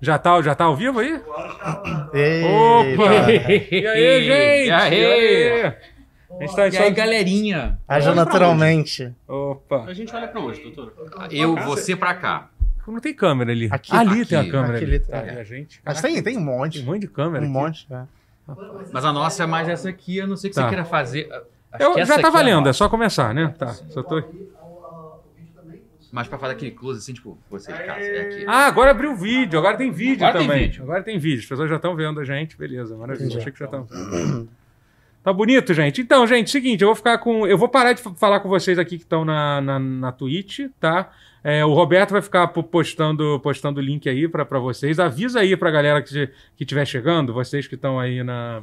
Já tá, já tá ao vivo aí? Eita. E aí, gente? E aí? E aí? A gente tá E aí, só... galerinha? Haja naturalmente. Opa. A gente olha pra hoje, doutor. Eu, você pra cá. Não tem câmera ali. Aqui. ali Aqui. tem a câmera Aqui, ali. ali, Tá, é. e a gente? Mas Caraca, tem, tem um tem monte. um monte de câmera Um aqui. monte, né? Mas a nossa é mais essa aqui, eu não sei o que Tá. você queira fazer. Acho Eu, que já essa tá aqui é a é valendo, é nossa. só começar, né? Tá, só tô... Mas pra fazer aquele close assim, tipo, você de casa, é aqui. Ah, agora abriu o vídeo, agora tem vídeo Agora tem também. vídeo. Agora tem vídeo, as pessoas já estão vendo a gente, beleza, maravilha. Entendi. Achei que já estão. Tá bonito, gente. Então, gente, seguinte, eu vou ficar com. Eu vou parar de f- falar com vocês aqui que estão na, na, na Twitch, tá? É, o Roberto vai ficar po- postando postando o link aí pra pra vocês. Avisa aí pra galera que estiver que tiver chegando, vocês que estão aí na.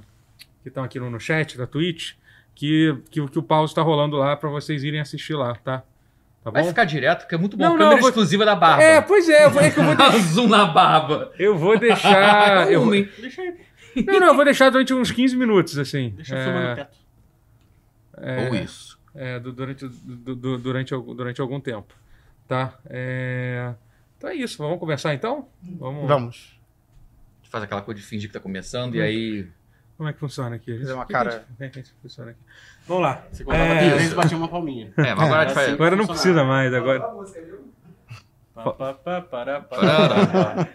que estão aqui no, no chat da Twitch, que, que, o- que o pause tá rolando lá pra vocês irem assistir lá, tá? Tá Vai bom? ficar direto, porque é muito bom. Não, não, Câmera eu vou- exclusiva da barba. É, pois é, eu vou- é que eu vou, Dá zoom na barba. eu vou deixar. eu- Homem. Deixa aí, Não, não, eu vou deixar durante uns 15 minutos, assim. deixa eu É, filmar no teto. Ou isso. é, du- durante, du- du- durante, algum- durante algum tempo. Tá? É... Então é isso. Vamos começar então? Vamos. Vamos. Faz aquela coisa de fingir que tá começando Hum. e aí. Como é que funciona aqui? Fazer uma cara. Como é que funciona aqui? Vamos lá. Você contava É. é... três e batia uma palminha. É, mas agora a gente Assim. faz. Agora não precisa mais. Agora... Pa, pa, pa, para, Parará. para.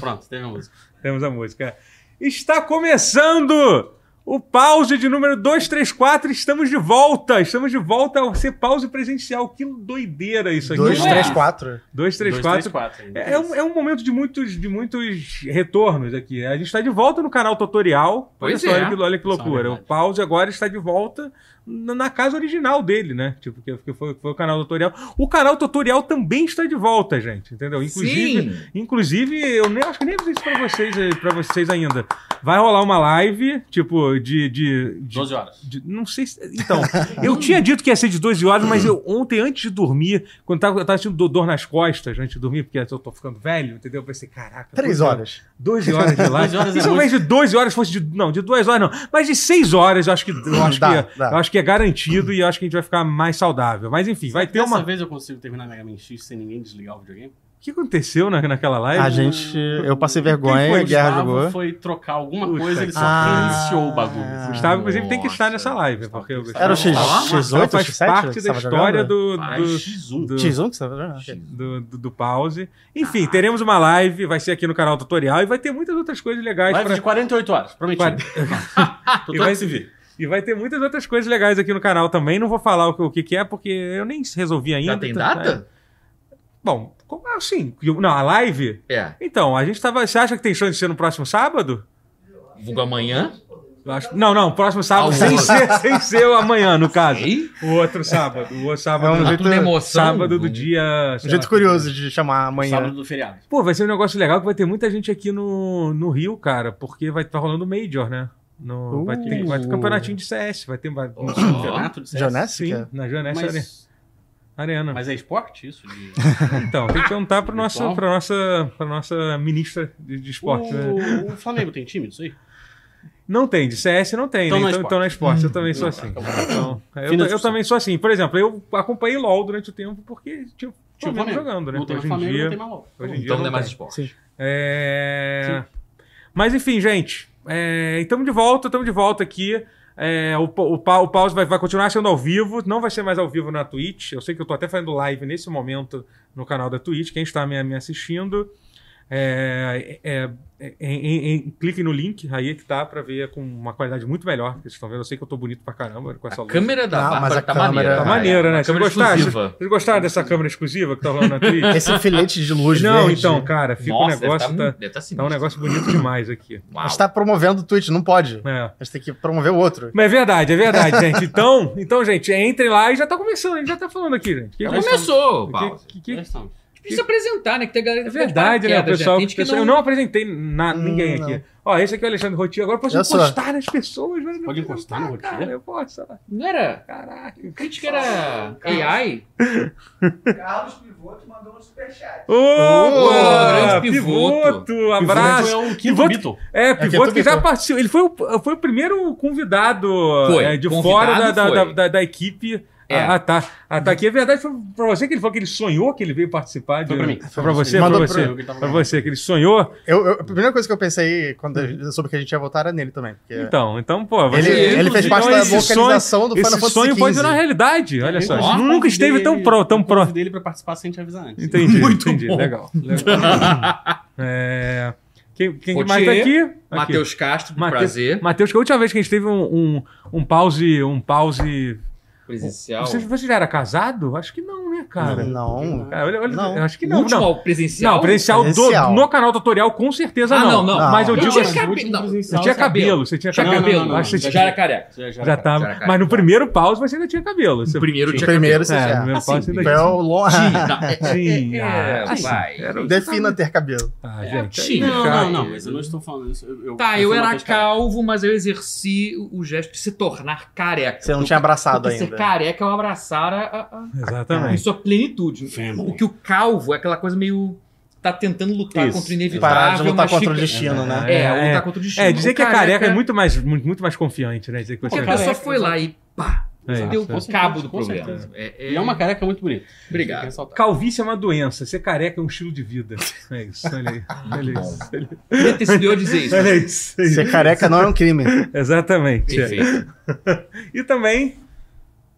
Pronto, teve a música. Temos a música. Está começando o pause de número 234. Estamos de volta. Estamos de volta ao ser pause presencial. Que doideira isso aqui. Dois, não é. três, quatro. 234. É, é um, é um momento de muitos, de muitos retornos aqui. A gente está de volta no canal tutorial. Pois olha, só, é. olha que, olha que Isso é loucura. o verdade. Pause agora está de volta na, na casa original dele, né? Tipo, que, que foi, foi o canal tutorial. O canal tutorial também está de volta, gente. Entendeu? Inclusive, Sim! Inclusive, eu nem, acho que nem avisei isso pra vocês, eh, pra vocês ainda. Vai rolar uma live, tipo, de. de, de 12 horas. de- não sei se. Então, eu tinha dito que ia ser de 12 horas, mas eu ontem, antes de dormir, quando tava, eu tava sentindo do- dor nas costas antes de dormir, porque eu tô ficando velho, entendeu? Eu pensei, caraca. Três 12 horas. 12 horas de live. 12 horas é e se ao invés de 12 horas fosse de. Não, de 2 horas não. Mas de 6 horas eu acho que, eu acho Hum, Dá, que, dá. eu acho que é garantido e eu acho que a gente vai ficar mais saudável. Mas enfim, vai ter Dessa uma. O vez eu consigo terminar Mega Man X sem ninguém desligar o videogame? que aconteceu na, naquela live? A gente. Eu passei Quem vergonha, foi? a guerra Gustavo jogou. foi trocar alguma Puta coisa, ele só que- reiniciou o Ah. bagulho. Gustavo, inclusive, tem que estar Nossa. nessa live. Porque o Gustavo- Era o X, Ah, Gustavo X8, faz X7? parte da história do, Ah, do- X1. do- X1 que você tava jogando? X. do, do- do pause. Enfim, teremos uma live, vai ser aqui no canal tutorial e vai ter muitas outras coisas legais. Live pra- de 48 horas, prometido. E Doutor vai- se vê. E vai ter muitas outras coisas legais aqui no canal também. Não vou falar o que, o que, que é, porque eu nem resolvi ainda. Já tem tá- data? Bom, como assim? Eu- Não, a live? É. Então, a gente tava. Você acha que tem chance de ser no próximo sábado? Vulgo amanhã? Eu acho... Não, não, próximo sábado, Ao sem vivo. ser, sem ser o amanhã, no caso. Aí? tá O outro sábado. O outro sábado. É um do- jeito- Tudo na emoção. sábado do dia. Um sei jeito lá. é. curioso de chamar amanhã. Sábado do feriado. Pô, vai ser um negócio legal que vai ter muita gente aqui no, no Rio, cara, porque vai estar rolando o Major, né? No, Uh. vai, ter, vai ter campeonatinho de CS, vai ter vai, Ó. um Campeonato de CS. sim, Jonéssica? na Janessa Are- Mas, Arena. mas é esporte isso? De... Então, tem que perguntar para nossa, Virtual? pra nossa, pra nossa ministra de, de esporte, né? o, o Flamengo tem time disso aí? Não tem, de CS não tem, Então né? não é Então, então não é esporte, eu também sou Não, assim. tá bom. Então, eu, Fim da eu discussão. também sou assim. Por exemplo, eu acompanhei LOL durante o tempo porque tinha, tinha o Tinha o Flamengo Flamengo. jogando, né? Não tem o Hoje em Flamengo, dia... não tem mais LOL. hoje em dia Então não é mais tem. esporte. Sim. É... Mas enfim, gente. Estamos de volta, estamos de volta aqui. É, o, pa- o, pa- o pause vai, vai continuar sendo ao vivo, não vai ser mais ao vivo na Twitch. Eu sei que eu tô até fazendo live nesse momento no canal da Twitch. Quem está me, me assistindo, é, é, é, em- em- em- clique no link aí que tá pra ver com uma qualidade muito melhor. que Vocês estão vendo, eu sei que eu tô bonito pra caramba com essa A luz. câmera da Ah, barba mas a tá câmera- maneira. Tá cara. maneira, Uma né? Vocês Câmera gostaram, vocês, exclusiva. vocês gostaram dessa câmera exclusiva que tá rolando na Twitch? Esse filete de luz não, verde. então, cara, fica É, Nossa, um negócio. deve tá- tá, deve tá Tá um sinistro. negócio bonito demais aqui. A Uau. gente tá promovendo o Twitch, não pode. É. A gente tem que promover o outro. Mas é verdade, é verdade, gente. Então, então, gente, entre lá e já tá começando, a gente já tá falando aqui, gente. Que- Já que- começou, Paulo. que- que- Já que- estamos. Precisa apresentar, né? Que tem galera que É fica de verdade, né, paraquedas, pessoal? Tem gente que Pessoal, Eu não... não apresentei na, ninguém Hum, aqui. Ó, esse aqui é o Alexandre Rotti. Agora eu posso Eu sou. encostar nas pessoas, velho. Pode encostar no Rotier? Cara, eu posso. ó. não era... Caraca. O crítico era AI? Carlos Pivoto mandou um superchat. Opa! grande pivoto. Pivoto, abraço. é o Pivoto- quinto Beatle. É, Aqui é pivoto tudo que já pivoto. participou. Ele foi o, foi o primeiro convidado Foi, é, de convidado fora da, da, foi. da- da- da equipe É. Ah, tá. Ah, tá. Aqui é verdade, foi pra você que ele falou que ele sonhou que ele veio participar. de- um- Foi pra mim. Foi pra você? Mandou pra pra você. É, eu, que ele tava Pra lá. você, que ele sonhou. Eu, eu- a primeira coisa que eu pensei quando eu soube que a gente ia votar era nele também. Porque Uhum. Então, então, pô. É. ele, Você, ele fez inclusive, parte então da esse vocalização do Final Esse Fantasy sonho pode XV. virar realidade, olha só. Inclusive, eu Nunca esteve tão, convidei- pro, tão eu próximo. convidei ele pra participar sem te avisar antes. Entendi, Muito entendi. bom. Legal. legal. É, Quem, quem mais tá Potier, aqui? aqui. Matheus Castro, do Mate- prazer. Matheus, que a última vez que a gente teve um, um, um pause. Um pause. Presencial. Você, você já era casado? Acho que não, né, cara? Não. Cara, olha, olha, Não. eu acho que o não. último Não, ao presencial? não presencial, do- Presencial. no canal tutorial, com certeza Ah, não. não, não. Mas eu Eu digo tinha assim. cabelo. Você tinha cabelo, você tinha Tinha cabelo. cabelo, não, não, acho que não. já era careca. Já, já, Já tava. Já era Mas no careca. primeiro pause você ainda tinha cabelo. Você... O primeiro O tinha primeiro cabelo. você É, no já. primeiro Assim, pause ainda Foi o long. Tinha. Não, é- Ah, Sim, é, ah, é, assim, vai. tá, era- Defina ter cabelo. Ah, É, gente. aí- tinha. Não, cara. não, não, mas eu não estou falando isso. Eu, eu, Tá, eu fui era Matheus Castro. calvo, mas eu exerci o o gesto de se tornar careca. Você não Porque tinha abraçado porque Ser ainda. careca é eu abraçar a, a- a- em Exatamente. sua plenitude. Family. O que o calvo é aquela coisa meio. tá tentando lutar Isso. contra o inevitável. Parar de tá lutar mas contra o fica- destino, né? É, É, lutar contra o destino. É, dizer O que é careca é muito mais, muito, muito mais confiante, né? Dizer que você Porque é a careca. pessoa careca, foi lá e pá, É, deu isso, com o certeza, cabo do com problema. certeza. É, E é uma careca muito bonita. Obrigado. Calvície é uma doença, ser careca é um estilo de vida. É isso, olha aí. Olha isso. Podia ter sido eu a dizer isso. né? Olha isso. olha Ser careca não é um crime. isso. Exatamente. é. Perfeito. E também,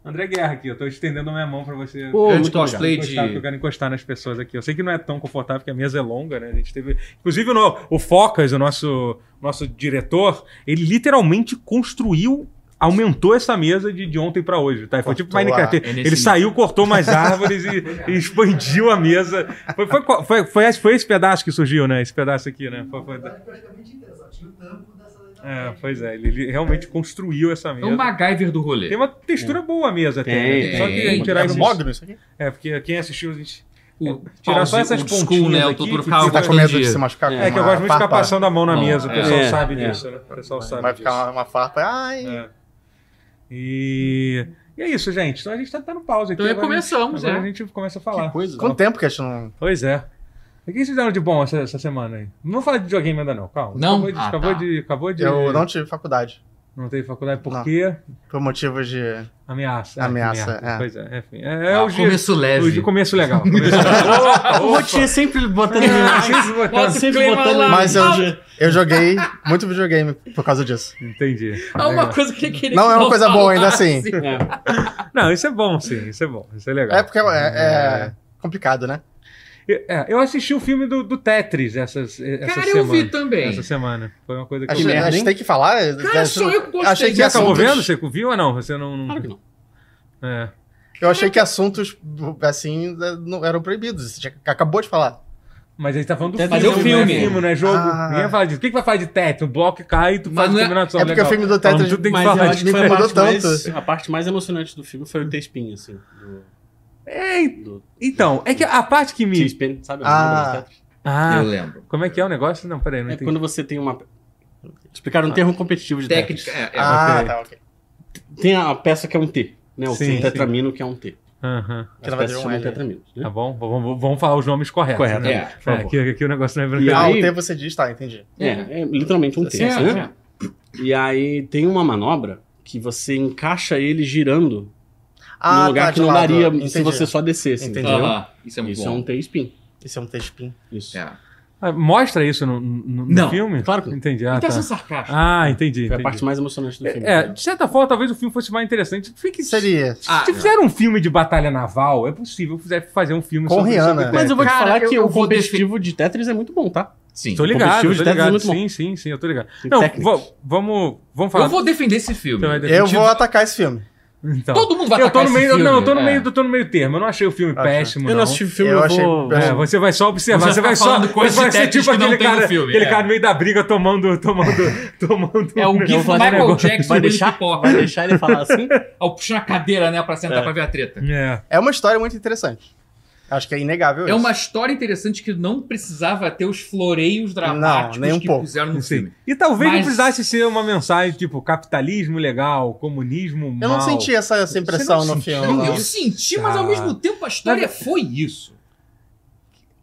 André Guerra aqui, eu tô estendendo a minha mão pra você. Pô, Grande muito cosplay encostar, porque eu de. quero encostar nas pessoas aqui. Eu sei que não é tão confortável, porque a mesa é longa, né? A gente teve. Inclusive, no- o Focas, o nosso, nosso diretor, ele literalmente construiu. Aumentou essa mesa de, de ontem pra hoje, tá? Foi tipo Cortou Minecraft. a- é nesse Ele nível. saiu, cortou mais árvores e, e expandiu a mesa. Foi, foi, qual- foi, foi esse- foi esse pedaço que surgiu, né? Esse pedaço aqui, né? Foi- foi- Mas praticamente interessante. Tinha o tampo dessa. é, pois é, ele, ele realmente construiu essa É um mesa. MacGyver do rolê. Tem uma textura boa a mesa até. né? Tem, Só tem. que aí tirar Era esses- mogno isso aqui? É, porque quem assistiu, a gente. O um- Tirar só pause, essas old school, pontinhas né? O aqui Totoro que ficava fica- Você tá com medo de se machucar Ah, É com que eu uma gosto muito de ficar farpa? passando a mão na Não, mesa, o é. pessoal É, sabe é. disso, né? O pessoal sabe Vai disso. ficar uma, uma farpa. Ai. É. E... e é isso, gente. Então a gente tá dando pausa aqui. Então é, agora a gente- começamos, Agora é. a gente começa a Que falar. coisa. Quanto tempo que a gente não. Pois é. E O que vocês fizeram de bom essa, essa semana aí? Não vou falar de videogame ainda não, calma. Não? Acabou de... Ah, acabou tá. de, acabou de... Eu não tive faculdade. não teve faculdade Não. porque Por motivos de. ameaça. Ah, Ameaça, que merda. é. Pois é, enfim. É, é Ah, o dia... começo O dia- leve. começo legal. Começo legal. Opa, O Rotinha sempre botando ele Ah, mais. vocês botaram- Nossa, Sempre clima botando ele lá. Mas eu, eu joguei muito videogame por causa disso. Entendi. Há é uma Legal. coisa que eu queria Não que é uma coisa boa, ainda falasse. assim. É, Não, isso é bom, sim. Isso é bom. Isso é legal. É porque é, é complicado, né? Eu- é, eu assisti o filme do, do Tetris essas, essa Cara, semana. eu vi também. Essa semana. Foi uma coisa que A gente, eu... merda, a gente hein? tem que falar. é, Cara, é, só eu que gostei. achei que Você ia acabou assuntos- vendo? Você viu ou não? Você não... não- claro que não. É. Eu achei que assuntos, assim, não eram proibidos. Você tinha- acabou de falar. Mas a gente tá falando do Tetris filme. é um filme. Não é filme, não é jogo. Ah. Ninguém vai falar disso. O que, que vai falar de Tetris? O bloco cai e tu Mas faz não é- combinação. é porque legal. o filme do Então, Tetris tu tem que Mas eu falar acho de... que me foi a incomodou parte, mais, tanto. a parte mais emocionante do filme foi o T-Spin, assim. Do, É, do então, é que a parte que me... T-Spin, sabe? Ah. A música? Ah, Eu lembro. como é que é o negócio? Não, peraí, não é entendi. quando você tem uma... Explicaram um termo competitivo de técnica. Técnica. é, é. ah, ok. tá, ok. Tem a peça que é um T, né? O Sim, T tetramino que é um T. Aham. Que As não vai peças ter um chamam L. tetraminos, né? Tá bom? V- Vamos, vamos falar os nomes corretos. Correto, Né? é, É, por favor. aqui, aqui o negócio não é E brincadeira. Ah, aí- o T você diz, tá, entendi. É, é literalmente um Assim, terço, é, né? E aí tem uma manobra que você encaixa ele girando Ah, num lugar tá, de que não lado. daria se Entendi. você só descesse, Entendi. entendeu? Aham, Isso é muito Isso é bom. um T-spin. Isso é um T-spin. Isso. É. Ah, Mostra isso no, no, no Não, filme? claro que não. Entendi. Ah, Ele tá. tá sendo sarcástico. Ah, É entendi. Foi a entendi. parte mais emocionante do filme. É, de certa forma, talvez o filme fosse mais interessante. Fique... Se Seria. Ah, fizeram um filme de batalha naval, é possível fizer- fazer um filme Com sobre Rihanna. né? sobre Mas eu vou te Cara, falar eu- que eu o vou competitivo de Tetris é muito bom, tá? sim. Tô O ligado, competitivo tô de Tetris é ligado. muito bom. sim, sim, sim, eu tô ligado. Tem Não, técnicas. vo- vamos, vamos falar. Eu vou defender esse filme. Então, é Eu definitivo. vou atacar esse filme. Então. Todo mundo vai eu tô atacar no esse meio, filme. não, eu tô no é. meio, do- tô no meio termo. Eu não achei o filme Acho. péssimo, Eu não assisti o filme, Eu eu, achei- vou... É, você vai só observar, Você você vai vai só, falando coisas você vai de ser Tetris tipo que não aquele tem no cara, filme, aquele é. cara no meio da briga tomando, tomando, tomando. É o um GIF negócio. Michael negócio. Jackson Vai do deixar? Pipoca. Vai deixar ele falar assim? Ao puxar É a cadeira, né, pra sentar pra ver a treta. É. É uma história muito interessante. Acho que é inegável É isso. uma história interessante que não precisava ter os floreios dramáticos Não, nem um que pouco. puseram no Sim. filme. E talvez não Mas- precisasse ser uma mensagem tipo capitalismo legal, comunismo mal. Eu não senti essa, essa impressão não no sentiu? filme. Eu, não. eu senti, mas ao mesmo tempo a história Cara. foi isso.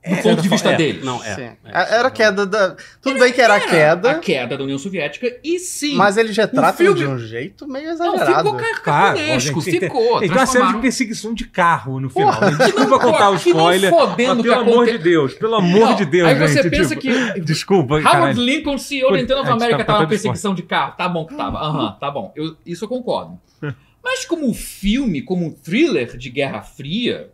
do ponto de vista É, dele. Não, é. Sim. é. A- Era a queda da. Tudo bem que era a A queda, queda da União Soviética e sim. mas eles retratam filme- de um jeito meio não, exagerado. ficou Claro, cartunesco, gente, ficou. Tem uma cena de transformaram- então perseguição de carro no final. né? Desculpa contar o que não spoiler. fodendo mas que pelo amor aconte- de Deus, pelo amor Não, de Deus, Aí gente. você pensa tipo, que Desculpa, Howard caralho. Lincoln, CEO da Nintendo A of gente América, tá tava na contando perseguição de carro. Tá bom que tava. Aham, tá bom. Eu- isso eu concordo. Mas como filme, como um thriller de Guerra Fria.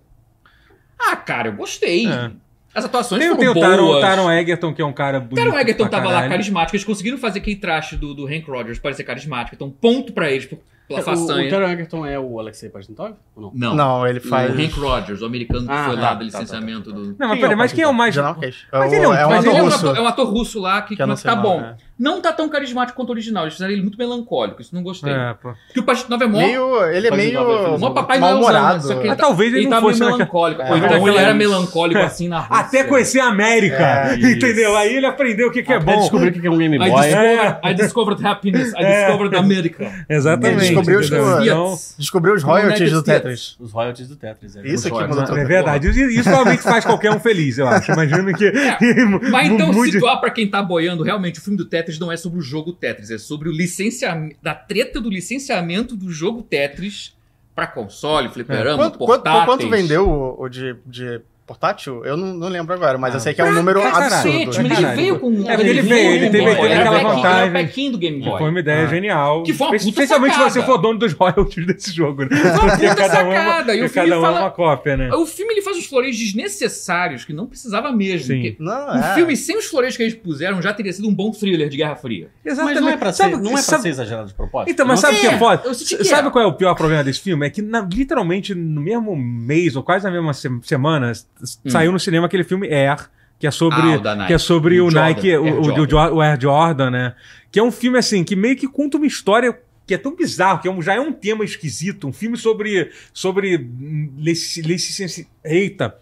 Ah, cara, eu gostei. É. As atuações Tem, tem foram o Taron, boas. Taron Egerton, que é um cara O bonito. Taron pra Egerton então, tava lá caralho. carismático. Eles conseguiram fazer aquele traste do, do Hank Rogers parecer carismático. Então, ponto pra eles por- pela É, O- O, façanha. Taron Egerton é o Alexei Pajitnov? Ou Não. não? Não, ele O faz. Hank Rogers, o americano que Ah, foi ah, lá tá, do tá, tá, licenciamento tá, tá, do. Não, mas Quem peraí, é o mas quem é o mais. General Cage. Mas ele é um- é um mas Mas ele é ator um, russo. ator, é um ator russo lá que, Que eu não que sei tá o bom. nome, é. Não tá tão carismático quanto o original. Eles fizeram ele muito melancólico. Isso não gostei. É, pô. Porque o Pajitnov é mó, Meio, ele é Faz um papel meio filosófico. mó papai mal-humorado. Noelzão, só que Mas tá- talvez ele, ele não tava meio fosse. naquela- melancólico. É, Pô, então naquela- ele era melancólico assim na Rússia. Até conhecer a América, É, isso. entendeu? Aí ele aprendeu o que, que é Até bom. descobrir o que é um Game I Boy. É. discovered, I discovered happiness. I É. discovered America. Exatamente. Ele descobriu os entendeu? comandos. Então, Descobriu os United royalties do States. Tetris. Os royalties do Tetris. é. Isso Os aqui royalties. mudou tudo. É verdade. Isso, isso realmente faz qualquer um feliz, eu acho. Imagino que. Mas então, muito- situar pra quem tá boiando, realmente, o filme do Tetris não é sobre o jogo Tetris, é sobre o licenciamento, da treta do licenciamento do jogo Tetris pra console, fliperama, Quanto, quanto, portáteis. quanto vendeu o, o de, de portátil? Eu não, não lembro agora, mas eu sei que é um número pra caralho. absurdo. Cacete, mas ele Caralho. veio com... um É, mas ele veio, ele teve- Era teve o aquela pack- vantagem. Era o paquinho é do Game Que Foi Boy. uma ideia Ah. genial. Que foi uma puta Especialmente se você sacada. for dono dos royalties desse jogo, né? Porque puta cada um é uma, sacada, e o porque filme cada um fala- é uma cópia, né? O filme ele faz os floreios desnecessários, que não precisava mesmo. Sim. porque Não, O é. filme sem os floreios que eles puseram já teria sido um bom thriller de Guerra Fria. Mas não é pra ser, Sabe- não é pra sabe- ser exagerado de propósito. Então, mas Não sabe o que é foda? eu senti S- que sabe é. qual é o pior problema desse filme? É que na- literalmente no mesmo mês, ou quase na mesma se- semana, s- Hum. saiu no cinema aquele filme Air, que é Ah, o sobre, da Nike. que é sobre O o, Jordan, Nike, o, Air o- Jordan. o Jo- o Air Jordan, né? Que é um filme assim, que meio que conta uma história que é tão bizarro, que é um- já é um tema esquisito, um filme sobre sobre hum, lici- licenci- eita,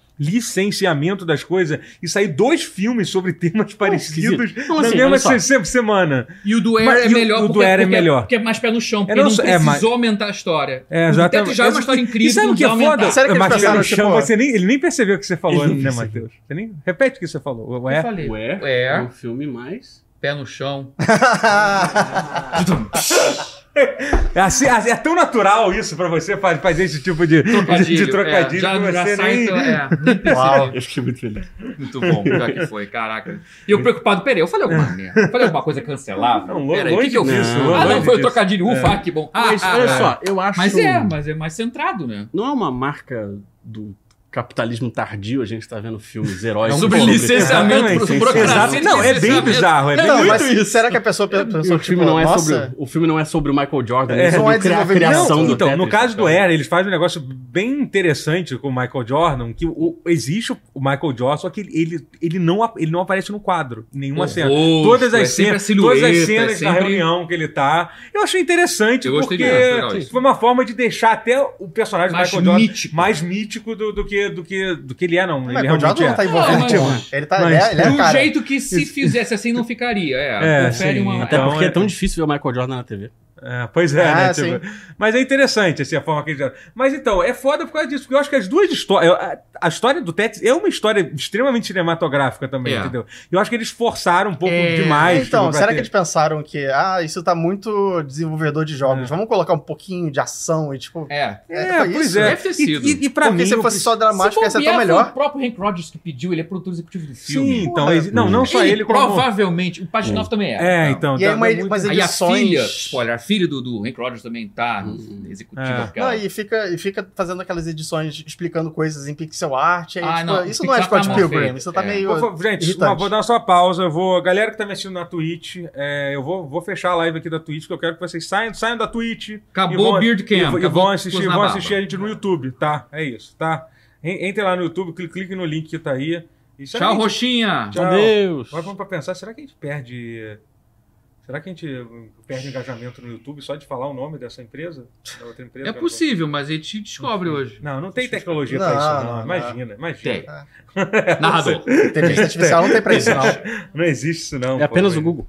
licenciamento das coisas e sair dois filmes sobre temas parecidos esquisito. Não, na assim, mesma olha só. se- se- semana. E o do Air Mas é e o- melhor o do porque, Air é porque- melhor. porque é mais pé no chão, porque Eu não não, sei- é, precisou mas- aumentar a história. É, O exatamente. Tetris já é uma história incrível. E sabe o não que é precisava foda? aumentar. Será que eles Mas pensaram, assim, pelo tipo, chão, você nem, ele nem percebeu o que você falou, Ele nem né, percebeu. Matheus? Você nem... Repete o que você falou. Eu Ué? falei. Where é É, o filme mais... pé no chão. É, assim- é tão natural isso pra você fa- fazer esse tipo de trocadilho, de, de trocadilho é, já, que já você sai, nem... então, é, nem percebi. Uau. Eu fiquei muito feliz. Muito bom, pior que foi, caraca. E eu preocupado, peraí, eu falei alguma merda. Eu falei alguma coisa cancelável. Não, lo- Peraí, o que, longe que eu fiz? disso, não, Ah, não, longe foi o disso. trocadilho. Ufa, É. ah, que bom. Ah, Mas, ah, olha ah. só, eu acho... Mas é, mas é mais centrado, né? Não é uma marca do capitalismo tardio a gente tá vendo filmes heróis. É um Sobre pouco. licenciamento, Exatamente, sobre burocracia, exato. Não, é bem licenciamento. bizarro. É bem Não, bizarro. mas será que a pessoa pe- E pensou, O filme, tipo, não é nossa, sobre, o filme não é sobre o Michael Jordan, É. é Não sobre é a cria- a desenvolvimento. criação Não, do então, Tetris, no caso do cara. Air, eles fazem um negócio bem interessante com o Michael Jordan, que o- existe o Michael Jordan, só que ele, ele, ele não, ap- ele não aparece no quadro, em nenhuma O cena. rosto, todas, é as sempre cenas, a silhueta, todas as é cenas da sempre- reunião que ele tá. Eu achei interessante, Eu gostei porque disso, acho legal isso. foi uma forma de deixar até o personagem do Mais Michael Jordan mítico. mais mítico do, do que, do, que, do que ele é, não. o Ele Michael realmente Jordan é. não tá Não, envolvido. mas- Ele tá, mas- ele é, ele De é um cara. jeito que se fizesse assim não ficaria. É, É, confere sim, uma. Até Então, porque é... é- tão difícil ver o Michael Jordan na TV. É, pois é, Ah, né? sim. tipo, mas é interessante assim, a forma que eles. Mas então, é foda por causa disso, porque eu acho que as duas histórias. A, a história do Tetris é uma história extremamente cinematográfica também, É. entendeu? Eu acho que eles forçaram um pouco É. demais. Então, tipo, pra será ter- que eles pensaram que, ah, isso tá muito desenvolvedor de jogos, É. vamos colocar um pouquinho de ação e, tipo... É. É, foi pois isso. é. Deve ter sido. E, e, e pra Porque mim. se eu- fosse só dramático, ia ser bobear, é tão foi melhor. O próprio Hank Rogers que pediu, ele é produtor executivo do filme. Sim, então. Porra. exi- Não, não só ele, ele, como- provavelmente. O Pajinov também era. É, então. E aí, tá- uma- muito- mas Aí a edições... filha, spoiler, a filha do, do Hank Rogers também tá executiva. É. Não, aquela- e fica, e fica fazendo aquelas edições explicando coisas em pixel art. aí, Ah, tipo, não, isso pixel não é art tá Scott mal Pilgrim. feito, Isso tá é. meio. Vou, fa- gente, irritante. uma- vou dar uma só pausa. eu Vou, galera que tá me assistindo na Twitch, é, eu vou, vou fechar a live aqui da Twitch, porque eu quero que vocês saiam, saiam da Twitch. Acabou o Beard Camp, e vão- E acabou vão assistir, Cus na vão Barba. assistir a gente no YouTube, tá? É isso, tá? En- Entre lá no YouTube, cli- clique no link que tá aí. E será Tchau, que a gente- Roxinha! Tchau. Deus. Agora vamos pra pensar, será que a gente perde... Será que a gente perde engajamento no YouTube só de falar o nome dessa empresa? Da outra empresa É que possível, mas a gente descobre hoje. Não, não tem tecnologia pra Não, isso, não. não, não. Imagina, imagina. Tem. É. Narrador. Inteligência artificial não tem pra isso, não. Não existe isso, não. É apenas pô. o Google.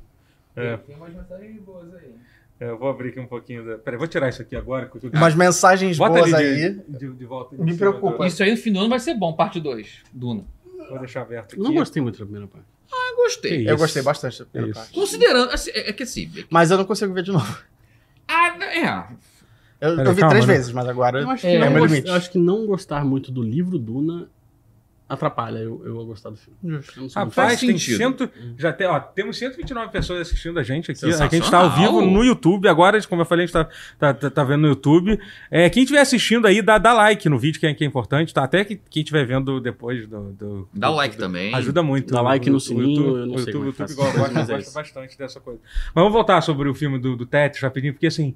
É. Tem umas mensagens boas aí. Eu vou abrir aqui um pouquinho. Da... Peraí, vou tirar isso aqui agora. que eu- Umas mensagens Bota boas ali de- aí. de, de volta. em Me cima do- preocupa. Isso aí no fim do ano vai ser bom, parte 2, Duna. Vou deixar aberto aqui. Não gostei muito da primeira parte. Ah, gostei. Que Eu isso. gostei bastante da primeira Isso. parte. Considerando. assim, é, é que assim. Mas eu não consigo ver de novo. Ah, não- é. Eu, Pera, eu vi calma, três né? vezes, mas agora. Eu acho, É, que é não meu gost- limite. eu acho que não gostar muito do livro Duna atrapalha eu, eu a gostar do filme. Eu não sou muito Faz Rapaz, tem sentido. cento, já tem, ó, temos 129 pessoas assistindo a gente aqui. Sensacional. A gente está ao vivo no YouTube. Agora, como eu falei, a gente tá, tá, tá- tá vendo no YouTube. É, quem estiver assistindo aí, dá, dá like no vídeo, que é, que é importante, tá? Até que, quem estiver vendo depois do. do- Dá do- like do- também. Ajuda muito. Dá like no sininho, YouTube, eu não o YouTube, sei como é o que YouTube faz, gosta, mas é gosta isso. bastante dessa coisa. Mas vamos voltar sobre o filme do, do Tetris rapidinho, porque assim.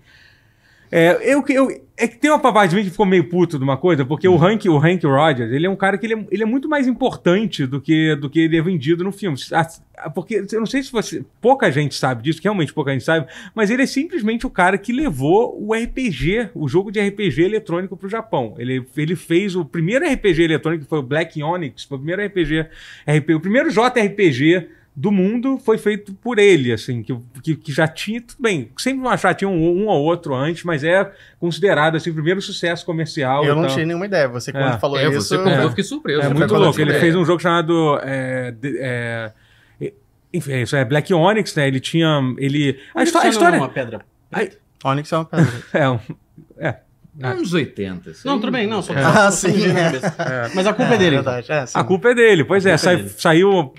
É, eu, eu- é que tem uma parte de mim que ficou meio puto de uma coisa, porque Uhum. o Hank, o Hank Rogers, ele é um cara que ele é, ele é muito mais importante do que, do que ele é vendido no filme. Ah, ah, Porque eu não sei se você. Pouca gente sabe disso, que realmente pouca gente sabe, mas ele é simplesmente o cara que levou o RPG, o jogo de RPG eletrônico pro Japão. Ele, ele fez o primeiro RPG eletrônico, que foi o Black Onyx, foi o primeiro RPG, RP o primeiro JRPG do mundo foi feito por ele, assim, que, que, que já tinha, tudo bem, sempre vão achar tinha um, um ou outro antes, mas é considerado, assim, o primeiro sucesso comercial. e Eu não tal. tinha nenhuma ideia. Você, quando Então. É. falou É, isso. você contou, eu eu- fiquei surpreso. É Foi muito quando louco. Ele eu- fez um jogo chamado. é, de- é, e- enfim, é isso é Black Onyx, né? Ele tinha. Ele. A, histó- a Não, história. Uma pedra. Onyx é uma pedra. É, um- é, Uns 80. assim. Não, tudo bem, não. Só, É. só- Ah, só sim. me veio na cabeça. Mas a culpa é, É dele. verdade. É, sim. a culpa é dele, pois A é. culpa é sai- dele. Saiu.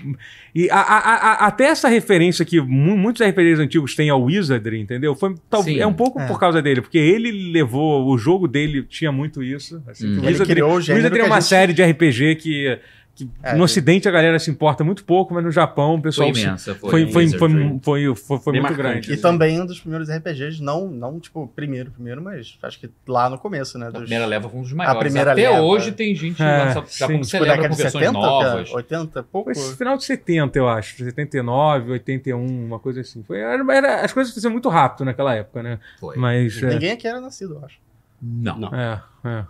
E a- a- a- a- até essa referência que mu- muitos RPGs antigos têm ao Wizardry, entendeu? Foi, tal- Sim. é um pouco É. por causa dele, porque ele levou. O jogo dele tinha muito isso. assim, Hum. que o Ele Wizardry, criou o gênero Wizardry é que a uma gente- série de RPG que. que É, no ele- Ocidente a galera se importa muito pouco, mas no Japão o pessoal Foi se- imensa. foi, foi, foi, Wizardry. foi, foi- foi Bem muito marcante. grande. E também um dos primeiros RPGs, não, não tipo, primeiro, primeiro, mas acho que lá no começo, né? A Dos, primeira leva foi um dos maiores. primeira Até leva. hoje tem gente É, no nosso Japão sim. que tipo, celebra década com de versões 70, novas. cara, 80, pouco. Foi esse final de 70, eu acho. 79, 81, uma coisa assim. Foi, era, era- as coisas aconteciam muito rápido naquela época, né? Foi. Mas. é, Ninguém aqui era nascido, eu acho. Não. Não. É, é.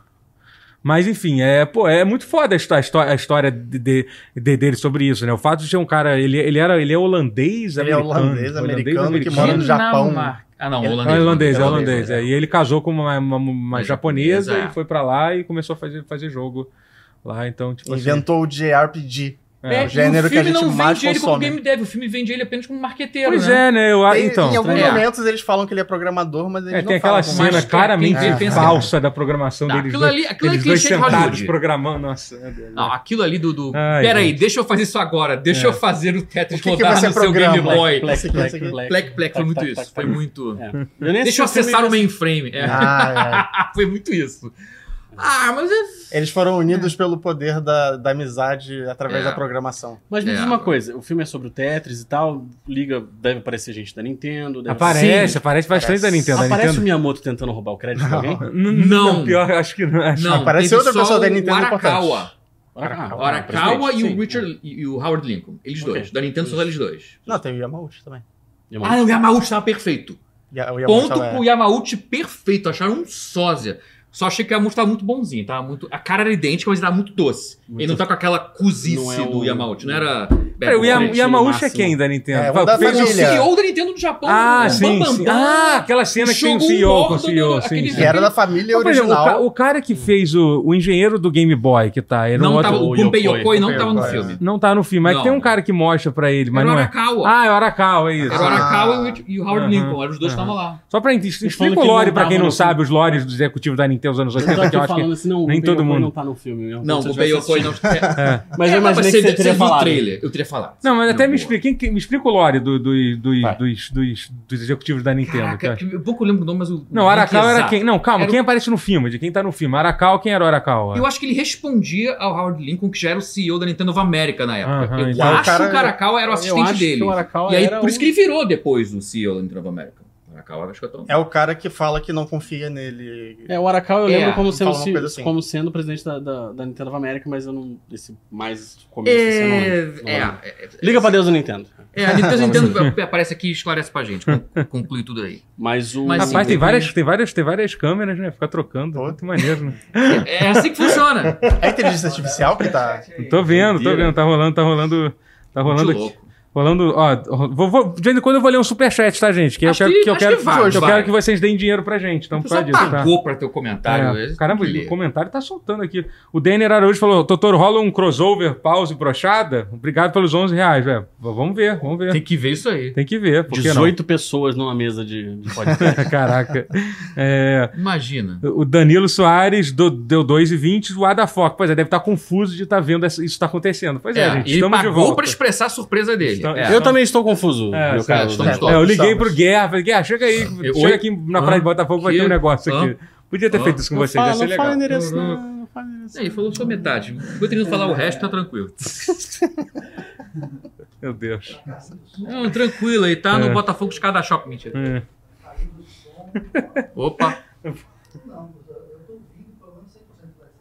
Mas enfim, é, pô, é muito foda a histó- a história, a história de- de- de- dele sobre isso, né? O fato de ser um cara, ele, ele era, ele é holandês, Ele é americano, holandês, americano, que mora no Japão. Dinamarca. Ah, não, Ele- É holandês. holandês, é holandês, holandês. é. é. E ele casou com uma, uma- uma Uma japonesa japonesa, é. e foi pra lá e começou a fazer, fazer jogo lá. Então, tipo assim, Inventou o JRPG. É, É, o gênero e o filme que a gente não mais vende ele como consome. game dev, o filme vende ele apenas como marqueteiro, Pois né? é, né? Eu, Tem- então. em alguns é. momentos eles falam que ele é programador, mas eles É, não tem aquela falam. cena Mas quem- claramente quem pensa- falsa da programação Tá, deles. aquilo ali, aquilo ali é eles dois clichê de sentados Hollywood. programando. Nossa, meu Deus. É. Não, aquilo ali do. do... Ai, Peraí, deixa eu fazer isso agora. Deixa eu fazer o Tetris O que que rodar você no seu Game programa? Boy. Black, Black, black, black, black. Plec, plec, foi Tac, muito tac, isso. tac, Foi tac. muito. É. assim. Eu nem assisti Deixa eu acessar o filme, mainframe. É. Ah, foi muito isso. Ah, mas é. é. Eles foram unidos pelo poder da, da amizade através É. da programação. Mas me É. diz uma coisa, o filme é sobre o Tetris e tal, liga, deve aparecer gente da Nintendo, deve Aparece, Sim. aparece bastante Aparece. da Nintendo. da Aparece o Nintendo. Miyamoto tentando roubar o crédito de alguém? N- Não. pior, acho que não. Acho Não, É, Aparece teve outra só pessoa da o Nintendo Arakawa. importante. Ah, Arakawa. O Arakawa e o Sim. Richard e e o Howard Lincoln. Eles Ok. dois. Da Nintendo são Isso. eles dois. Não, tem o Yamauchi também. Miyamoto. Ah, o Yamauchi estava perfeito. Ya- o Yamauchi Ponto é- pro Yamauchi perfeito. Acharam um sósia. Só achei que o Yamauchi tava muito bonzinho. Tava muito... A cara era idêntica, mas era muito doce. Muito- Ele não tá com aquela Não cozice é do o- Yamauchi. Não era... Pera, o Bad Yam- Boy. Yamauchi Yamauchi é máximo. quem da Nintendo? É, o da Fez um- o família. CEO da Nintendo do Japão. Ah, né? sim, Bambam. sim. Ah, aquela cena que tem o Shogun CEO com o Gordon, CEO. aquele Sim, Que sim. era da família Não, por exemplo, o, ca- original. o cara que fez o, o engenheiro do Game Boy, que tá, era um Não outro. tava, o o Gunpei Yokoi. Yokoi não Gunpei estava no Yokoi, filme. Não tá no filme, mas Não. tem um cara que mostra pra ele, mas Era o não é. Arakawa. Ah, é o Arakawa, é isso. Era o Ah. Arakawa e o- e o Howard Aham, Lincoln. Eram os dois que aham. estavam lá. Só pra gente, falando explica que o não lore pra tava quem no não filme. sabe, os lores dos executivos da Nintendo dos anos Eu 80, tava que eu acho que. falando assim, não, o nem Yokoi todo mundo. não tá no filme. Miyamoto Não, já o Gunpei tinha assistido. Yokoi não... É. Mas eu É, imaginei você- que você teria viu o falado. trailer. Eu teria falado. Não, mas Eu até me vou. explica, quem- me explica o lore do, do- do- Vai. dos, dos, dos executivos da Nintendo. que eu Caraca, acho. eu pouco lembro o nome, mas o... é Não, o Arakawa era exato. quem. Não, calma, Era o- quem aparece no filme? De quem tá no filme? Arakawa, quem era o Arakawa? Eu acho que ele respondia ao Howard Lincoln, que já era o CEO da Nintendo of America na época. Aham, então eu ele- Ah, acho o cara- que o Caracal era o Eu assistente acho dele. que o Arakawa E aí, era por isso um- que ele virou depois o CEO da Nintendo of America. O Caracal acho que eu tô... É o cara que fala que não confia nele. É, o Arakawa eu lembro É, como, sendo, fala uma se- coisa assim. como sendo presidente da, da, da Nintendo of America, mas eu não. Esse mais começo, esse eu não lembro. Não É, é, lembro. é, Liga pra Deus do Nintendo. é, a Nintendo, Nintendo aparece aqui e esclarece pra gente. con- Conclui tudo aí. Mas o. Mas, Rapaz, assim, tem depois- várias, tem, várias, tem várias câmeras, né? Ficar trocando. Pô. Muito maneiro, né? É assim que funciona. É a inteligência artificial que tá. Tô vendo, tô Doideira. vendo. Tá rolando, tá rolando. Tá rolando Muito aqui. louco. Rolando, ó, vou, vou- de vez em quando eu vou ler um superchat, tá, gente? Que eu Acho quero que- que, eu acho quero, que vai, que eu vai. quero que vocês deem dinheiro pra gente. Então, O por pessoal causa disso, tá? pagou pra ter o comentário. É. eles Caramba, têm que o ler. comentário tá soltando aqui. O Denner Araújo falou: Doutor, rola um crossover, pause, brochada? Obrigado pelos 11 reais, velho. V- Vamos ver, vamos ver. Tem, Tem que ver isso aí. que ver, por que 18 pessoas numa mesa de, de podcast. não? Caraca. É, Imagina. o Danilo Soares do, deu 2,20. O Adafoc, pois é, deve estar confuso de estar vendo essa- isso tá acontecendo. Pois é, É, gente, ele estamos de pagou volta. pra expressar a surpresa dele. Estamos- É. Eu também estou confuso, É, meu cara, caro. estamos É. É, todos. eu liguei Estamos. pro Guerra, falei, Guerra, chega aí, Ah, Eu- chega oi? aqui na Praia Hã? de Botafogo, vai ter um Que? negócio Hã? aqui. Podia ter Hã? feito isso com Não vocês, ia fala, ser não legal. Uhum. fala endereço, não. não fala endereço, É, ele falou só metade. Vou tentando falar o resto, tá tranquilo. Meu Deus. Não, tranquilo, aí tá É. no Botafogo de cada shopping. É. Mentira. Opa.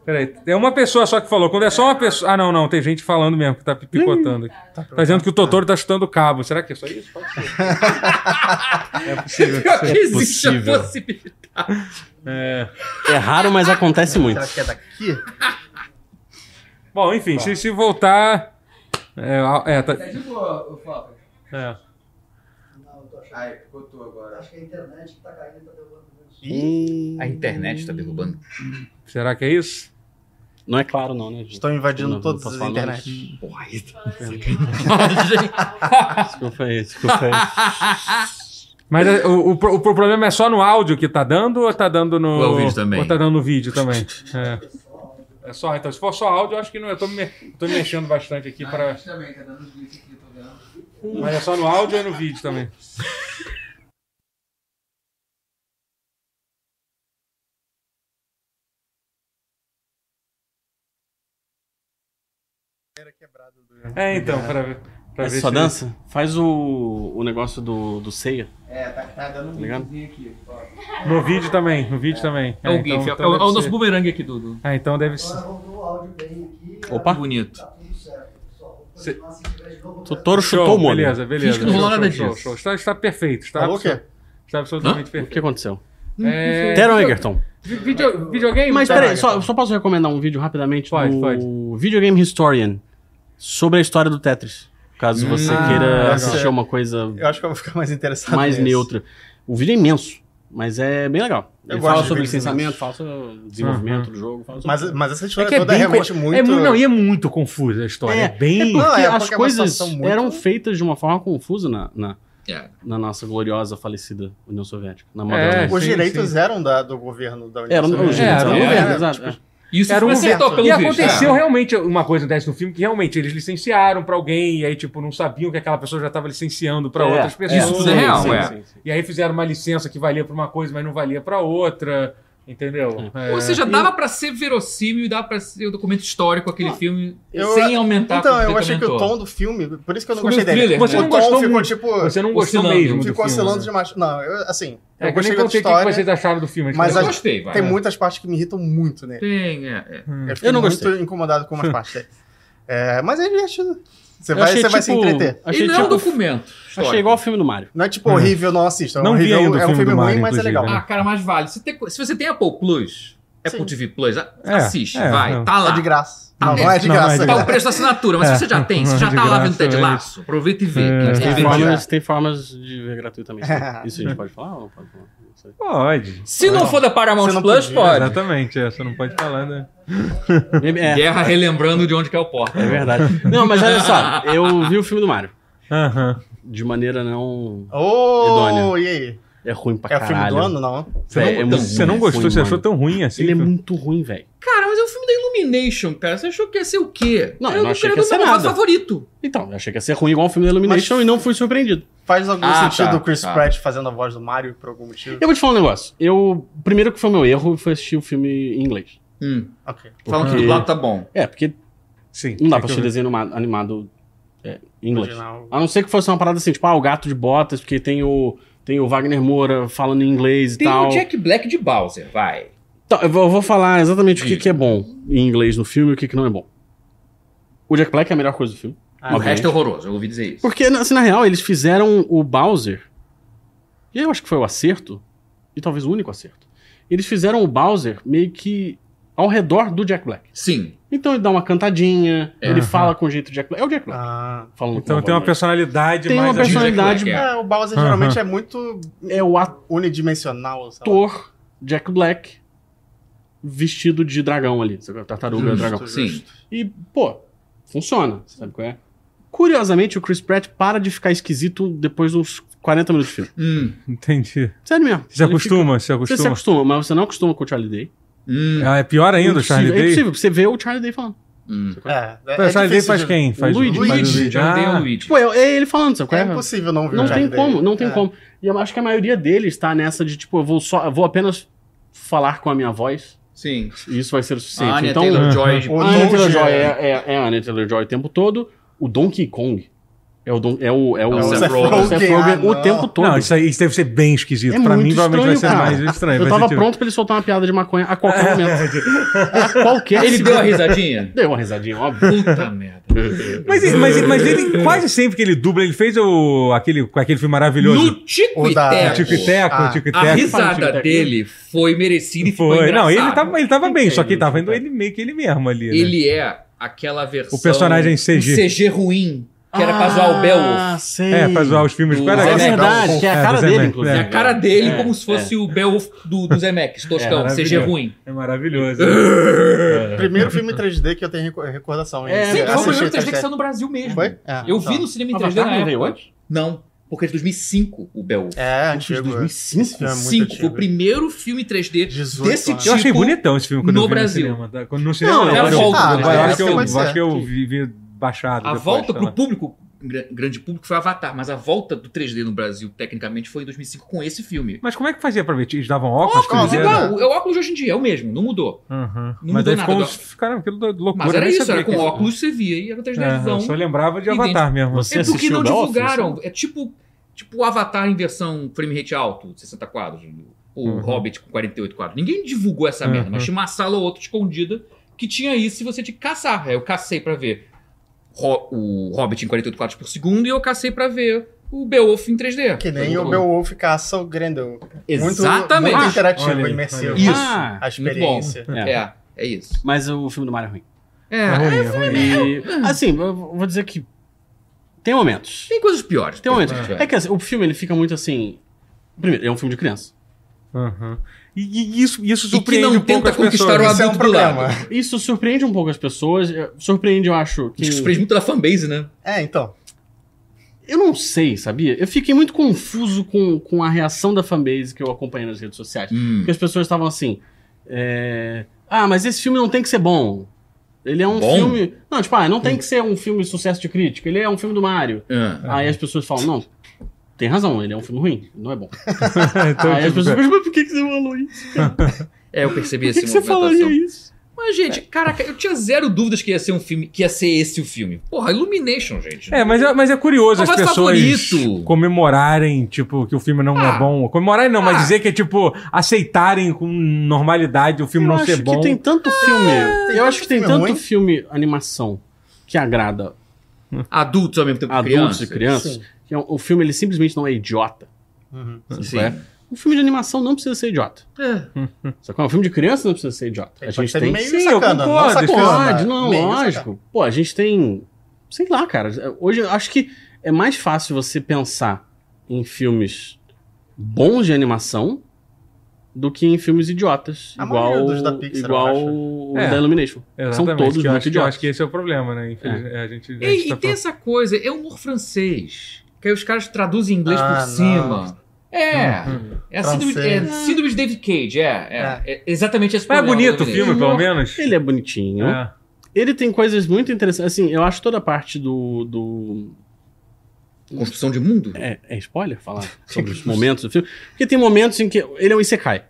Peraí, é uma pessoa só que falou. Quando é só uma pessoa. Ah, não, não, tem gente falando mesmo que tá picotando aqui. Tá dizendo que o Totoro tá chutando o cabo. Será que é só isso? Pode ser. é possível. Pior que existe a possível. possibilidade. É. não. É raro, mas acontece muito. Será que é daqui? Bom, Tá. enfim, se, se voltar. É, a- é, tá- Tá de boa, ô Foca. é. Aí, picotou agora. Acho que a internet que tá caindo tá derrubando muito. Ih, A internet tá derrubando. Será que é isso? Não é claro, não, né? gente? Estão invadindo Não, todas não as posso falar, internet. Porra, aí tá- Desculpa aí, desculpa aí. Mas é, o, o, pro- o problema é só no áudio que tá dando ou tá dando no. Ou é o vídeo também? Ou tá dando no vídeo também. É. É só, então, se for só áudio, eu acho que não. Eu tô me, tô me mexendo bastante aqui Ah, a para. gente também, tá dando os bits aqui, tô vendo. Mas é só no áudio ou no vídeo também? É, então, pra ver. Pra É ver Essa sua se- dança? Faz o, o negócio do, do ceia. É, tá, tá dando um Ligado? bitzinho aqui. ó. No vídeo também, no vídeo também. então, É o GIF, é, o- é o nosso bumerangue aqui do. do- Ah, então deve ser. Agora rolou Tá o áudio bem aqui. Opa. Bonito. Tá tudo certo. Só vou continuar se tiver de novo. O touro Show, chutou o molho. beleza, beleza. Finge que não rolou Show, nada show, disso. show. Está, está perfeito. Está, Falou o absolu- quê? está absolutamente O que perfeito. aconteceu? É, Teron video- Egerton. vi- video- videogame? tá? Mas Teron peraí, só, Egerton. só posso recomendar um vídeo rapidamente Pode, do pode. Videogame Historian sobre a história do Tetris. Caso você Ah, queira legal. assistir uma coisa Hum, Eu acho que eu vou ficar mais interessado. mais nesse. neutra. O vídeo é imenso, mas é bem legal. Eu Ele gosto fala de sobre vídeos licenciamento, fala sobre desenvolvimento do jogo. Fala sobre Mas, mas essa história toda é bem realmente co- muito. é mu- não, e é muito confusa a história. É, É, bem. Não, Porque é, as porque é uma coisas situação muito- eram feitas de uma forma confusa na, na, É. na nossa gloriosa falecida União Soviética, na É, moderna. Os sim, direitos sim. eram da- do governo da né? União Era no Soviética. é, era era um no governo, governo, exato. é. tipo, Isso Era foi um acertado governo. pelo E visto. aconteceu É. realmente uma coisa acontece no filme que realmente eles licenciaram pra alguém e aí tipo não sabiam que aquela pessoa já estava licenciando pra É, outras é, pessoas. Isso tudo é real, é. E aí fizeram uma licença que valia pra uma coisa, mas não valia pra outra, entendeu? É. Ou seja, dava pra ser verossímil e dava pra ser um documento histórico aquele filme Eu- sem aumentar Então, eu quanto achei que o aumentou. tom do filme. Por isso que eu não Ficou gostei meio dele. thriller, Você né? não o tom gostou ficou muito. tipo. você não gostou oscilando, mesmo do Ficou filme, oscilando né? demais. Não, eu, assim. É, eu que eu nem gostei da contei o que que história. vocês acharam do filme. Mas a- Eu acho que- gostei, vai. Tem muitas partes que me irritam muito nele. Tem, é, é. Eu, fiquei não muito gostei. incomodado com umas partes dele. É, mas é divertido. Você Eu vai, achei você vai se tipo- entreter. Achei, e não é um tipo- documento. achei histórico. igual o filme do Mario. Não é tipo horrível, não assista. Uhum. Não vi horrível, ainda o é um filme filme do ruim, Mario, mas é inclusive, legal. né? Ah, cara, mas vale. Se, tem- se você tem Apple Plus, Apple Sim. TV Plus, a- É, assiste, é, é. vai. Tá lá. É de graça. Tá não, bem. não é de Não, não é graça. de Tá graça. o preço da assinatura, mas É, se você já tem, não você é já de tá lá graça, vendo Ted é. Laço, aproveita e vê. É, que- Tem, é. formas, tem formas de ver gratuitamente. Isso a gente pode falar? Ou pode falar? Não sei. Pode. Se não for da Você Paramount não Plus, podia, pode. Exatamente, é, você não pode falar, né? É, Guerra relembrando de onde que é o porta. é verdade. Não, mas olha só, eu vi o filme do Mario. Aham. De maneira não. Ô, e aí? É ruim pra É o caralho. filme do ano, não? Você não, é muito Você não ruim, gostou, ruim, você achou mano. tão ruim assim? Ele é filme? muito ruim, velho. Cara, mas é um filme da Illumination, cara. Você achou que ia ser o quê? Não, É eu o não achei criador que ia do ser meu nada. favorito. Então, eu achei que ia ser ruim igual o filme da Illumination e não fui surpreendido. Faz algum Ah, sentido tá, o Chris tá. Pratt fazendo a voz do Mario por algum motivo? Eu vou te falar um negócio. Eu. Primeiro que foi meu erro foi assistir o filme em inglês. Hum, Ok. falam que Porque- do lado tá bom. É, porque Sim. não dá tem pra que assistir ver. desenho anima- animado é, em inglês. Original. A não ser que fosse uma parada assim, tipo, ah, o gato de botas, porque tem o. Tem o Wagner Moura falando em inglês e Tem tal. o Jack Black de Bowser, vai. Então, eu vou eu vou falar exatamente o que, Diga. que é bom em inglês no filme e o que, que não é bom. O Jack Black é a melhor coisa do filme. o obviamente. resto é horroroso, eu ouvi dizer isso. Porque, assim, na real, eles fizeram o Bowser. E eu acho que foi o acerto. E talvez o único acerto. Eles fizeram o Bowser meio que ao redor do Jack Black. Sim. Então ele dá uma cantadinha, É. ele Aham. fala com o jeito do Jack Black. É o Jack Black. Ah. Falando Então com tem uma voz. né? personalidade Tem uma mais. personalidade. personalidade. É. É, o Bowser Aham. geralmente é muito É o ator. unidimensional. sei lá. ator Jack Black vestido de dragão ali, sabe? tartaruga Justo. dragão. Sim. E, pô, funciona, sabe qual é? Curiosamente, o Chris Pratt para de ficar esquisito depois dos 40 minutos de filme. Hum, Entendi. Sério mesmo. Você Ele fica- acostuma? Você Você se acostuma? acostuma, mas você não acostuma com o Charlie Day. hum, Ah, É pior ainda, o Charlie É Day. impossível, você vê o Charlie Day falando. hum. É, é, Pera, é o Charlie Day difícil faz de- quem? Faz Luigi. faz Luigi, já tem Ah, o Luigi. Tipo, é, é ele falando, sabe qual É é? impossível não ver Não o Charlie tem Day. como, não tem É. como. E eu acho que a maioria deles tá nessa de, tipo, eu vou, só, eu vou apenas falar com a minha voz Sim. e isso vai ser o A suficiente. Anya então, Taylor-Joy de O A Anya Donkey Taylor-Joy é- é, é, é a Anya Taylor-Joy o tempo todo. O Donkey Kong é o... Don, é o, é É o, o Seth Seth Rogen. Rogen Seth Rogen, o ah, tempo todo. Não, isso, aí, isso deve ser bem esquisito. É pra muito mim, provavelmente vai ser estranho, mais cara. estranho. É. eu vai tava ser tipo- pronto pra ele soltar uma piada de maconha a qualquer momento. a qualquer... Ah, Ele deu a risadinha? Deu uma risadinha, óbvio. Puta merda. Mas, mas, mas ele, quase sempre que ele dubla, ele fez o, aquele, com aquele filme maravilhoso. No Tico O e da- O Tico e Teco. Teco, Ah, o Tico e A Teco. risada dele foi merecida e foi, Foi. Não, ele engraçada. tava, ele tava é bem, só que ele tava indo Entendi. ele meio que ele mesmo ali. né? Ele é aquela versão... O personagem em CG. um CG ruim, que era pra Ah, Ah, zoar o Beowulf. sei. É, pra zoar os filmes. O Qual era Zé É aquele? Max. verdade, que é a cara É, do dele, Zemeck, inclusive. É a cara dele como se é. fosse o Beowulf do, do Zemeckis, toscão, É, CG ruim. É maravilhoso. Primeiro filme 3D que eu tenho reco- recordação. hein? É, Sim, foi eu o primeiro assisti 3D que saiu no Brasil mesmo. Foi? É, Eu então. vi no cinema em 3D na Avatar não Ah, tá, veio época. antes? Não, porque é de 2005 o Beowulf. É, Antes de antigo. 2005? Esse filme é muito 5, foi o antigo. primeiro filme 3D 18 desse anos. Eu achei Tipo, bonitão esse filme quando no eu vi Brasil. no cinema. tá? Quando- No cinema não, é eu a acho- volta, Ah, né? eu acho Essa que eu, pode ser. acho que eu vi, vi baixado. A depois, tá? volta sei pro lá. público, gra- grande público, foi Avatar, mas a volta do 3D no Brasil, tecnicamente, foi em 2005 com esse filme. Mas como é que fazia pra ver? Eles davam óculos? Óculos, fizeram? era- Não, o, o óculos de hoje em dia é o mesmo, não mudou. Aham. Não Mas mudou aí nada ficou do- uns... Cara, aquilo da loucura. Mas era nem isso, sabia era com que- óculos né, você via e era 3 É, eu só dzão lembrava de Idêntico. Avatar mesmo. Você É porque assistiu não The Office? divulgaram. É tipo, tipo o Avatar em versão frame rate alto, 60 quadros. Ou Uhum. Hobbit com 48 quadros. Ninguém divulgou essa merda, mas Uhum. tinha uma sala ou outra escondida que tinha isso se você te caçar. Aí eu cacei pra ver Ro- o Hobbit em 48 quadros por segundo e eu cacei pra ver o Beowulf em 3D. Que nem Foi o muito Beowulf caça o Grendel. Muito, Exatamente. Muito interativo, Olha aí, imersivo. olha aí. Ah, A experiência. bom. É. É, é isso. Mas o filme do Mario é ruim. É, É ruim, é ruim. E, assim, eu vou dizer que tem momentos. tem coisas piores. Tem momentos. coisas É, piores. que assim, o filme ele fica muito assim. Primeiro, é um filme de criança. Aham. E, e isso, isso E que surpreende não um pouco tenta as pessoas. conquistar o Isso é adulto um do problema. lado. Isso surpreende um pouco as pessoas. é, Surpreende, eu acho. Que... Isso surpreende muito da fanbase, né? É, então. Eu não sei, sabia? Eu fiquei muito confuso com, com a reação da fanbase que eu acompanhei nas redes sociais. Hum. Porque as pessoas estavam assim. é, Ah, mas esse filme não tem que ser bom. Ele é um Bom? filme. Não, tipo, ah, não tem que ser um filme sucesso de crítica. Ele é um filme do Mario. É. Aí as pessoas falam, não, tem razão, ele é um filme ruim, não é bom. Então, Aí as tipo, pessoas perguntam, mas por que, que você falou isso? É, eu percebi Por esse que, que você falaria movimentação. isso? Mas, É. gente, caraca, eu tinha zero dúvidas que ia ser um filme, que ia ser esse o filme. Porra, Illumination, gente. É, mas é, mas é curioso um Qual as é o pessoas favorito? comemorarem, tipo, que o filme não Ah. é bom. Comemorarem não, Ah. mas dizer que é, tipo, aceitarem com normalidade o filme eu não acho ser bom. que tem tanto filme. tem eu tanto acho que tem filme tanto ruim. filme animação que agrada Adultos ao mesmo tempo que adultos crianças. e crianças. Que é um- o filme ele simplesmente não é idiota. Uhum. Sim. É. né? Um filme de animação não precisa ser idiota. É. Só que um filme de criança não precisa ser idiota. Ele a pode gente ser tem. é meio Sim, eu sacana. concordo, não sacana. Pode, não, Meio lógico. Pô, a gente tem. Sei lá, cara. Hoje eu acho que é mais fácil você pensar em filmes bons de animação do que em filmes idiotas. A igual maioria dos da Pixar, eu igual acho. o É. da Illumination. São todos que eu, muito acho, que- eu idiotas. acho que esse é o problema, né? Infeliz- é, a gente, a gente E, e tá tem falando- essa coisa, é humor francês. Que aí os caras traduzem em inglês Ah, por cima. É. É a síndrome, é, Francês. síndrome de David Cage, é. É, é exatamente esse Mas é problema bonito do o filme, Illumination. pelo menos. Ele é bonitinho. É. Ele tem coisas muito interessantes. Assim, eu acho toda a parte do. do... Construção de mundo? É, é spoiler falar sobre os momentos do filme? Porque tem momentos em que ele é um Isekai.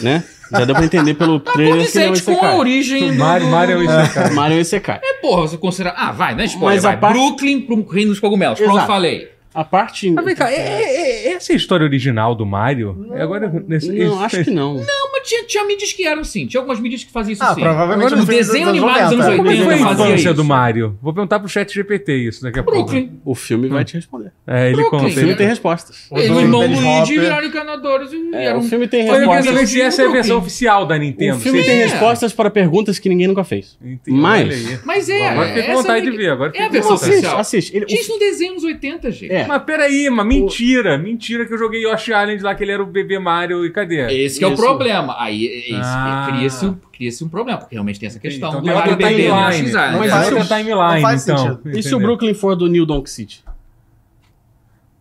Né? Já deu pra entender pelo trailer que ele é um tipo, Condizente com tipo, a Isekai. origem do... Mario, Mario é um isekai. Mario é um Isekai. Porra, você considera... Ah, vai, não é spoiler, Mas a vai. parte- Brooklyn pro Reino dos Cogumelos. Pronto, Exato. falei. A parte. Mas vem cá, é, é- é- essa é a história original do Mario? É agora, nesse, Não, esse- acho que não. Mas tinha, tinha mídias que eram sim. Tinha algumas mídias que faziam isso Ah, sim. provavelmente Agora, no o fim dos desenho anos animado dos anos 90, Como é que 80 foi a fazia infância isso. do Mario? Vou perguntar pro chat GPT isso daqui a pouco. Brooklyn. O filme vai te responder. É, ele Brooklyn. O conta. filme Ele... tem respostas. O Eles do não Dennis um Luigi Hopper. viraram encanadores e um É, eram... o filme tem Eu queria Mas- respostas. saber se essa é a Brooklyn. versão oficial da Nintendo. O filme Vocês- tem É. respostas para perguntas que ninguém nunca fez. Entendi, Mas- olha aí. Mas é, Agora fiquei com essa vontade é de ver. Agora é a fiquei com versão vontade. Assiste, oficial. assiste. Ele- o- Tinha isso no desenho dos 80, gente. É. Mas peraí, mas mentira. Mentira que eu joguei Yoshi Island lá, que ele era o bebê Mario e cadê? Esse que é o Isso. problema. Aí é isso, Ah. cria-se um, cria-se um problema, porque realmente tem essa questão Então do tem Mario outra bebê no timeline. X ah, Island. Mas Não isso é faz- timeline, não faz então. sentido. E se Entendeu? o Brooklyn for do New Donk City?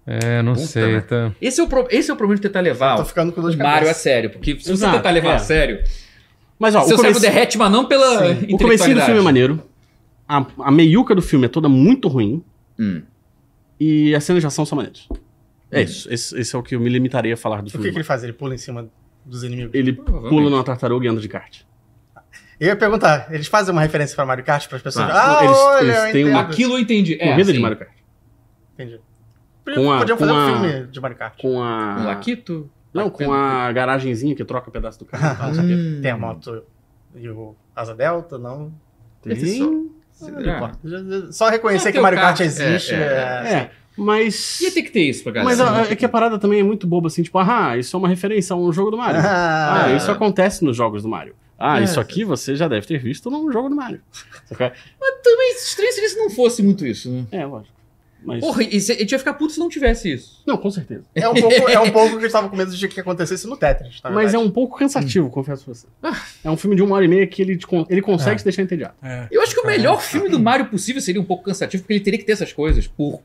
É, não Puta, sei, né? tá. Esse é, o pro- esse é o problema de tentar Tô levar o Tá ficando com dor de Mario a cabeça. sério. Porque se você Exato, tentar levar é. a sério, Mas ó, seu o cérebro começo, derrete, mas não pela o comecinho do intelectualidade. filme é maneiro. A, a meiuca do filme é toda muito ruim. Hum. E as cenas de ação são maneiras. É Hum. isso. Esse, esse é o que eu me limitaria a falar do O filme. que, que ele faz? Ele pula em cima dos inimigos. Ele Provavelmente. pula numa tartaruga e anda de kart. Eu ia perguntar, eles fazem uma referência pra Mario Kart pras pessoas? Ah, Ah, eles- olha, eles eu têm entendo. uma- Aquilo eu entendi. É, Corrida de sim. Mario Kart. Entendi. Com a- Podiam com fazer um a- filme de Mario Kart. Com Um a. Laquito. Não, com a garagenzinha que troca pedaço do carro. e tal, não sei o quê. Hum. Tem a moto e o Asa Delta, não? Tem. É, Não Será? importa. Só reconhecer Só que ter É. o Mario Kart kart, existe. é, é- É, mas. Ia ter que ter isso pra galera. Mas né? a- é que a parada também é muito boba, assim, tipo, ah, isso é uma referência a um jogo do Mario. Ah, Ah, isso acontece nos jogos do Mario. Ah, É. isso aqui você já deve ter visto num jogo do Mario. Saca? Também estranho seria se não fosse muito isso, né? É, lógico. Mas. Porra, e se- a gente ia ficar puto se não tivesse isso. Não, com certeza. É um pouco, é um pouco que eu estava com medo de que acontecesse no Tetris, tá na Mas é verdade. um pouco cansativo, confesso pra você. É um filme de uma hora e meia que ele, te con- ele consegue te deixar entediado. é. Eu acho que o melhor filme do Mario possível seria um pouco cansativo, porque ele teria que ter essas coisas por,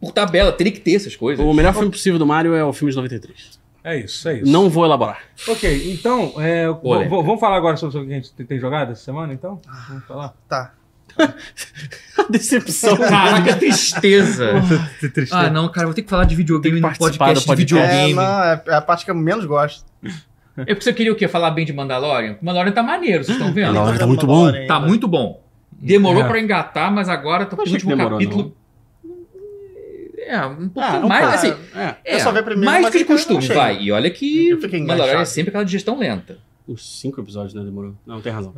por tabela, teria que ter essas coisas. O melhor filme possível do Mario é o filme de 93. É isso, é isso. Não vou elaborar. Ok, então, é, v- Polêmica. v- vamos falar agora sobre o que a gente tem- tem jogado essa semana, então? Vamos falar? Tá. A decepção. Caraca, tristeza. Que tristeza. ah, não, cara, vou ter que falar de videogame Tem que no participar podcast, do podcast. de É, videogame. não, é é a parte que eu menos gosto. É porque você queria o quê? Falar bem de Mandalorian? Mandalorian tá maneiro, vocês estão vendo? Mandalorian. Tem tá que muito fazer uma bom. hora ainda. Tá muito bom. Demorou É. pra engatar, mas agora tá Não pro achei que último demorou, capítulo. É, um pouco Ah, não mais, tá. assim. É. É, Eu só vi a primeira, mais mas que de eu não costume, achei. vai. E olha que Eu fiquei Mandalorian é enganchado. sempre aquela digestão lenta. Uns cinco episódios, né? Demorou. Não, tem razão.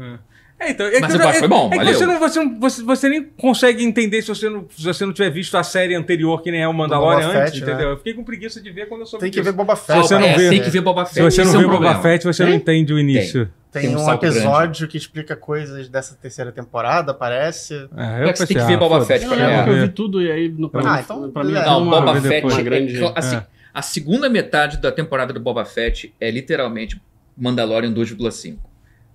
É, então, é Mas que o eu já- Batman é- foi bom, é que valeu. você, não, você, não- você- você nem consegue entender se você, não, se você não tiver visto a série anterior, que nem é o Mandalorian Do Boba antes, Fett, né? entendeu? Eu fiquei com preguiça de ver quando eu soube Tem que ver disso. Boba Fett. você não é, vê- tem que ver Boba Fett. Se você Esse não é um viu Boba problema. Fett, você não Tem? entende o início. Tem, Tem um um, salto episódio que explica coisas dessa terceira temporada, parece. É, É que você tem que pensei, ver Boba foda-se, Fett Eu pra eu lembro ganhar. que eu vi ver. tudo e aí... No, pra Ah, mim- então, pra mim, é, foi Não, uma- Vou Boba ver Fett depois. é Uma grande- cla- assim, é. a segunda metade da temporada do Boba Fett é literalmente Mandalorian 2,5.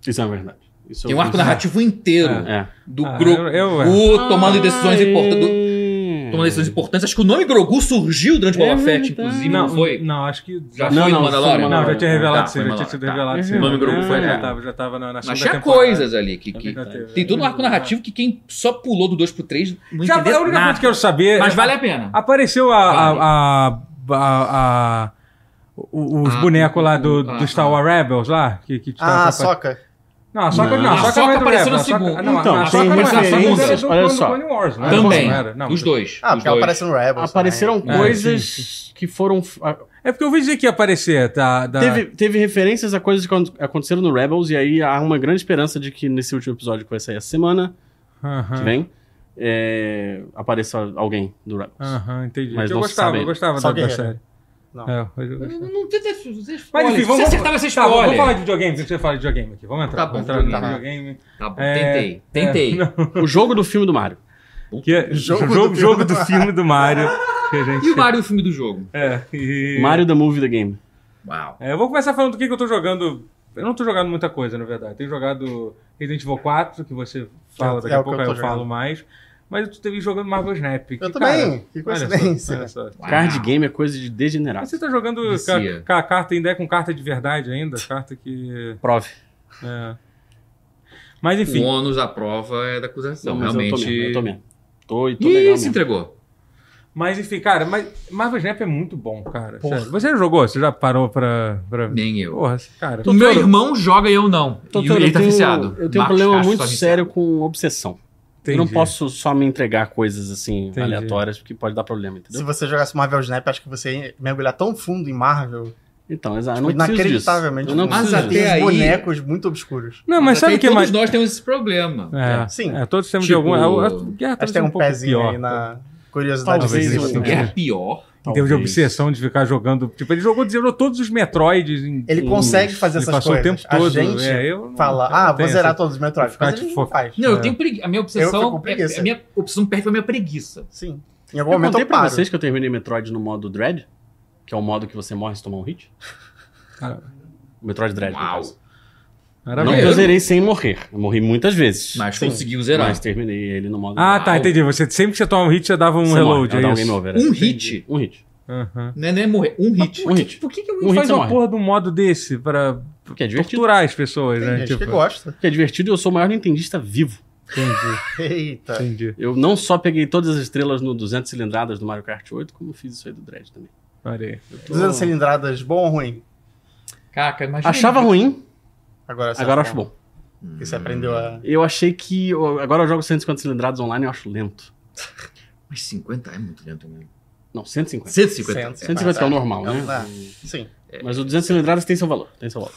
Isso é verdade. Isso Tem um arco isso- narrativo inteiro É. É. do Ah, Grogu eu- eu- tomando Ah, decisões importantes. do- é. Tomando decisões importantes. Acho que o nome Grogu surgiu durante Boba É Fett, verdade. inclusive, não, Não, foi? não, acho que... Já Não, foi não, no Mandalorian? foi no Não, já Mandalorian. tinha revelado, Tá, sim, foi já tinha sido Mandalorian, revelado. Uhum. sim. O nome do grupo foi- Já é. tava, já tava na, na tá. segunda Mas tinha temporada. Tá, coisas ali que, que- Na TV. Tem todo um arco narrativo que quem só pulou do 2 pro 3 não Já, entendeu a única coisa nada. que eu quero saber... Mas é- vale a pena. Apareceu a. Vale. a, a, a- a- o- os Ah, bonecos lá do, o- do ah, Star Wars Rebels lá? Que, que tava- Ah, soca. Não, a Soca não. Não. A Soca, A não Sokka é do apareceu Rebels, na a Sokka- segunda. Não, Então, a Soca tem não é. A Soca era referências, do olha plano do só. Clone Wars, não era? Também. Não era, não. os dois. Ah, os porque ela dois. aparece no Rebels. Apareceram É, coisas sim, que foram... ah, Tá. É porque eu ouvi dizer que ia aparecer. Da, da... Teve, teve referências a coisas que acon- aconteceram no Rebels, e aí há uma grande esperança de que nesse último episódio que vai sair essa semana, Aham, Ah. que vem, é, apareça alguém do Rebels. Ah. aham, entendi. Mas eu não se gostava, sabe. eu gostava Só da, da guerreiro. série. Não. É, eu gostava. Não, não tem- tem- tem- tem- Mas Se enfim, Hum, você vamos. acertava essa tá, vamos spoiler. falar de videogame, você fala de videogame aqui. Vamos entrar. Tá vamos bom, entrar no tá. videogame. Tá bom, É, tentei. Tentei. O jogo do filme do Mario. Que é Jogo jogo, jogo, do filme do do Mario. filme do Mario. Que a gente... E o Mario do filme do jogo? É, e... Mario the Movie the Game. Uau. É, eu vou começar falando do que, que eu tô jogando. Eu não tô jogando muita coisa, na verdade. Tenho jogado Resident Evil 4, que você fala É, daqui é a o que pouco, eu aí tô eu falo jogando. mais. Mas eu tô jogando Marvel Snap. que, cara, Eu também. Que olha só, olha coincidência. só. Uau. Card game é coisa de degenerado. Mas você tá jogando Vicia. com a carta, ainda é com carta de verdade ainda, carta que. Prove. é. Mas O enfim. Um ônus da prova é da acusação. Não, mas eu tô Realmente. mesmo, eu tô mesmo. Tô e tô Ih, legal se mesmo. entregou. Mas enfim, cara, mas Marvel Snap é muito bom, cara. sério. Você já jogou? Você já parou pra. pra... Nem eu. Porra, cara. O meu irmão joga e eu não. Tô e todo- ele tá eu tenho- viciado. Eu tenho Marcos um problema Castro muito tá viciado. sério com obsessão. Eu não Entendi. posso só me entregar coisas assim, Entendi. aleatórias, porque pode dar problema, entendeu? Se você jogasse Marvel Snap, acho que você ia mergulhar tão fundo em Marvel. Então, exato. Eu Tipo, não preciso disso. inacreditavelmente. Eu não fundo. preciso Mas disso. até- Tem uns aí- bonecos muito obscuros. Não, mas Até sabe o que todos mais. nós temos esse problema. É, Sim. é, todos temos Tipo, de algum. é, é, Guerra Acho talvez que tem seja um, pouco pezinho pior, aí tá? na curiosidade. Talvez de um- vocês. Guerra é pior. Em termos de Talvez. obsessão de ficar jogando. Tipo, ele jogou, zerou todos os Metroids. Em, Ele em- consegue fazer ele essas passou coisas. o tempo todo. A gente é, eu não- Fala, eu não ah, vou tenho zerar essa- todos os Metroid. ficar Mas de ele não foca- faz. Não, É. eu tenho preguiça. A minha Eu fico obsessão. com É, preguiça. a minha opção perde pra minha preguiça. Sim. Em algum Eu momento contei eu pra paro. vocês que eu terminei Metroid no modo Dread, que é o modo que você morre se tomar um hit. Cara. O Metroid Dread, no Uau. caso. Não que Maravilha. eu mesmo? zerei sem morrer. Eu morri muitas vezes. Mas Sim. conseguiu zerar. Mas terminei ele no modo Ah, Dread. tá, entendi. Você, sempre que você toma um hit, você dava um Você reload. morre, é dá um isso. game over, é. Um hit. Um hit. Aham. Não é, não é morrer. Um hit. Um hit. Por que, que Um alguém faz hit você Faz uma morre. porra de um modo desse pra Porque é divertido. torturar as pessoas, Tem né? gente que Tipo, gosta. Porque é divertido e eu sou o maior nintendista vivo. entendi, Eita. entendi. Eu não só peguei todas as estrelas no 200 cilindradas do Mario Kart 8, como fiz isso aí do Dread também. Parei. Eu tô- 200 cilindradas, bom ou ruim? Caca, imagina. Achava ruim, Agora você agora eu é acha acho bom. Porque você aprendeu a... Eu achei que. eu- Agora eu jogo 150 cilindradas online e eu acho lento. Mas 50 é muito lento mesmo. Não, 150. 150. 150 que é o normal, né? Ah, Sim. É. Mas o 200 cilindradas tem seu valor. Tem seu valor.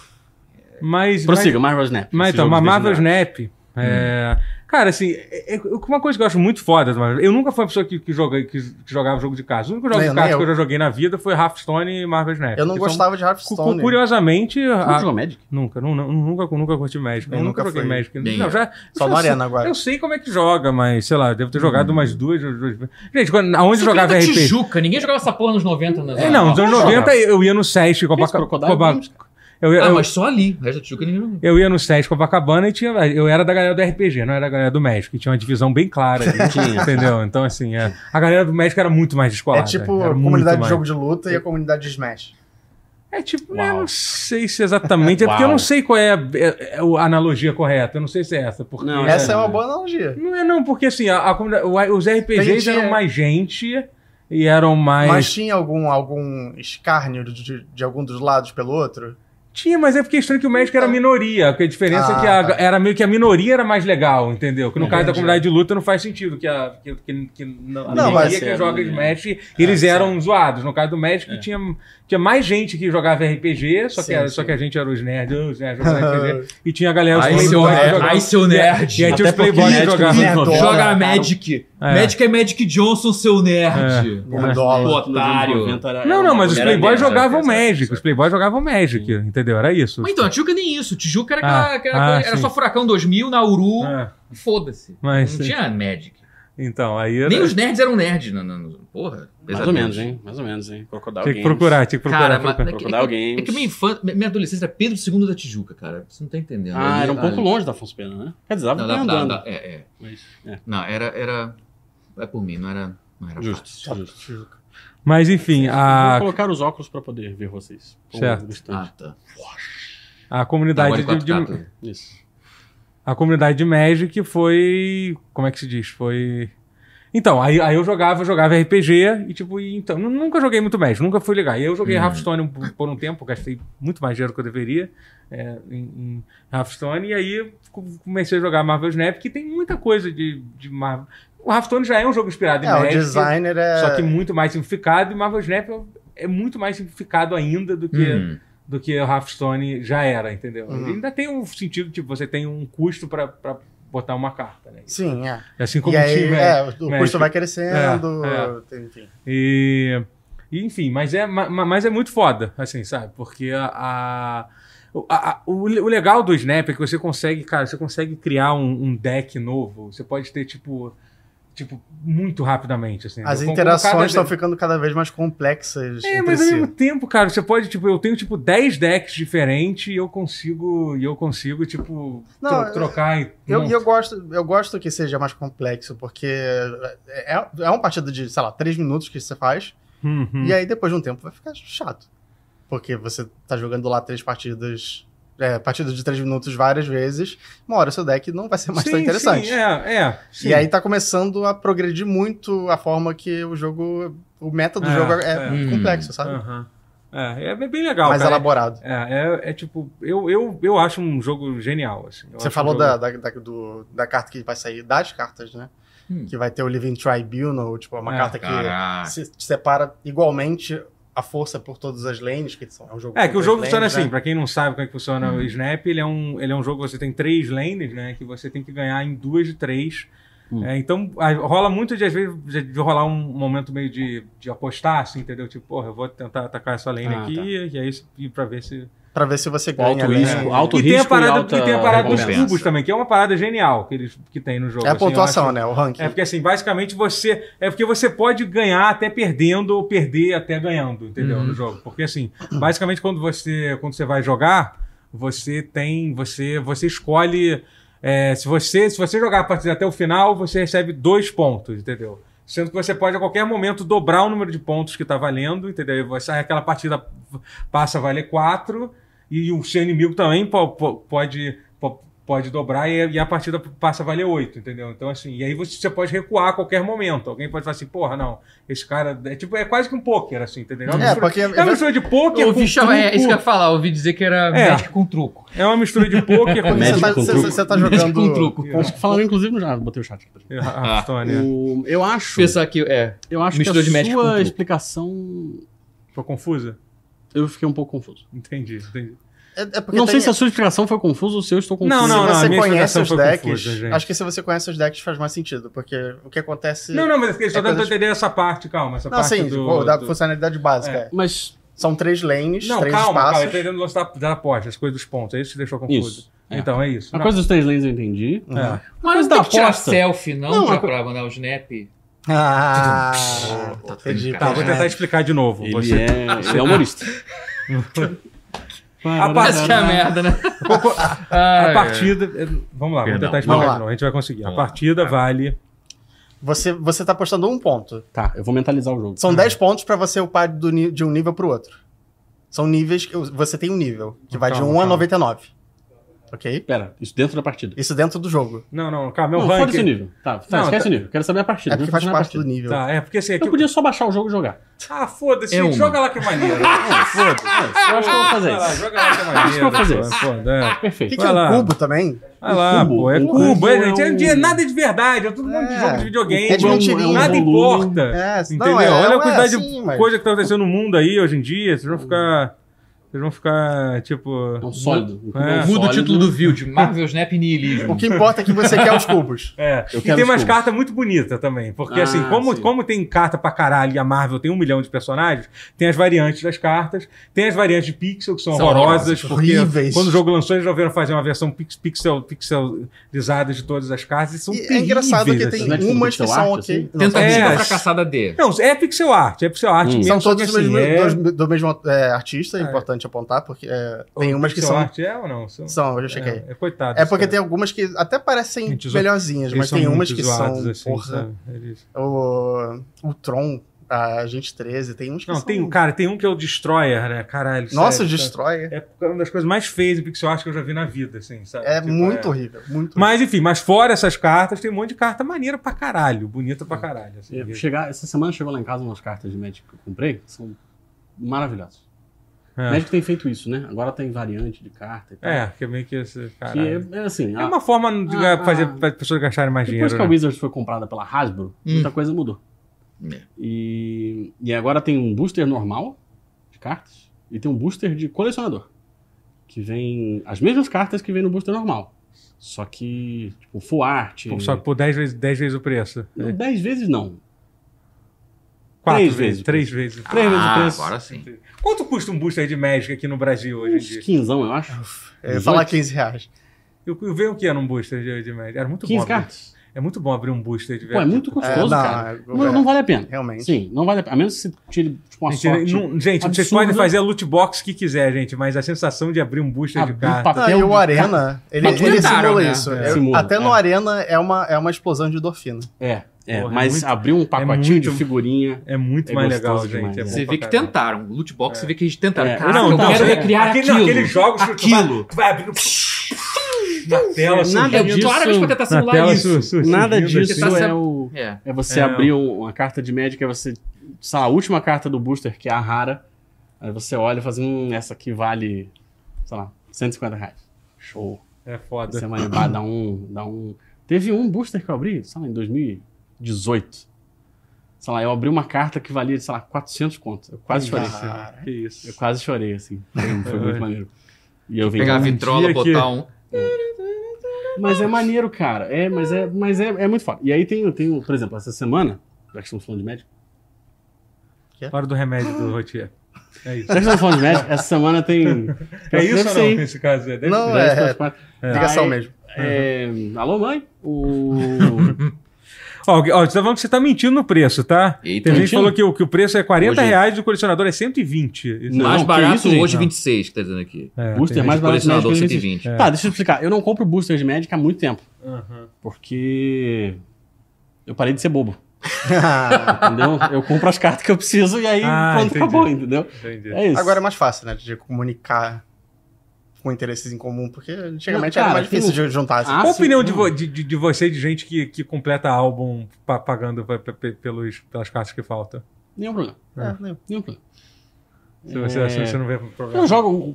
Mas. Prossiga, Marvel Snap. Mas esse então, jogo mas de Marvel desenhar. Snap. é, Cara, assim, é- é- uma coisa que eu acho muito foda do Marvel. Eu nunca fui uma pessoa que, que, joga- que- que jogava jogo de cartas. O único jogo Nem- de cartas nem que eu eu. já joguei na vida foi Hearthstone e Marvel Snap. Eu não que são- gostava de cu- Hearthstone. né? Curiosamente, Você não a- jogou Magic? nunca, nu- nu- nunca, nunca curti Magic. Eu, Eu nunca nunca joguei fui. Magic. Nem Não, eu. já, Só eu na sei- arena agora. Uhum. Eu sei como é que joga, mas sei lá, eu devo ter jogado umas duas, duas vezes. Gente, quando, aonde eu jogava Tijuca, RPG? Tijuca, ninguém jogava essa porra nos né? 90. Nas É, não, nos anos 90 eu ia no SESC Fez Copaca- Crocodile Copa- Games? eu, eu, é Ah, mas só ali. O resto da Tijuca ninguém jogava. Eu ia no SESC Copacabana e tinha. Eu era da galera do RPG, não era da galera do México. E tinha uma divisão bem clara. ali, Tinha. entendeu? Então, assim, é, a galera do México era muito mais É descolada. tipo era a muito comunidade de mais- jogo de luta e a comunidade de Smash. É tipo, Uau. eu não sei se exatamente. É porque eu Uau. não sei qual é a, é- é a analogia correta. Eu não sei se é essa. Porque... Não, Essa é. é uma boa analogia. Não é, não, porque assim, a- a comunidade- o- os RPGs Tem- eram tinha- mais gente e eram mais. Mas tinha algum, algum escárnio de, de- de algum dos lados pelo outro? Tinha, mas é porque é estranho que o México Então. era minoria. Porque a diferença é que a- Ah, tá. era meio que a minoria era mais legal, entendeu? Que no caso da Entendi. comunidade de luta não faz sentido que a que, que- que não, Não, ninguém mas- ia que joga é, Smash e eles eram zoados. No caso do México É. tinha, tinha mais gente que jogava RPG, só que, Sim, era- sim. só que a gente era os nerds, os nerds jogavam RPG, e tinha a galera os Aí seu playboys que nerd, jogavam- aí seu nerd. E aí tinha os Até porque playboys que Magic jogavam. não- Nerdola, Joga cara. Magic. É. Magic é Magic Johnson, seu nerd. Nerdola. Nos anos Otário. 90 era- era Não, não, uma mas os coisa- Era playboys nerd, jogavam era nerd, Magic. Os playboys jogavam Magic, entendeu? Era isso. Mas então, a Tijuca nem isso. Tijuca era, aquela, Ah, aquela ah, coisa- era sim. só Furacão 2000, Nauru. É, Foda-se. Mas não sim. tinha Magic. então, aí era- Nem os nerds eram né, nerds. Na, na, na- porra. Mais ou menos, hein? Mais ou menos, hein? Crocodile Tinha que Games. procurar, tinha que procurar. Cara, procurar. mas- Crocodile É Games. que minha infância, minha adolescência era Pedro II da Tijuca, cara. Você não tá entendendo. Ah, Ali- era um pouco ali- longe da Afonso Pena, né? Quer dizer, dava Não, pra ir dá- dá- dá- andando. é, é. Mas, é, Não, era, era. É por mim, não era. Não era justo, Tá. fácil. justo. Mas enfim, a, Vou colocar os óculos pra poder ver vocês. Por um Ah, Certo. instante. Ah, tá. a Não, comunidade olha de, 4K, de- tá. Isso. a comunidade de Magic foi, como é que se diz? Foi Então, aí, aí eu jogava, eu jogava RPG e tipo, e então, nu- nunca joguei muito Magic, nunca fui ligar. E eu joguei Uhum. Hearthstone um- por, um tempo, gastei muito mais dinheiro do que eu deveria é, em, em Hearthstone e aí co- comecei a jogar Marvel Snap, que tem muita coisa de, de Marvel. O Hearthstone já é um jogo inspirado em É, o Magic. designer é... Só que muito mais simplificado e Marvel Snap é- é muito mais simplificado ainda do que é? Hum. do que o Hearthstone já era, entendeu? Uhum. Ainda tem um sentido, tipo, você tem um custo pra, pra botar uma carta, né? Sim, é. Assim como e o aí, time tipo, é, é, o Magic. custo vai crescendo, enfim. E, e, enfim, mas é, ma- ma- mas é muito foda, assim, sabe? Porque a, a- o- a- o, le- o legal do Snap é que você consegue, cara, você consegue criar um, um deck novo. Você pode ter, tipo, tipo muito rapidamente, assim. As Com- com cada interações estão deck- ficando cada vez mais complexas É, entre mas ao si. mesmo tempo, cara, você pode, tipo, eu tenho, tipo, 10 decks diferentes e eu consigo, e eu consigo, tipo, Não, tro- eu- trocar e... Eu, Não, e eu gosto, eu gosto que seja mais complexo, porque é, é um partido de, sei lá, três minutos que você faz, Uhum. e aí depois de um tempo vai ficar chato. Porque você tá jogando lá três partidas, é, partidas de três minutos várias vezes, uma hora seu deck não vai ser mais tão interessante. Sim, é, é. sim. E aí tá começando a progredir muito a forma que o jogo, o meta do É, jogo é, é. complexo, sabe? Aham. É, é bem bem legal. mais cara. elaborado. É, é, é tipo, eu, eu, eu acho um jogo genial. Assim. Eu Você acho falou um da, jogo- da, da- do- da carta que vai sair, das cartas, né? Hum. Que vai ter o Living Tribunal, tipo, é uma É, carta que Caraca. se separa igualmente a força por todas as lanes, que são é um jogo É, com que o três jogo funciona lanes, assim, né? pra quem não sabe como é que funciona Uhum. o Snap, ele é, um, ele é um jogo que você tem três lanes, né? Que você tem que ganhar em duas de três. Hum. É, então, a- rola muito de, às vezes, de, de rolar um momento meio de, de apostar, assim, entendeu? Tipo, porra, eu vou tentar atacar essa lane Ah, aqui, tá. e aí e pra ver se. Pra ver se você Com ganha. alto né? risco, alto e, risco tem a parada, e alta e tem a parada dos recompensa. cubos também, que é uma parada genial que, eles, que tem no jogo. É a assim, eu pontuação, acho- né? O ranking. É porque assim, basicamente você. É porque você pode ganhar até perdendo ou perder até ganhando, entendeu? No jogo. Porque assim, basicamente quando você, quando você vai jogar, você tem. Você, você escolhe. é, se, você, se você jogar a partida até o final, você recebe dois pontos, entendeu? Sendo que você pode a qualquer momento dobrar o número de pontos que tá valendo, entendeu? E Você, aquela partida passa a valer quatro e o seu inimigo também po- po- pode, po- pode dobrar e, e a partida passa a valer 8, entendeu? Então, assim, e aí você, você pode recuar a qualquer momento. Alguém pode falar assim, porra, não, esse cara. É, tipo, é quase que um pôquer, assim, entendeu? uma É, mistura- porque- é uma mistura de pôquer. Eu com ouvi chamar, é truco, isso que eu ia falar, eu ouvi dizer que era É. médico com truco. é uma mistura de pôquer com É. Quando você Médico tá, com você- truco. você tá Médico jogando. com truco. Acho que falaram, inclusive, já botei o chat aqui. peraí. Ah. Raftônia. O- eu acho, Pensar que, é, eu acho que mistura a de médico com sua truco. explicação... é. Ficou confusa? Eu fiquei um pouco confuso. Entendi, entendi. É, é porque não tem- sei se a sua explicação foi confusa ou se eu estou confuso. Não, não, se a você minha conhece explicação os foi decks, confusa, gente. acho que se você conhece os decks faz mais sentido, porque o que acontece. Não, não, mas eu só dando pra É coisa de- entender essa parte, calma. Essa Não, parte sim, do, pô, da do- funcionalidade básica. é. Mas São três lanes, Não, três calma, calma, eu espaços. tô entendendo o lance da, da aposta, as coisas dos pontos. É isso que te deixou confuso. Isso, é. Então, é isso. a Não, coisa dos três lanes eu entendi. é. Mas Mas não da tem que tirar aposta. selfie, não, Tá, Não, pra, a co- pra mandar o snap. Ah, Tá, entendi. Tá, vou tentar É. explicar de novo. Ele, Você- é, ele é humorista. Rapaz, Acho que é a merda, né? A Ai, partida. é, Vamos lá, vamos Perdão. tentar explicar Vamos lá. de novo. A gente vai conseguir. A Tá. Vamos lá. partida vale. Você, você tá apostando um ponto. Tá, eu vou mentalizar o jogo. São dez pontos pra você upar do ni- de um nível pro outro. São níveis. que Você tem um nível, que vai Calma, de 1 a calma. 99. Ok? Pera, isso dentro da partida. Isso dentro do jogo. Não, não, calma, é o Não, foda-se o ranking. nível. Tá, tá, Não, esquece tá- o nível. Quero saber a partida. É porque dentro faz da parte partida. do nível. Tá, é porque assim. Aqui... Eu podia só baixar o jogo e jogar. Ah, foda-se. É uma. joga lá que é maneiro. Foda-se. Ah, Eu acho que eu vou fazer Vai lá, isso. Joga lá que é maneiro. Acho que eu vou fazer pô, isso. Foda, é. O que, Perfeito. que é Vai um lá. cubo também? Vai lá, cubo, pô. É um cubo, cubo é, é gente. um- É, é nada de verdade. É todo mundo de É. jogo de videogame. É de mentirinha. Nada É um volume. importa. É, entendeu? não, é- Olha é- a quantidade é de assim, mas- Hum. coisa que tá acontecendo no mundo aí hoje em dia. Vocês vão ficar. Vocês vão ficar, É tipo. um sólido. É. Muda o título do vídeo, Marvel Snap Nihilismo. O que importa é que você quer os cubos. É, Eu e quero tem os umas cubos. cartas muito bonitas também. Porque, Ah, assim, como, sim. como tem carta pra caralho e a Marvel tem um milhão de personagens, tem as variantes das cartas, tem as variantes de pixel, que são, São horrorosas, porque horríveis. quando o jogo lançou, eles resolveram fazer uma versão pix- pixel, pixelizada de todas as cartas. E são E é terríveis, engraçado que tem assim. Não é tipo umas que pixel são art, ok. assim? Não, Tentativa são- É. fracassada de. Não, é pixel art, é pixel art Hum. mesmo. São só que, todos do assim, mesmo, é- do- do mesmo, é, artista, é É. importante apontar, porque é, ou tem umas que pixel são. art é ou não? São, São, eu já chequei. É, é coitado. É, porque tem algumas que até parecem Gente, os- melhorzinhas, mas tem umas que são. assim, assim, porra, Porra. o, o Tron, a Gente 13, tem uns que Não, são. tem um cara, tem um que é o Destroyer, né? Caralho. Nossa, o sério, sabe? Destroyer. É uma das coisas mais feias em pixel art que eu já vi na vida, assim, sabe? É Tipo, muito horrível. Muito Mas enfim, mas fora essas cartas, tem um monte de carta maneira pra caralho, bonita É. pra caralho. assim. Eu Chegar, essa semana chegou lá em casa umas cartas de Magic que eu comprei, que são maravilhosas. É, Magic tem feito isso, né? Agora tem variante de carta e tal. é, que é meio que esse. Que Caralho. é, é assim, É a- uma forma de Ah, fazer ah. para as pessoas gastarem mais Depois dinheiro. que a né? Wizards foi comprada pela Hasbro, muita coisa mudou. É. E, e agora tem um booster normal de cartas e tem um booster de colecionador. Que vem as mesmas cartas que vem no booster normal. Só que, tipo, full art. Pô, Só que por 10 vezes, 10 vezes o preço. Não, dez vezes não. 4 três vezes, vezes o 3 vezes. Três vezes o Ah, preço. agora sim. Quanto custa um booster de Magic aqui no Brasil hoje em Uns dia? 15, eu acho. Eu ia é, falar 15 reais. Eu, eu vejo o que era um booster de, de Magic. Era muito 15 bom. abrir- cartas. É muito bom abrir um booster de Pô, é verdade. muito né? É, custoso, não, cara. é- Não, não vale a pena. Realmente. Sim, não vale a pena. A menos que você tire tipo, uma Gente, sorte. não- gente, vocês absurda. podem fazer a loot box que quiser, gente, mas a sensação de abrir um booster Abrir de um carta. Não, e o Até o- Arena, ele, Mas ele tentaram, simula né? isso. É. Eu- Simula, até no é. Arena é uma, é uma explosão de endorfina. É, é Porra, é mas muito- abrir um pacotinho de muito- figurinha. É muito É mais gostoso legal, gente. é demais, né? bom Você pra vê que caralho. tentaram. O loot box, você vê que eles tentaram. É. Caraca, Não, eu não, quero você- recriar aquele, aquilo. Não, aqueles jogos aquilo. que tu vai, tu vai abrindo na tela, assim, Nada surgindo- disso- Claramente pra tentar na simular é tela é isso. su- su- Nada surgindo, disso assim. Você tá é o. É. É você É, abrir um- uma carta de Magic, é você. Sei lá, a última carta do booster, que é a rara. Aí você olha e fala assim, hum, essa aqui vale, sei lá, 150 reais. Show. É Aí foda. Você vai levar, dá um, dá um... Teve um booster que eu abri, sei lá, em 2018. Sei lá, eu abri uma carta que valia, sei lá, 400 conto. Eu quase chorei. Cara, Que isso. Eu quase chorei, assim. Foi, foi É. muito maneiro. E eu vendi. Pegar a vitrola, dia que- botar um. Mas é maneiro, cara. É, mas é, mas é, é muito foda. E aí tem, tem, por exemplo, essa semana, já que estamos falando de médico. Fora do remédio do Rotier. É isso. Já que estamos falando de médico, essa semana tem. É isso ou Deve ser, não, hein? nesse caso? É, deve Não, ser. é. Dez, quatro, quatro. ligação Aí, mesmo. é, alô, mãe? O. Ó, alguém- ó, você tá falando que você tá mentindo no preço, tá? Eita, Tem gente que mentindo? falou que o, que o preço é 40 Hoje- reais e o colecionador é 120. Isso Não, é- mais que barato isso, gente, hoje, não. 26, que tá dizendo aqui. É, booster tem mais gente- barato de Colecionador médico que 120. É. Tá, deixa eu explicar. Eu não compro booster de médico há muito tempo. Aham. Porque. Eu parei de ser bobo, entendeu? Eu compro as cartas que eu preciso e aí Ah, pronto, entendi. acabou, entendeu? Entendi. É isso. Agora é mais fácil, né? De comunicar com interesses em comum, porque antigamente Não, cara, era mais difícil tem de juntar. Assim. Ah, Qual a sim, opinião de, não. vo- de, de, de você e de gente que, que completa álbum pa- pagando pe- pe- pelos, pelas cartas que faltam? Nenhum problema. É, né? Nenhum problema. Se você, É. se você não vê problema. Eu jogo.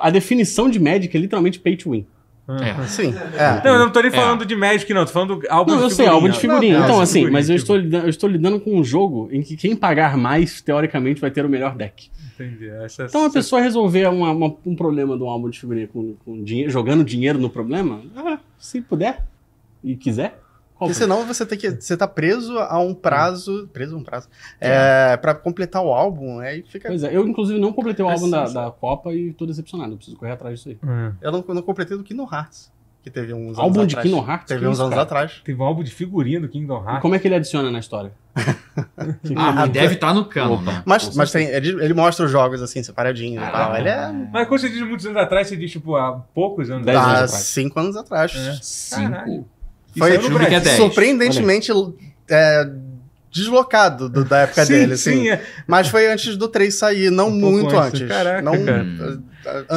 A definição de Magic é literalmente pay to win. É. Sim, é. Ah. Não, eu não tô nem É. falando de Magic, não. Tô falando de álbum Não, de eu sei, figurinha. álbum de figurinha. Não, então, é, assim, figurinha, mas eu tipo. estou, lidando, eu estou lidando com um jogo em que quem pagar mais, teoricamente, vai ter o melhor deck. Entendi. Essa, é Então, a essa- pessoa resolver uma- uma- um problema de um álbum de figurinha com, com dinheiro, jogando dinheiro no problema, ah, se puder e quiser, Porque compra. senão você tem que. Você tá preso a um prazo. Preso a um prazo. É, pra completar o álbum, aí fica. Pois é, eu inclusive não completei o álbum da, Precisa. da Copa e tô decepcionado, eu preciso correr atrás disso aí. É. Eu não, eu não completei do Kingdom Hearts. Que teve uns anos Álbum de atrás. Kingdom Hearts? Teve Que uns isso, anos cara? atrás. Teve um álbum de figurinha do Kingdom E Hearts. como é que ele adiciona na história? Ah, e deve estar no cano, né? Mas, mas tem, ele, ele mostra os jogos assim, separadinho e tal. Caraca. Ele é. Mas quando você diz muitos anos atrás, você diz, tipo, há poucos anos Dez tá, anos atrás. atrás. cinco anos atrás. É. Caralho. 5. E Foi- saiu no Juro que é Brasil. dez. Surpreendentemente é, deslocado do- da época Sim, dele, sim, assim. é. Mas foi antes do 3 sair, não Um pouco muito antes. antes. Caraca, não, cara. eh, antes.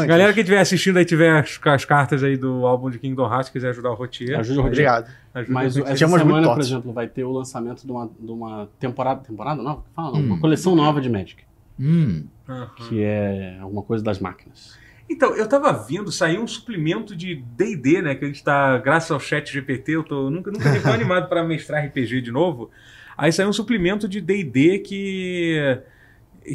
é. Galera que estiver assistindo aí, tiver as, as cartas aí do álbum de Kingdom Hearts, quiser ajudar o Rotier, Ajuda o Rodrigo. Obrigado. ajuda Mas o essa Rotier. Tínhamos muito semana, por tóxico. exemplo, vai ter o lançamento de uma, de uma temporada. Temporada nova? Fala, não, Hum. uma coleção nova de Magic. Hum. Aham. Que é alguma coisa das máquinas. Então, eu tava vendo, saiu um suplemento de D&D, né, que a gente tá, graças ao chat GPT, eu tô, nunca, nunca fiquei tão animado pra mestrar RPG de novo. Aí saiu um suplemento de D&D que,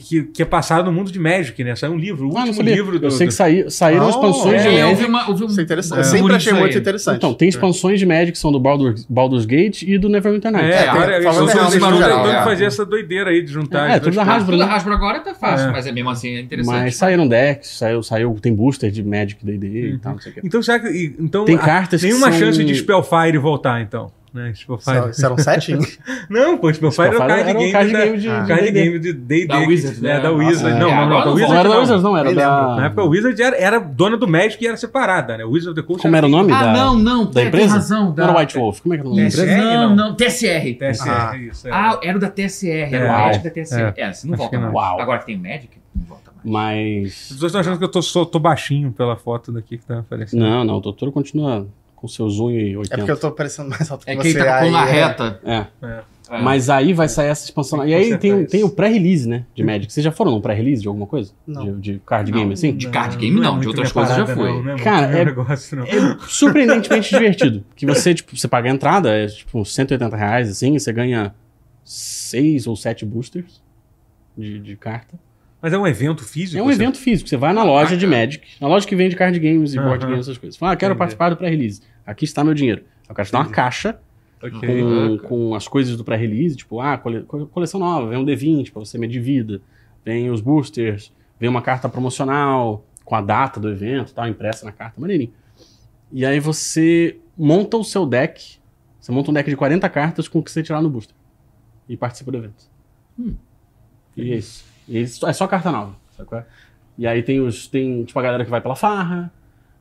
que, que é passado no mundo de Magic, né, saiu um livro, o Ah, não último sabia. livro do... Eu sei que saí- saíram Ah, expansões de É, eu Magic. vi uma. Eu vi um... Isso é interessante. É. Eu sempre Bonito achei isso muito aí. interessante. É. Então, tem expansões de Magic que são do Baldur's, Baldur's Gate e do Neverwinter É, Nights. é, É, cara, falando eles estão real, tentando no geral, tentando é. fazer essa doideira aí de juntar É, as tudo duas na coisas. raspa. Tudo Hasbro agora tá fácil, É. mas é mesmo assim é interessante. mas saíram decks, saiu, saiu, tem booster de Magic D&D Uhum. e tal, não sei o quê. Então, será que... e- Então, Tem a- cartas que nenhuma são- chance de Spellfire voltar, então, né, Spellfire... Isso- Isso eram sete? É hein? Não, pô, Spellfire era o card Era um game, card da- game de, Ah. de card D&D. game de D&D. Da que- Wizards, né, né? Da Nossa, Wizard. é. Não, não, não, Agora da não Wizard Não era da não. Wizards, não, era Nem da... lembro. Na época, a Wizard era, era dona do Magic e era separada, né? O Wizard of the Coast Como era o nome? Ah, da... não, não. da é, empresa? Tem razão. Não era da- White Wolf, como é que era o nome? da Esse- empresa? TSR, TSR, não, não. não. TSR. TSR, Ah. isso. é. Ah, era o da TSR, era É. o Magic da TSR. É, você não Acho que volta não. mais. Uau. Agora que tem o Magic, não volta mais. Mas... Os dois estão achando que eu tô, só- tô baixinho pela foto daqui que tá aparecendo. Não, não, o doutor continua com seus 1 e É porque 80. eu tô parecendo mais alto que um- É que você. ele tá com aí, a na é. reta. É, É. Mas aí vai sair essa expansão. Tem que E aí consertar tem, isso. tem o pré-release, né? De Magic. Vocês já foram num pré-release de alguma coisa? Não. De, de card game, Não. assim? De card game, não, de é muito outras minha coisas já foi. Não, não é muito Cara, meu é- negócio, não. É surpreendentemente divertido. Que você, tipo, você paga a entrada, é tipo 180 reais, assim, e você ganha seis ou sete boosters de, de carta. Mas é um evento físico? É um você- Ah, é. evento físico. Você vai na loja de Magic, na loja que vende card games e board Aham. games, essas coisas. Fala, ah, quero Entendi. participar do pré-release. Aqui está meu dinheiro. Aí O cara te dá uma Entendi. caixa Ok. com, Caraca. com as coisas do pré-release, tipo, ah, cole- co- coleção nova, vem um D20 pra você medir vida, vem os boosters, vem uma carta promocional com a data do evento, e tal, impressa na carta, maneirinho. E aí você monta o seu deck, você monta um deck de 40 cartas com o que você tirar no booster e participa do evento. Hum. E é isso. E isso é só carta nova, sabe qual é? E aí tem os tem tipo a galera que vai pela farra,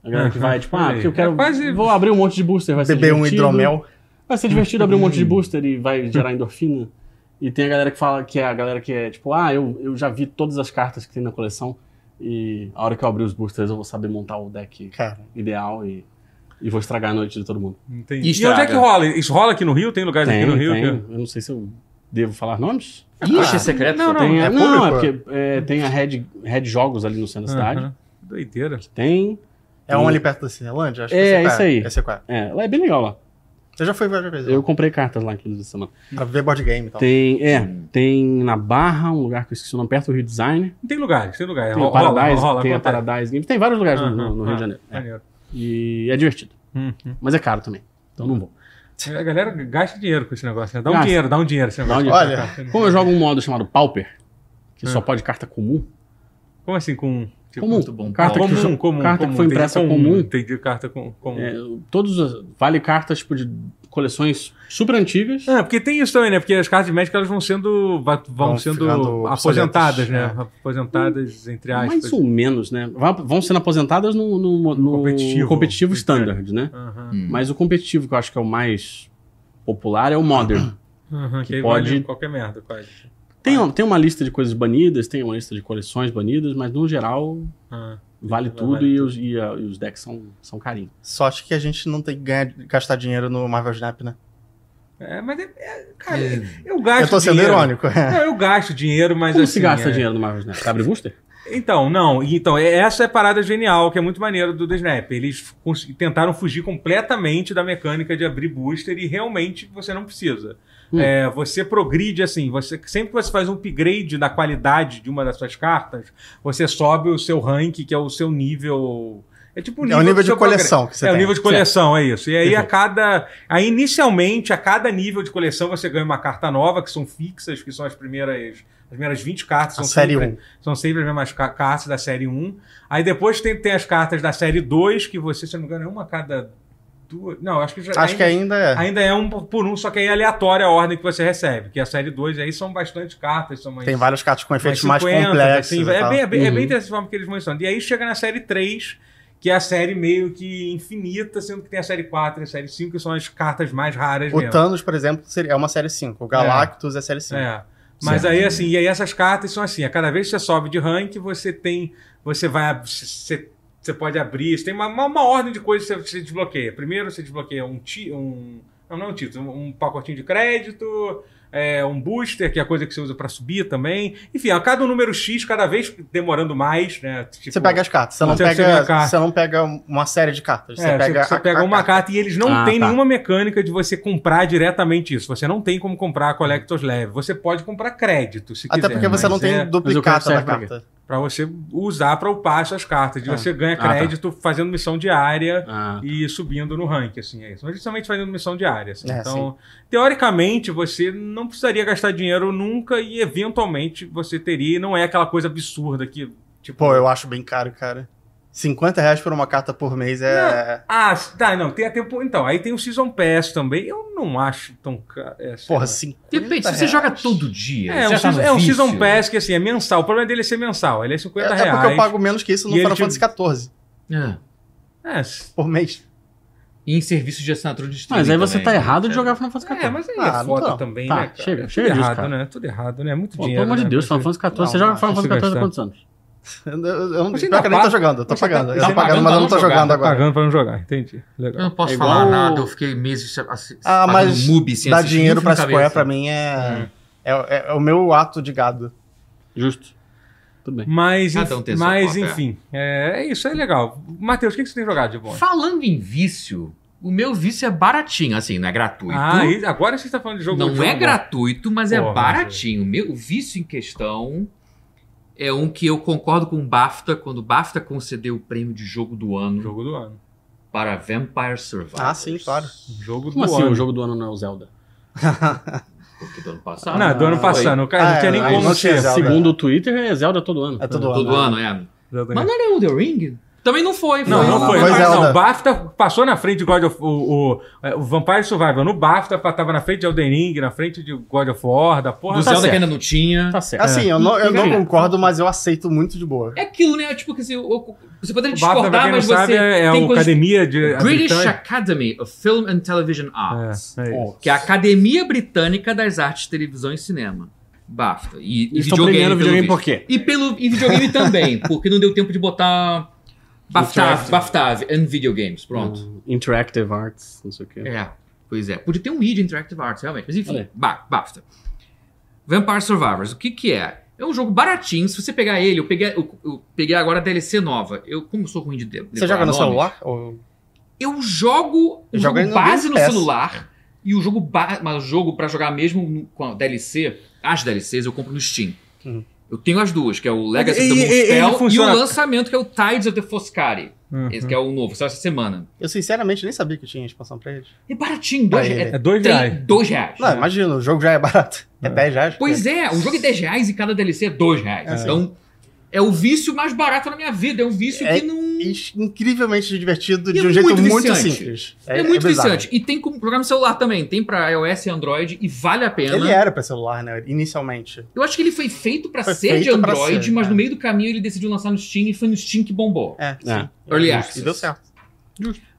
a galera que Aham, vai tipo, ah, olha aí. porque eu quero É quase- vou abrir um monte de booster, vai ser Beber um divertido. hidromel. Vai ser divertido abrir um monte de Hum. booster e vai gerar endorfina. E tem a galera que fala que é a galera que é tipo, ah, eu, eu já vi todas as cartas que tem na coleção e a hora que eu abrir os boosters eu vou saber montar o deck Cara, ideal e, e vou estragar a noite de todo mundo. Entendi. E E onde é estraga. que rola? Isso rola aqui no Rio? Tem lugares aqui no Rio? tem. que- Eu não sei se eu Devo falar nomes? Ixi, é secreto? Não, não. Não, tem a, é não, é público? porque é, tem a Red, Red Jogos ali no centro da cidade. Aham. Doideira. Tem. É um ali perto da Cinelândia? Acho que É, sei qual isso aí. Eu sei qual é. É, lá é bem legal lá. Eu já fui várias vezes. Eu Eu... comprei cartas lá, inclusive, essa semana. Pra ver board game e tal. Tem, é, Hum. tem na Barra, um lugar que eu esqueci o nome, perto do Rio Design. Tem lugares, tem lugares. Tem o É, Rola, rola, Paradise, rola, tem a acontece. Paradise Games. Tem vários lugares no- Aham, no, no Rio ah, de Janeiro. É. Maneiro. E é divertido. Uhum. Mas é caro também. Então não vou. A galera gasta dinheiro com esse negócio, né? Dá um Gasta. dinheiro, dá um dinheiro esse Dá um negócio. dinheiro. Como eu jogo um modo chamado Pauper, que É. só pode carta comum. Como assim, com. Tipo, comum. muito bom. Carta que, comum, só- comum, carta comum. que foi Entendi, impressa comum. Entendi, carta com, comum. É, todos as- vale cartas tipo, de coleções super antigas. Ah, porque tem isso também, né? Porque as cartas de médica elas vão sendo, va- vão Vão sendo ficando aposentadas, obsoletas, né? é. Aposentadas, entre aspas. Hum, mais ou menos, né? Va- Vão sendo aposentadas no, no, no Competitivo. É. competitivo standard, né? Aham. Hum. Mas o competitivo que eu acho que é o mais popular é o Modern. Uhum. Aham, que, Que aí pode- vale qualquer merda, quase. Tem, uma- tem uma lista de coisas banidas, tem uma lista de coleções banidas, mas no geral Ah. Vale vale tudo, tudo. E, os, e a- e os decks são, são carinhos. Sorte que a gente não tem que ganhar, gastar dinheiro no Marvel Snap, né? É, mas é, é, cara, eu gasto. eu tô sendo dinheiro. É irônico. É Não, eu gasto dinheiro, mas Como assim. se gasta é- dinheiro no Marvel Snap? Abre booster? Então, não. Então, é- essa é a parada genial, que é muito maneiro do The Snap. Eles cons- tentaram fugir completamente da mecânica de abrir booster e realmente você não precisa. Hum. É, você progride assim, você, sempre que você faz um upgrade na qualidade de uma das suas cartas, você sobe o seu rank, que é o seu nível. É tipo É o do nível seu progresso. de coleção que você é o tem. nível de coleção, é isso. E aí a Perfeito. cada. Aí inicialmente, a cada nível de coleção, você ganha uma carta nova, que são fixas, que são as primeiras. As primeiras 20 cartas A são série sempre- 1. são sempre as mesmas ca- cartas da série 1. Aí depois tem, tem as cartas da série 2, que você, se eu não me engano, é uma a cada duas. Não, acho que já. Acho que ainda é. Ainda é um por por um, só que aí é aleatória a ordem que você recebe. Que a série 2 aí são bastante cartas, são mais. Tem várias cartas com mais efeitos mais, 50, complexos. assim, e é, tal. bem, é, bem, é bem Uhum. interessante a forma que eles vão ensinando. E aí chega na série 3, que é a série meio que infinita, sendo que tem a série 4 e a série 5, que são as cartas mais raras O mesmo. Thanos, por exemplo, seria- é uma série 5. O Galactus é, série 5. É. Mas Certo. aí, assim, e aí essas cartas são assim: a cada vez que você sobe de rank, você tem. Você vai. ab- Você, você pode abrir, você tem uma, uma, uma ordem de coisas que você, você desbloqueia. Primeiro você desbloqueia um. Ti, um não, não é um título, um pacotinho de crédito, é, um booster, que é a coisa que você usa pra subir também. Enfim, a cada um número X, cada vez demorando mais, né? Tipo, Você pega as cartas. Você não, você- você pega, pega a carta. você não pega uma série de cartas. é, você pega, a- a uma carta e eles não Ah, têm tá. nenhuma mecânica de você comprar diretamente isso. Você não tem como comprar Collector's Leve. Você pode comprar crédito, se Até quiser. porque você mas não tem é- duplicata serve da pra quê? carta. Pra você usar pra upar suas cartas. E Ah. você ganha Ah, tá. crédito fazendo missão diária Ah, e subindo no ranking, assim, é isso. Mas justamente fazendo missão diária, assim. É, então, teoricamente, você não precisaria gastar dinheiro nunca e eventualmente você teria. E não é aquela coisa absurda que, tipo... Pô, eu acho bem caro, cara. 50 reais por uma carta por mês é. Ah, tá, não, tem a tempo... Então, aí tem o Season Pass também. Eu não acho tão caro. É, sei Porra, lá. 50 Depende, se você reais. joga todo dia. É, um, você tá season, no é um vício. Season Pass que, assim, é mensal. O problema dele é ser mensal. Ele é 50 É, é reais. porque eu pago menos que isso no E ele Final te- Fantasy XIV É. É, por mês. E em serviço de assinatura de streaming. mas aí você também. né? tá errado de jogar Final Fantasy É, XIV. mas aí Ah, é não foda tá. também, Tá, né, cara? chega, É chega tudo disso, errado, cara. né? Tudo errado, né? Muito Pô, dinheiro. pelo amor de né? Deus, Final Você- Fantasy XIV. Você Não, joga Final acho Fantasy que XIV há gastar. quantos anos? Eu, eu, eu, não- Você pior ainda que eu nem paga? tô jogando, eu tô Você tá- pagando. você eu tô ainda pagando, paga mas pra eu não tô não jogar, jogando né? agora. Pagando pra não jogar, entendi. Eu Legal. não posso É igual falar o- nada, eu fiquei meses assi- um Ah, pagando mas MUBI sem Dar assistir, dinheiro pra enfim, Square, cabeça. pra mim, é... É, é- é o meu ato de gado. Justo. Tudo bem. Mas, Cada enf- um tem sua mas cota, é. enfim, é. é isso, é legal. Matheus, o que que você tem jogado de é bom? Falando em vício, o meu vício é baratinho, assim, não é gratuito. Ah, e agora você está falando de jogo de não jogo é bom. gratuito, mas é Porra, baratinho. O Meu vício em questão é um que eu concordo com o BAFTA, quando o BAFTA concedeu o prêmio de jogo do ano Jogo do ano. para Vampire Survivors. Ah, sim, claro. Jogo Como do assim ano. o jogo do ano não é o Zelda? Porque do ano passado. né? Não, do ano Ah, passado. O cara não Ah, tinha é, nem aí como não tinha ser. assim. Zelda. Segundo o Twitter, é Zelda todo ano. É todo, Todo ano. ano, é. Mas Exatamente. não era o The Ring? Também não foi. Não, não, Não, foi. foi mas Zelda. não, o BAFTA passou na frente de God of... O, o, é, o Vampire Survivor no BAFTA tava na frente de Elden Ring, na frente de God of War, da porra Do toda. Zelda que ainda não tinha. Tá É. certo. Assim, eu não, eu não Entendi. concordo, mas eu aceito muito de boa. É aquilo, né? Tipo, que assim, o- o- você poderia O BAFTA, pra discordar, quem não mas sabe, você é tem a coisas Academia de... a British Britânica. Academy of Film and Television Arts, É, é isso. que é a Academia Britânica das Artes, Televisão e Cinema. BAFTA. E, e Eles estão premiando pelo videogame visto. por quê? E, pelo, e videogame também, porque não deu tempo de botar BAFTAV, Interactive. BAFTAV and videogames. Pronto. hum. Ah, Interactive Arts, não sei o quê. É, pois é. Podia ter um ID Interactive Arts, realmente. Mas enfim, Ah. Olha. ba- BAFTA. Vampire Survivors, o que que é? É um jogo baratinho, se você pegar ele, eu peguei, eu, eu peguei agora a DLC nova. Eu, como eu sou ruim de de- Você decorar joga no nome, celular? Ou... Eu jogo o Eu jogo jogo ele no base no Game Pass. celular e o jogo ba- mas o jogo pra jogar mesmo no- com a DLC, as DLCs eu compro no Steam. Uhum. Eu tenho as duas, que é o Legacy E- of the e- ele Moonspell e, o funciona- lançamento que é o Tides of the Foscari. Uhum. Esse que é o novo, saiu essa semana. Eu sinceramente nem sabia que tinha expansão pra eles. É baratinho, dois, Aí, é, É dois tem- reais. dois reais. Não, imagina, o jogo já é barato. É, É. 10 reais. Pois é, o jogo é 10 reais e cada DLC é 2 reais. É. Então, é o vício mais barato na minha vida. É um vício É- que não. Incrivelmente incrivelmente divertido, E de é um jeito muito muito, viciante. simples. É, muito bizarro. viciante. E tem como jogar no celular também. Tem pra iOS e Android e vale a pena. Ele era pra celular, né? Inicialmente. Eu acho que ele foi feito pra Foi ser de feito pra Android, ser, mas é. no meio do caminho ele decidiu lançar no Steam e foi no Steam que bombou. É. É. sim. Early E access. deu certo.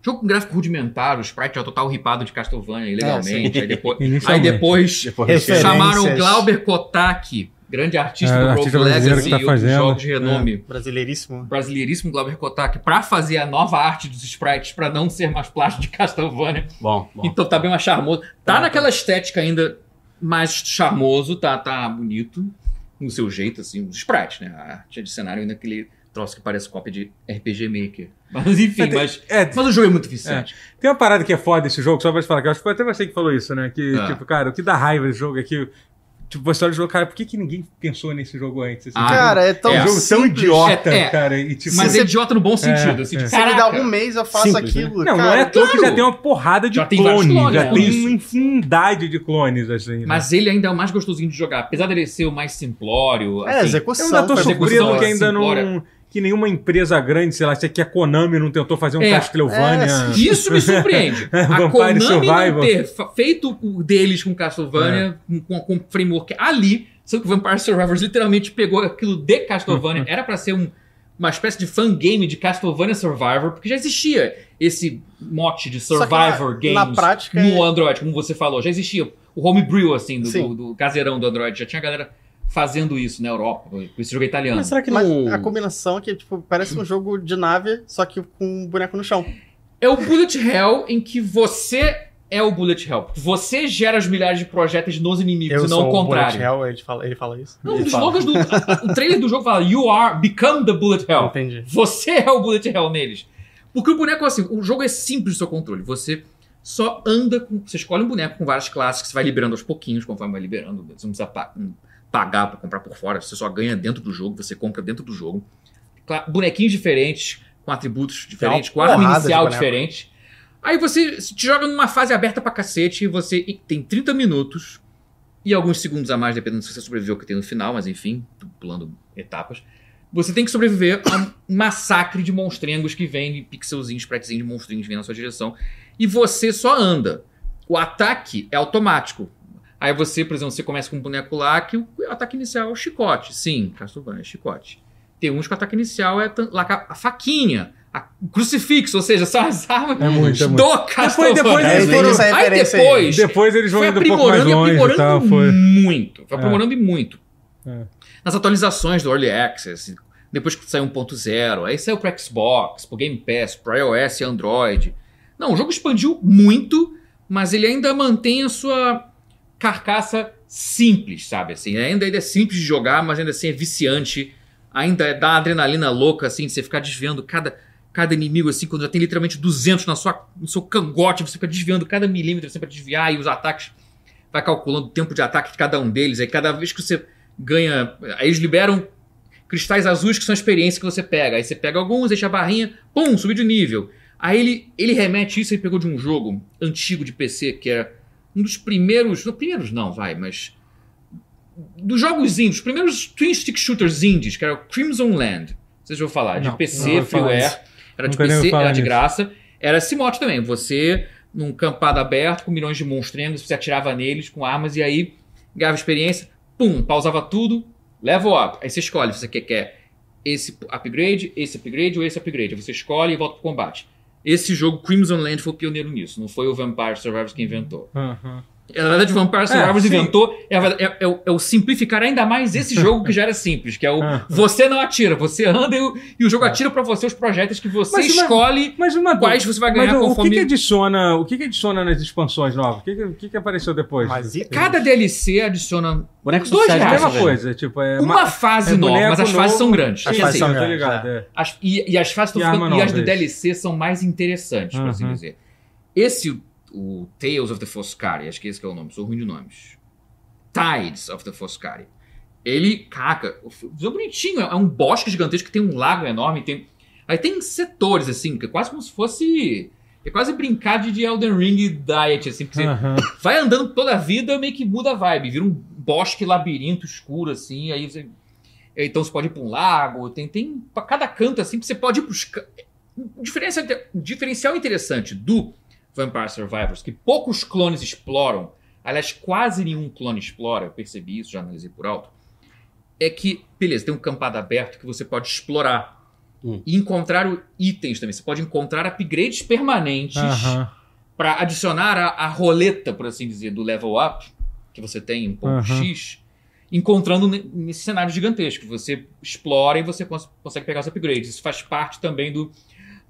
Jogo com gráfico rudimentar, o sprite é o total ripado de Castlevania, ilegalmente. aí depois, aí É, Inicialmente. depois Referências. chamaram o Glauber Kotak, grande artista É, do Rogue artista brasileiro Legacy que e tá outros fazendo. jogos de renome. Brasileiríssimo. brasileiríssimo Glauber Kotak pra fazer a nova arte dos sprites pra não ser mais plástico de Castlevania. Bom, bom. Então tá bem mais charmoso. Tá, naquela estética ainda mais charmoso, tá, tá bonito no seu jeito, assim, os sprites, né? A arte de cenário ainda aquele troço que parece cópia de RPG Maker. Mas enfim, mas, É, mas o jogo é muito viciante. Tem uma parada que é foda desse jogo, só pra te falar, que eu acho que foi até você que falou isso, né? Que, Ah. tipo, cara, o que dá raiva desse jogo é que, tipo, você olha o jogo, cara, por que, que ninguém pensou nesse jogo antes? Assim, Ah, Cara, é tão é um jogo tão simples. idiota, É, é. cara. E, tipo, Mas se é você- idiota no bom sentido. assim, é. de, Se me dá caraca, um mês, eu faço Simples, né? aquilo. Não, não cara. é à toa que claro. já tem uma porrada de Já tem vários clone, clones, já né? tem Isso. uma infinidade de clones, assim. né? Mas ele ainda é o mais gostosinho de jogar. Apesar dele ser o mais simplório. É, assim, eu execução. ainda tô foi surpreso boa. que ainda não. Simbora. Que nenhuma empresa grande, sei lá, se é que a Konami não tentou fazer um É. Castlevania. É, Isso me surpreende. a É, Vampire Konami não Survival. É. ter fa- feito o deles com Castlevania, com- com, com o framework ali, sendo que o Vampire Survivors literalmente pegou aquilo de Castlevania. Era pra ser um- uma espécie de fangame de Castlevania Survivor, porque já existia esse mote de Só que Survivor na, Games Na prática, é no Android, como você falou. Já existia o homebrew, assim, do, Sim. do- do caseirão do Android. Já tinha galera fazendo isso na Europa, com esse jogo italiano. Mas será que mas não... a combinação é que, tipo, parece um jogo de nave, só que com um boneco no chão. É o Bullet Hell em que você é o Bullet Hell. Você gera as milhares de projéteis nos inimigos, e não o o contrário. Bullet Hell, ele fala, ele fala isso. Não, um Ele dos fala. logos do. a- O trailer do jogo fala: You are, become the Bullet Hell. Entendi. Você é o Bullet Hell neles. Porque o boneco, assim, o jogo é simples o seu controle. Você só anda com. Você escolhe um boneco com várias classes que você vai liberando aos pouquinhos, conforme vai liberando. Você não precisa pa- hum, pagar pra comprar por fora. Você só ganha dentro do jogo, você compra dentro do jogo. Cla- Bonequinhos diferentes, com atributos diferentes, com arma É porrada de inicial boneco. diferente. Aí você se- te joga numa fase aberta pra cacete e você e tem 30 minutos e alguns segundos a mais, dependendo se você sobreviveu o que tem no final, mas enfim, tô pulando etapas. Você tem que sobreviver a um massacre de monstrengos que vem, pixelzinhos, pratezinhos de monstrinhos vindo na sua direção. E você só anda. O ataque é automático. Aí você, por exemplo, você começa com um boneco lá que o o ataque inicial é o chicote. Sim, Castlevania, é chicote. Tem uns que o ataque inicial é tan- lá com a a faquinha, a- o crucifixo, ou seja, são as armas É muito, é muito. do Castlevania. depois É, eles entendi foram- essa Aí referência aí. depois, Depois eles vão foi indo um pouco mais aprimorando e longe e aprimorando tal. Foi. muito. Foi É. aprimorando e muito. É. Nas atualizações do Early Access, depois que saiu 1.0, aí saiu pro Xbox, pro Game Pass, pro iOS e Android. Não, o jogo expandiu muito, mas ele ainda mantém a sua carcaça simples, sabe? Assim, ainda ele é simples de jogar, mas ainda assim é viciante. Ainda é, dá uma adrenalina louca, assim, de você ficar desviando cada cada inimigo, assim, quando já tem literalmente 200 na sua, no seu cangote, você fica desviando cada milímetro, você para desviar, e os ataques, vai calculando o tempo de ataque de cada um deles, aí cada vez que você ganha, aí eles liberam cristais azuis que são a experiência que você pega, aí você pega alguns, deixa a barrinha, pum, subiu de nível. Aí ele, ele remete isso, ele pegou de um jogo antigo de PC, que era um dos primeiros, não primeiros não, vai, mas dos jogos indies, os primeiros twin stick shooters indies, que era o Crimson Land. Vocês vão falar, de Não, não PC, vou falar freeware, disso. era de Nunca nem ouvi PC, falar era de nisso. graça. Era esse mote também. Você, num campado aberto, com milhões de monstrengos, você atirava neles com armas e aí ganhava experiência. Pum, pausava tudo, level up. Aí você escolhe se você quer, quer esse upgrade, esse upgrade ou esse upgrade. Aí Você escolhe e volta pro combate. Esse jogo, Crimson Land, foi o pioneiro nisso. Não foi o Vampire Survivors que inventou. Aham. É, Na verdade, Vampire Survivors sim. inventou. É, é- é o- é o simplificar ainda mais esse jogo que já era simples, que é o Ah. É. você não atira, você anda e o, e o jogo atira pra você os projetos que você Mas, mas- escolhe. Mas uma Quais você vai ganhar mas, o- conforme- o que, que adiciona O que, que adiciona nas expansões novas? O que, que, o que, que apareceu depois? Tipo, Mas e- Cada DLC adiciona Bonecos Dois é a sociais, reais, mesma velho. coisa. Tipo, é uma ma- fase é nova, boneco mas as fases novo. são grandes. As E, Sim, fases assim, sim, são tô grandes, ligado. é. as- e- e as fases estão E a ficando. arma E as do nova, DLC são mais interessantes, por assim Uhum. dizer. Esse, o Tales of the Foscari, acho que esse que é o nome, sou ruim de nomes. Tides of the Foscari. Ele, caraca, o filme é bonitinho, é um bosque gigantesco que tem um lago enorme, tem. Aí tem setores, assim, que é quase como se fosse. É quase brincar de de Elden Ring Diet, assim, porque você Aham. vai andando toda a vida, meio que muda a vibe. Vira um bosque labirinto escuro, assim, aí você. Então você pode ir pra um lago, tem, tem pra cada canto assim, você pode ir pros. ca- Diferença, um diferencial interessante do Vampire Survivors, que poucos clones exploram, aliás, quase nenhum clone explora, eu percebi isso, já analisei por alto, é que, beleza, tem um campado aberto que você pode explorar Hum. e encontrar o- itens também. Você pode encontrar upgrades permanentes Aham. para adicionar a, a roleta, por assim dizer, do level up que você tem em ponto Aham. X, encontrando ne- nesse cenário gigantesco. Você explora e você cons- consegue pegar os upgrades. Isso faz parte também do.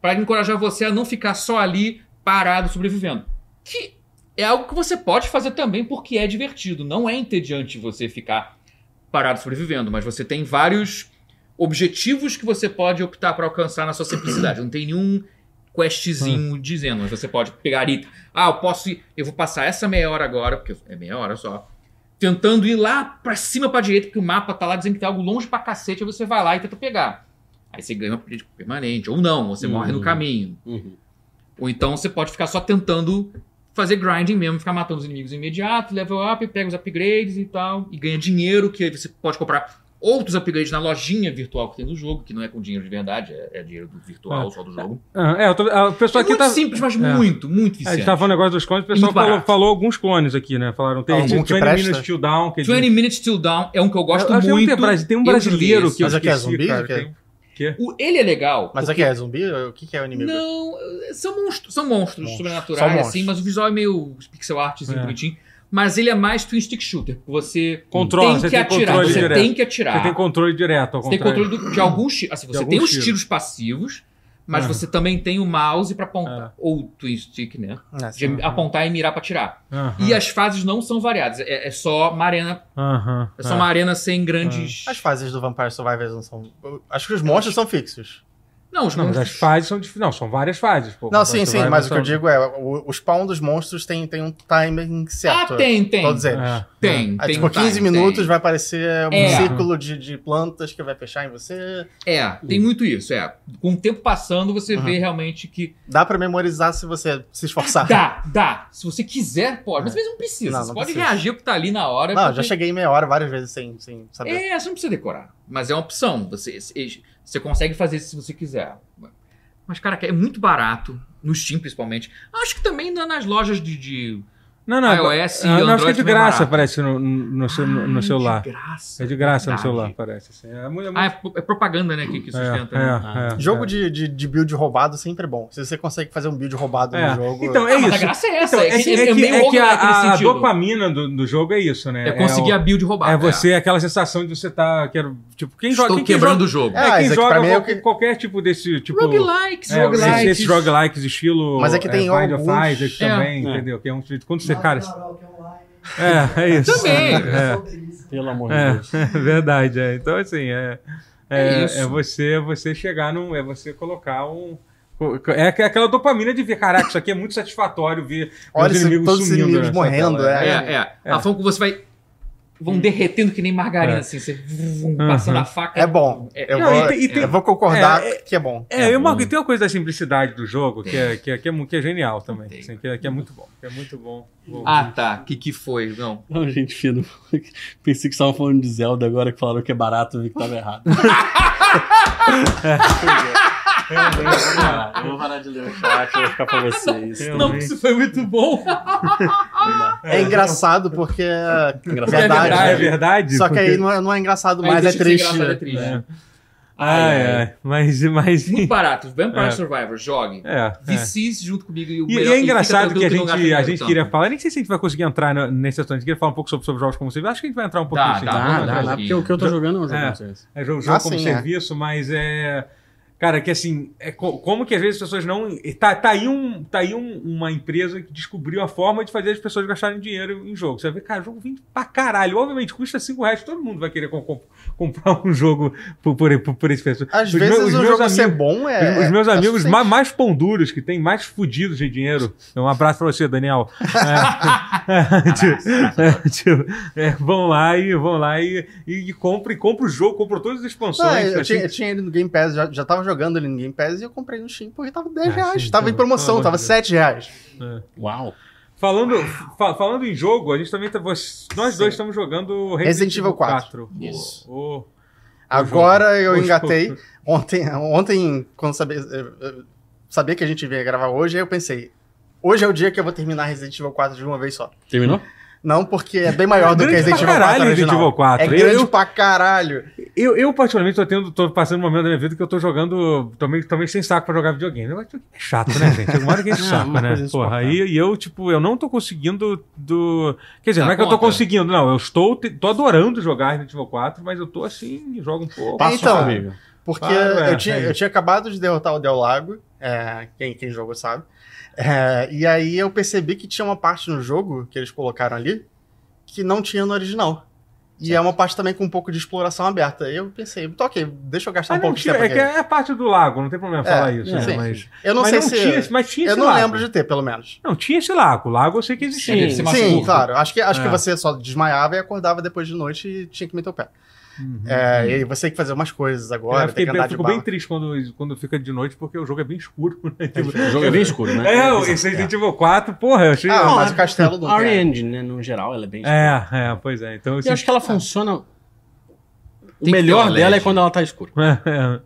para encorajar você a não ficar só ali parado sobrevivendo. Que é algo que você pode fazer também porque é divertido. Não é entediante você ficar parado sobrevivendo, mas você tem vários objetivos que você pode optar para alcançar na sua simplicidade. Não tem nenhum questzinho dizendo, mas você pode pegar item. Ah, eu posso ir, eu vou passar essa meia hora agora, porque é meia hora só. Tentando ir lá pra cima pra direita, porque o mapa tá lá dizendo que tem algo longe pra cacete, aí você vai lá e tenta pegar. Aí você ganha um upgrade permanente, ou não, você morre no Hum. caminho. Uhum. Ou então você pode ficar só tentando fazer grinding mesmo, ficar matando os inimigos imediato, level up, pega os upgrades e tal, e ganha dinheiro, que aí você pode comprar outros upgrades na lojinha virtual que tem no jogo, que não é com dinheiro de verdade, é, é dinheiro do virtual, É. só do jogo. Ah, É, eu tô- ah, o É pessoal aqui muito tá. simples, mas é. muito, muito A eficiente. gente tava falando negócio dos clones, o pessoal muito barato. falou, falou alguns clones aqui, né? Falaram, tem Algum que 20 presta? Minutes Till Down. Que é 20 Minutes Till Down é um que eu gosto Eu acho que muito. Tem, um bra- tem um Eu brasileiro joguei que eu Mas aqui é esqueci, zumbi? cara, Que é- tem- O, ele é legal. Mas aqui é zumbi? O que que é o inimigo? Não, eh, são monstros, são monstros Monstros. sobrenaturais, São monstros. assim, mas o visual é meio pixel artzinho É. bonitinho. Mas ele é mais twin stick shooter, porque você Controla, tem você que tem atirar, controle você direto. tem que atirar. Você tem controle direto, ao Tá. Você tem contrário. controle do- de alguns tiros. Assim, você alguns tem os tiros, tiros. passivos, mas Aham. você também tem o mouse pra apontar. É. Ou o twin stick, né? É, De sim. apontar e mirar pra tirar. Aham, E as fases não são variadas. É, é só uma arena. aham, É só é. uma arena sem grandes. As fases do Vampire Survivors não são. eu Acho que os monstros são fixos. Não, os Não, mas monstros- as fases são dif- Não, são várias fases. Pô, Não, sim, sim, Vai- mas o que são- eu digo é: o, o spawn dos monstros tem, tem um timing certo. Ah, tem, tem. Todos eles. É, Tem, Aí, tem. tipo, um time, 15 tem. minutos vai aparecer um É. círculo de, de plantas que vai fechar em você. É, Hum. tem muito isso. É. Com o tempo passando, você vê realmente que. Dá pra memorizar se você Tá. se esforçar. Dá, dá. Se você quiser, pode. É. Mas às vezes não precisa. Não, você não pode precisa. reagir ao que tá ali na né? hora. Não, eu porque- já cheguei meia hora várias vezes sem, sem saber. É, você não precisa decorar. Mas é uma opção. Você, você consegue fazer isso se você quiser. Mas, cara, é muito barato. No Steam, principalmente. Acho que também na- nas lojas de, de Não, não. iOS é e ah, não, fica Android. de também é graça, barato. parece, no, no, seu- no- no Ah, celular. De graça. É de graça no Verdade. celular, parece. assim. É muito. é muito- Ah, é, pro- é propaganda, né, que, que sustenta. né? é, é, é. Jogo de, de, de build roubado sempre é bom. Se você consegue fazer um build roubado É. no jogo. Então, Ah, é mas a isso. graça é essa. Então, é, é, que- é é que, meio é que a, roguelike nesse a- a sentido. dopamina do, do jogo é isso, né? É conseguir o- a build roubada. É você, aquela sensação de você tá. Quero, tipo, quem Estou joga. Quem, quem quebrando o jogo. É, joga, é, quem Isaac, joga pra mim é o qualquer, que- qualquer tipo desse. Tipo, roguelikes, é, roguelikes. esse- Esses roguelikes, estilo. Mas é que tem é, Bind of alguns- Isaac É. também, É. entendeu? Que é um. Quando você, Nossa, cara. Carol, que é online. É, é isso. Também. É. Eu sou delícia. Pelo amor de Deus. É, é verdade. é. Então, assim, é, é, É isso. é você é você chegar num. É você colocar um. É aqu- aquela dopamina de ver, caraca, isso aqui é muito satisfatório ver Olha os esse- inimigos todos os sumindo. inimigos nessa morrendo, tela. É, É, é. A forma que você vai. Vão derretendo que nem margarina, Hum. É. assim. Você vum, passando Uhum. a faca. É bom. Eu, Não, vou, e tem- e tem- eu vou concordar é, que é bom. É, É, e, uma- o- e tem uma coisa da simplicidade do jogo que é, que é, que é, mu- que é genial também. Tem. assim, que, é, que é muito bom. Que é muito bom. Bom. Ah, tá. O que, que foi? Não. Não, gente, fino. Pensei que estavam falando de Zelda agora que falaram que é barato, eu vi que tava errado. Ah, eu vou parar de ler o chat, eu vou ficar pra vocês. Eu- Não, isso foi muito bom. É engraçado porque é Engraçado. Ah, é verdade. verdade? Só que aí não é, não é engraçado mais, é deixa de ser triste. engraçado, é triste. É. Ai, Ai, ai, Mas, mas... Muito barato. Vampire É. Survivor, jogue. É, é. VCs junto comigo e E, o e melhor- é fica engraçado tranquilo que a gente, não gasta a dinheiro então. gente tanto. queria falar, nem sei se a gente vai conseguir entrar na- nesse assunto, a gente queria falar um pouco sobre, sobre jogos como serviço, acho que a gente vai entrar um pouquinho Dá, assim. dá, Vamos Dá, entrar dá, um dá, porque o que eu tô jogando é um jogo É. de serviço. É jogo, jogo Ah, como sim, é. serviço, mas é. Cara, que assim, é co- como que às vezes as pessoas não. Tá, tá aí, um, tá aí um- uma empresa que descobriu a forma de fazer as pessoas gastarem dinheiro em jogo. Você vê, cara, jogo vende pra caralho. Obviamente, custa 5 reais, todo mundo vai querer com- com- comprar um jogo por, por, por, por esse preço. Às Os vezes meus- os um meus jogo amigos- ser bom é. os, os meus é amigos suficiente. ma- mais ponduros, que tem mais fudidos de dinheiro. Um abraço pra você, Daniel. É, tipo, é, tipo, é, vão lá e vão lá e, e, e compra, compra o jogo, compra todas as expansões. Não, eu, assim, tinha, eu tinha ele no Game Pass, já, já tava jogando ele no Game Pass e eu comprei no Steam porque tava 10 Ah, reais. sim, tava em pelo- pelo promoção, amor tava de 7 reais. Uau. Falando, fa- falando em jogo, a gente também tá, nós dois estamos jogando Resident Evil 4. Isso. O, o Agora eu jogo. engatei. Ontem, ontem quando sabia, eu- eu sabia que a gente ia gravar hoje, aí eu pensei: hoje é o dia que eu vou terminar Resident Evil 4 de uma vez só. Terminou? Não, porque é bem maior do que Grande Resident pra Evil 4 caralho, original. Resident Evil 4. É Eu- grande eu- pra caralho. Eu, eu particularmente, tô, tendo, tô passando um momento da minha vida que eu tô jogando. Também, também sem saco pra jogar videogame. Eu acho que É chato, né, gente? Alguma hora que enche o É, saco, uma né? coisa Porra, insuportável. aí e eu, tipo, eu não tô conseguindo do. Quer dizer, Dá não é que eu tô conta. conseguindo, não. Eu estou te- tô adorando jogar Resident Evil 4, mas eu tô assim, jogo um pouco. Passa Então, comigo. Amigo. Porque Claro, é, eu, tinha, é. eu tinha acabado de derrotar o Del Lago, é, quem, quem jogou sabe. É, e aí eu percebi que tinha uma parte no jogo que eles colocaram ali que não tinha no original. E é uma parte também com um pouco de exploração aberta. Eu pensei, tá ok, deixa eu Ah, gastar um não pouco de tira, tempo é, que aqui. é a parte do lago, não tem problema É, falar isso. é, né? sim. Mas, Eu não mas sei não se. tinha, mas tinha eu esse não lago. lembro de ter, pelo menos. Não, tinha esse lago. O lago eu sei que existia. Sim, sim. mais Sim, curto. claro. Acho que, acho É. que você só desmaiava e acordava depois de noite e tinha que meter o pé. Uhum. É, E aí você tem que fazer umas coisas agora, eu tem fiquei, que bem- andar eu de fico bala. bem triste quando, quando fica de noite, porque o jogo é bem escuro. Né? Tipo, O jogo é bem escuro, né? É, o esse Resident Evil 4, porra, eu achei. Ah, Não, mas é- o castelo não A tem. Re-Engine, né, no geral, ela é bem escura. é, é, pois é. Então, E assim, eu acho que ela funciona... que o melhor ter um dela é LED. quando ela tá escura.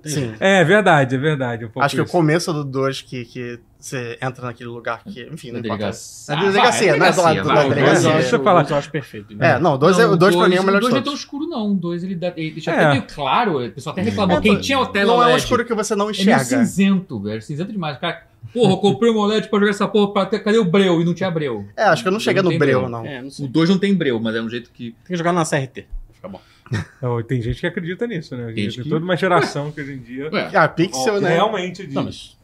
Sim. é, é verdade, é verdade. um pouco Acho que o isso. começo do 2 que, que você entra naquele lugar que, enfim, não Na importa. delegacia. Na delegacia, Ah, não é do lado- do vai, lado da vai. delegacia. Deixa eu falar. Eu acho perfeito. né? É, não, o 2 pra Não, mim é o dois- melhor de dois não é tão todos. escuro, não. O dois ele, dá, ele deixa É. até meio claro. O pessoal até reclamou. É, Quem mas- tinha o tela Não é um LED? escuro que você não É meio enxerga. cinzento, velho. Cinzento demais. Cara, porra, eu comprei um OLED pra jogar essa porra. Pra... ter- Cadê o breu? E não tinha breu. É, acho que eu não cheguei Não no tem breu, né? breu. não. É, não sei. O 2 não tem breu, mas é um jeito que... Tem que jogar na CRT. Fica bom. Não, É, Tem gente que acredita nisso, né? Tem Tem gente que- toda uma geração que hoje em dia. Ué, Ah, pixel, né? Realmente diz. Não, mas,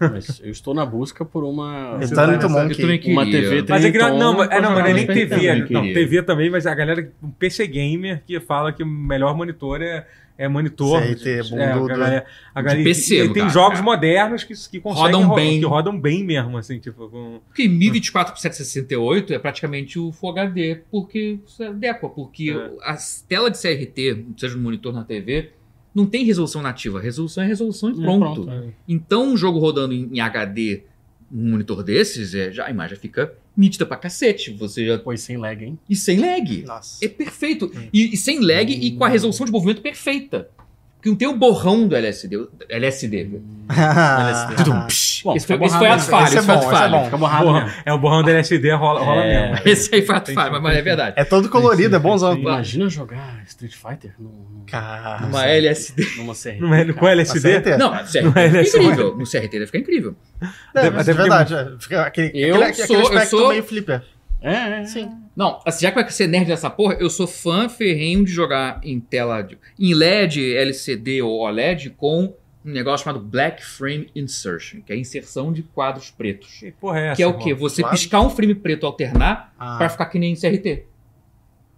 mas eu estou na busca por uma, Mas- Tá Eu muito bom eu também que... uma queria. TV Mas é que não, Triton não, mas- é, não, mas não é nem pra jogar TV. na é- Nintendo. Não, queria. TV também, mas a galera, um PC gamer que fala que o melhor monitor é, é monitor. CRT, É, a bundudo. galera- a galera- PC, e no tem caso, jogos é. modernos que, que conseguem Rodam ro- bem. que rodam bem mesmo, assim, tipo, com... Porque 1024 por 768 é praticamente o Full HD, porque isso é adequa, porque É. a tela de CRT, seja no monitor na TV, não tem resolução nativa. Resolução é resolução e É, pronto. pronto. Então, um jogo rodando em, em HD, um monitor desses, é, já, a imagem já fica nítida pra cacete. Você já... Pois sem lag, hein? E sem lag. Nossa. É perfeito. E, e sem lag e com a resolução de movimento perfeita. Que não tem o borrão do LSD. LSD. Tudum, psh. Bom, Esse foi, fica esse foi borrado, ato né? falho. Esse é Esse foi bom, ato esse é falho. bom. Fica borrado né? Porra, mesmo. é o borrão do LSD, rola, rola mesmo. Esse aí foi ato falho, mas é verdade. É todo colorido, é bonzão. Sim. Imagina jogar Street Fighter num- Cara. Uma LSD. numa CRT. Não é, com cara. LSD? Não, Não, sério, Não é fica LSD. incrível. No CRT deve ficar incrível. é, Até mas porque- é verdade. é. Fica aquele, Eu aquele, aquele sou- eu aspecto sou- meio flipper. É, é. Não, assim, já que vai ser nerd dessa porra, eu sou fã ferrenho de jogar em tela. de- em LED, LCD ou OLED com um negócio chamado Black Frame Insertion, que é a inserção de quadros pretos. Que porra é essa? Que é o quê? irmão? Você Claro. piscar um frame preto e alternar Ah, pra ficar que nem CRT.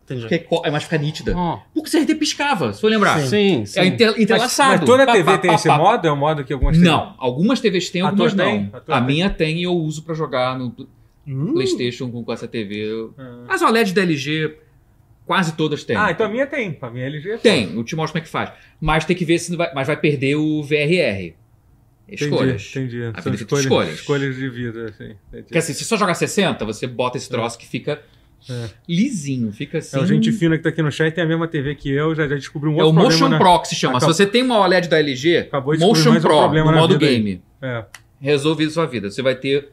entendi. Porque é co- é mais ficar nítida. Ó, Porque CRT piscava, se for lembrar. Sim, sim. É inter- Hum. Mas, entrelaçado. mas toda Pá, TV pá, tem pá, esse pá, pá. modo? É o modo que algumas Não, algumas TVs têm, A algumas tua não. tem? A tua A, tem? Uh. minha tem e eu uso pra jogar no pl- Hum. PlayStation com, com essa TV. Eu- Não. As OLED da LG, quase todas têm. Ah, então a minha tem. A minha é LG. Tem, eu te mostro como é que faz. Mas tem que ver se não vai, mas vai perder o VRR. Escolhas. Entendi, entendi. vida feita de escolhas. escolhas de vida, assim. Entendi. Porque assim, se só jogar 60, você bota esse troço que fica É. lisinho, fica assim. É, o gente fina que tá aqui no chat tem a mesma TV que eu, já, já descobri um É outro o problema, Motion né? Pro que se chama. Acabou- Se você tem uma OLED da LG, Acabou de descobrir Motion mais um Pro, problema no na modo vida aí. game, É. resolve isso a sua vida. Você vai ter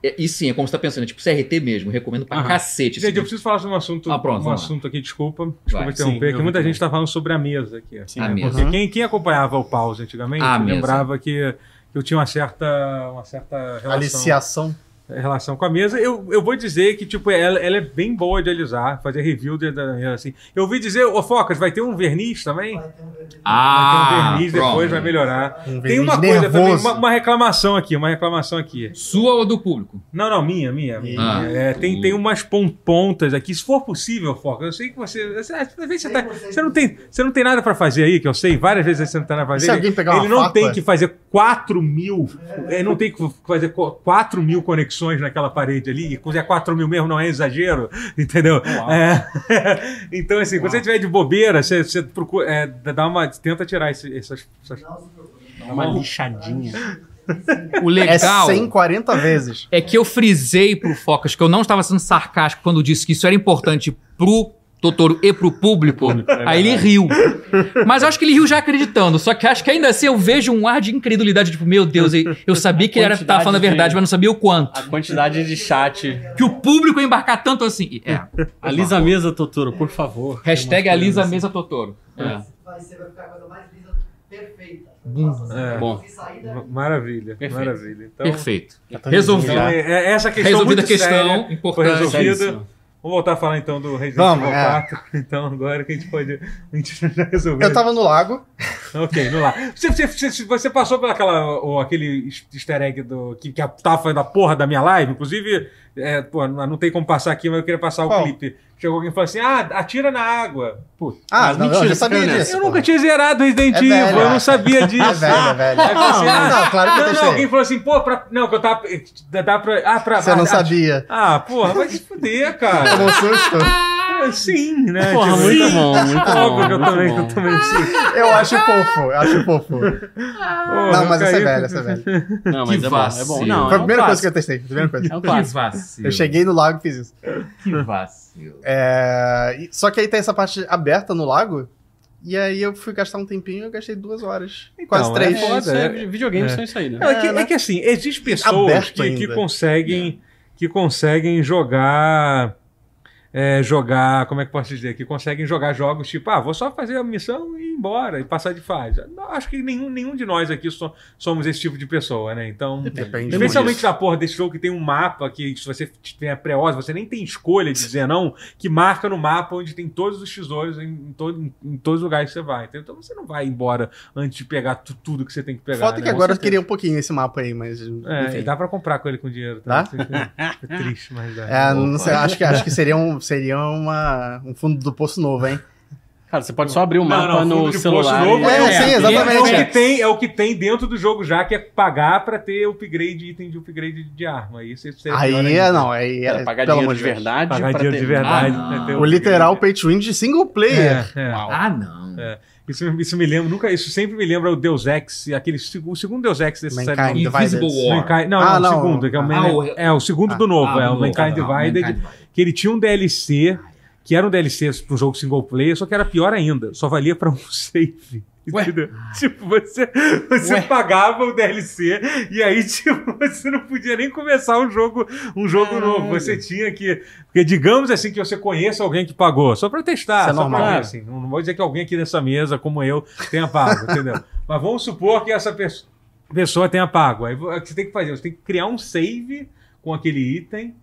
É, e sim, é como você tá pensando, é tipo CRT mesmo, recomendo pra Aham. cacete. esse Gente, eu livro. preciso falar sobre um assunto, Ah, pronto, um vamos lá. assunto aqui, desculpa, Vai, desculpa sim, interromper, eu que muita vi gente tá falando sobre a mesa aqui. Sim, A é. mesa. Uhum. Porque quem, quem acompanhava o pause antigamente Uhum. Ah, A mesa. lembrava que eu tinha uma certa, uma certa relação, Aliciação. relação com a mesa. Eu, eu vou dizer que tipo, ela, ela é bem boa de alisar, fazer review de- da mesa. Assim. Eu ouvi dizer, ô Focas, vai ter um verniz também? Vai ter um vermelho. vai ter um Ah, verniz, pronto. depois vai melhorar. Um Tem uma verniz coisa também, nervoso. uma, uma reclamação aqui, uma reclamação aqui. Sua ou do público? Não, não, minha, minha. minha. Ah. É, tem, tem umas pon- pontas aqui, se for possível, Foca. Eu sei que você. você- às vezes você, tá- você não tem, você não tem nada pra fazer aí, que eu sei, várias vezes você não tem nada pra E fazer. se alguém pegar ele uma não faca? É. tem que fazer 4 mil. Ele não tem que fazer 4 mil conexões naquela parede ali. E quando é 4 mil mesmo, não é exagero, entendeu? É. então, assim, quando você tiver de bobeira, você, você procura. é, dá uma, tenta tirar esse- essas. essas- Não se preocupe. É uma lixadinha. O É legal. 140 vezes. É que eu frisei pro Focas que eu não estava sendo sarcástico quando disse que isso era importante pro Totoro e pro público. Público, é aí ele riu. Mas eu acho que ele riu já acreditando. Só que acho que ainda assim eu vejo um ar de incredulidade. Tipo, meu Deus, eu- eu sabia que ele era, tava falando a quantidade de- verdade, mas não sabia o quanto. A quantidade de chat. Que o público ia embarcar tanto assim. É. Alisa a mesa, Totoro, por favor. Hashtag alisa a mesa Totoro. É. Vai ser, vai ficar a coisa mais lisa, perfeita. Hum, é. Bom. Sem saída, Maravilha, Perfeito. maravilha. Então, Perfeito. Já tá Resolvido. então, resolvido. é- é essa questão Resolvida a muito séria. questão. Importante. Foi resolvida. Seríssimo. Vamos voltar a falar então do Resident Vamos, Evil é. 4. Então, agora que a gente pode. A gente já resolveu. Então, Eu tava no lago. Ok, vamos lá. Você, você- você- você passou por aquela, ou aquele easter egg do, que, que tava fazendo a porra da minha live? Inclusive, é, pô, não não tem como passar aqui, mas eu queria passar Qual? o clipe. Chegou alguém e falou assim: ah, atira na água. Ah, Mas não, mentira, eu já sabia cara, né? disso. eu porra. nunca tinha zerado Resident É Evil, velho, eu não é. sabia disso. É velho, é velho. Aí eu falei assim, Ah, ah, não, claro que eu não, não, alguém testei. falou assim, pô, pra, não, que eu tava, dá pra, ah, pra, Você não ah, sabia. Ah, porra, vai se fuder, cara. Tomou um susto. Ah, Sim, né? Porra, Tipo, muito sim. bom, muito bom. Óbvio que eu também, muito eu bom. também sim. Eu acho fofo, eu acho fofo. Porra, Não, eu mas essa é caí- velha, essa é velha. Foi Não, mas Que é bom, é bom. vacilo. Não, a primeira é um coisa que clássico. eu testei, primeira coisa. É um Que clássico. vacilo. Eu cheguei no lago e fiz isso. Que vacilo. É, e- Só que aí tem essa parte aberta no lago. E aí eu fui gastar um tempinho e eu gastei duas horas. quase é três. foda. Isso é, é- videogames é. são isso aí, né? Não, é, que, É, né? é que, assim, existem pessoas Aberto que, que ainda. conseguem que conseguem jogar é, jogar, como é que eu posso dizer, que conseguem jogar jogos tipo, ah, vou só fazer a missão e ir embora e passar de fase. Não, Acho que nenhum, nenhum de nós aqui so- somos esse tipo de pessoa, né? Então, Depende Especialmente muito. da porra desse jogo que tem um mapa que se você tiver pré-osa, você nem tem escolha de dizer não, que marca no mapa onde tem todos os tesouros em, em todo- em- em todos os lugares que você vai. entendeu? Então você não vai embora antes de pegar tu- tudo que você tem que pegar. Foda né? que agora eu Você- queria um pouquinho esse mapa aí, mas. É, e enfim. dá pra comprar com ele com dinheiro, tá? É triste, mas dá. É, não Opa. sei, acho que, acho que seria, um, seria uma, um fundo do poço novo, hein? Cara, você pode só abrir o Não, mapa não, fundo no de celular. um poço novo e- é, sim, exatamente. É o, que tem, é o que tem dentro do jogo já, que é pagar pra ter upgrade, item de upgrade de arma. Isso é pior Aí, ainda. é, não, aí. Cara, é, pagar pelo dinheiro amor de Deus. verdade. Pagar pra dinheiro ter- de verdade. Ah, né, ter O literal pay to win de single player. upgrade. É, é. Uau. Ah, não. Isso, isso me lembra, nunca, isso sempre me lembra o Deus Ex, aquele seg- o segundo Deus Ex desse Mankind série. Invisible Divided. Não, War. Mankind- não, não, Ah, não. o segundo, que é o, Ah, Man- o- é o segundo do novo, é o do novo, Mankind Ah, não, Divided, Mankind Divided. que ele tinha um DLC, que era um DLC pro jogo single player, só que era pior ainda, só valia pra um save. Ué. Entendeu? Tipo, você, você Ué. pagava o DLC e aí, tipo, você não podia nem começar um jogo, um jogo novo. Você tinha que. Porque digamos assim que você conheça alguém que pagou, só pra testar. Isso é só pra normal. ver, assim. Não não vou dizer que alguém aqui nessa mesa, como eu, tenha pago, entendeu? Mas vamos supor que essa pessoa pessoa tenha pago. Aí vo- é o que você tem que fazer? Você tem que criar um save com aquele item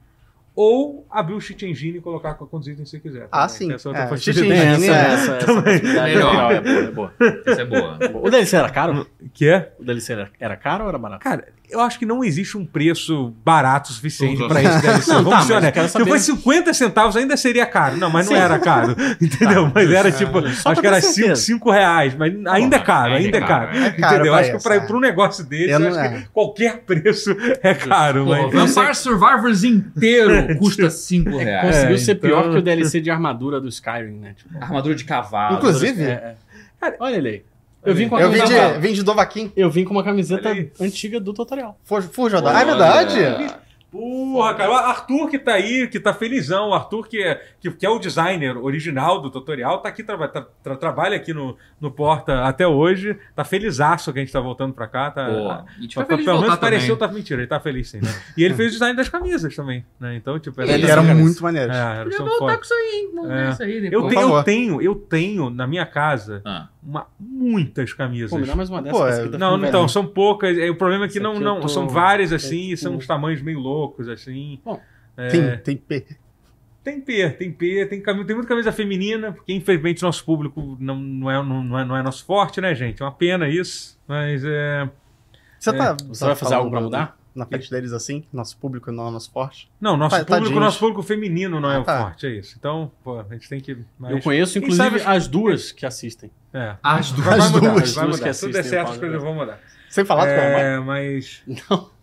ou abrir o cheat engine e colocar com quantos itens você quiser. Ah, também. sim. Essa outra É, possibilidade. Tem essa, Sim, é. essa, essa possibilidade. Melhor. Legal, é boa, é boa. Isso é boa. O DLC era caro? Que é? O DLC era, era caro ou era barato? Cara, eu acho que não existe um preço barato suficiente Todos pra isso. Deve ser. Não, tá, Vamos ser mas eu honestos. quero Se saber- fosse 50 centavos ainda seria caro. Não, mas não era caro. Tá, Entendeu? mas era tipo, É, Só acho pra que ter era certeza. 5 reais. Mas ainda é caro, ainda é caro. É caro Entendeu? pra Acho que isso, pra, é. pra um negócio desse, Eu eu não- acho é. que qualquer preço é caro. Pô, mas... Vampire Survivors inteiro custa 5 reais. Conseguiu É, ser então- pior que o DLC de armadura do Skyrim, né? Tipo, Armadura de cavalo. Inclusive, é, é. Cara, olha ele aí. Eu vim com a eu vim camiseta. de, vim de Dovaquim. Eu vim com uma camiseta Olha aí. antiga do tutorial. Fujo Ah, é verdade? Porra, cara. O Arthur que tá aí, que tá felizão. O Arthur, que é, que, que é o designer original do tutorial, tá aqui, traba- tá- tra- trabalha aqui no, no Porta até hoje. Tá felizaço que a gente tá voltando pra cá. Tá, Pô, tá- a gente pelo vai tipo, é feliz de menos voltar pareceu, também. tá mentira, ele tá feliz sim, né? E ele fez o design das camisas também, né? Então, tipo, Ele das um era camisas. muito maneiro. É, elas Podia são voltar fodas. com isso aí, hein? Vamos É. ver isso aí depois. Eu Por tenho, eu favor. tenho, eu tenho na minha casa Ah. uma, muitas camisas. Pô, me dá mais uma dessa. Pô, que é- essa aqui tá Não, ficando então, velha. são poucas. É, O problema é que Essa não, aqui eu não tô- são várias tô assim, e são com- uns tamanhos meio loucos assim. Bom, É, Tem, tem P. tem P, tem P, tem, cami- tem muita camisa feminina, porque infelizmente nosso público não, não, é, não, não é, não é nosso forte, né, gente? É uma pena isso, mas é. Você tá. Você tá vai fazer algo pra falando mudar? Na frente deles assim, nosso público não é nosso forte. Não, nosso Tá- público, tadinhos. nosso público feminino não é Ah, o tá. forte, é isso. Então, pô, a gente tem que. mas- Eu conheço, Quem inclusive, sabe- as duas que assistem. É. As duas. Vai mudar, duas, vai duas mudar. que Se tudo assistem der o certo, as Paulo coisas vão mudar. Sem falar com a mãe. É, mas.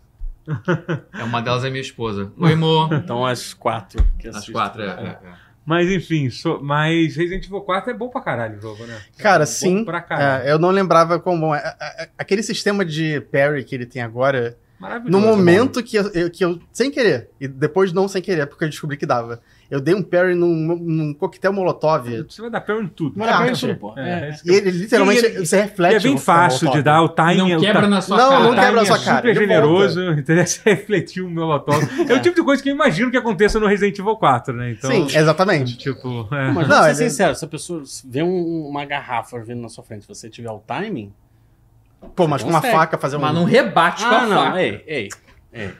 É, Uma delas é minha esposa. Oi, amor. Então, as quatro que As assistem. quatro, é. é, é. Mas enfim, so- mas Resident Evil 4 é bom pra caralho o jogo, né? Cara, bom sim. Pra caralho. É, eu não lembrava como. bom é. A- a- Aquele sistema de parry que ele tem agora, Maravilhoso. é no momento que eu, eu- que eu, sem querer, e depois não sem querer, porque eu descobri que dava, eu dei um parry num, num coquetel molotov. mano. E Você vai dar pé em tudo. Mas é Ah, bem gente. tudo, pô. É, É, é. esse- ele literalmente, E ele- você E reflete. é bem no coquetel fácil de molotov. dar o timing. Não o quebra ti- na sua Não, não cara. o timing quebra na sua é cara, super ele generoso, entendeu? Você refletiu o meu molotov. É É. o tipo de coisa que eu imagino que aconteça no Resident Evil 4, né? Então, Sim, exatamente. tipo, é. Mas Não, vamos ser ele- sincero, se a pessoa vê um- uma garrafa vindo na sua frente, se você tiver o timing... Pô, mas com uma Consegue. faca fazer um. Mas não rebate com a Ah, não, é faca. ei, ei.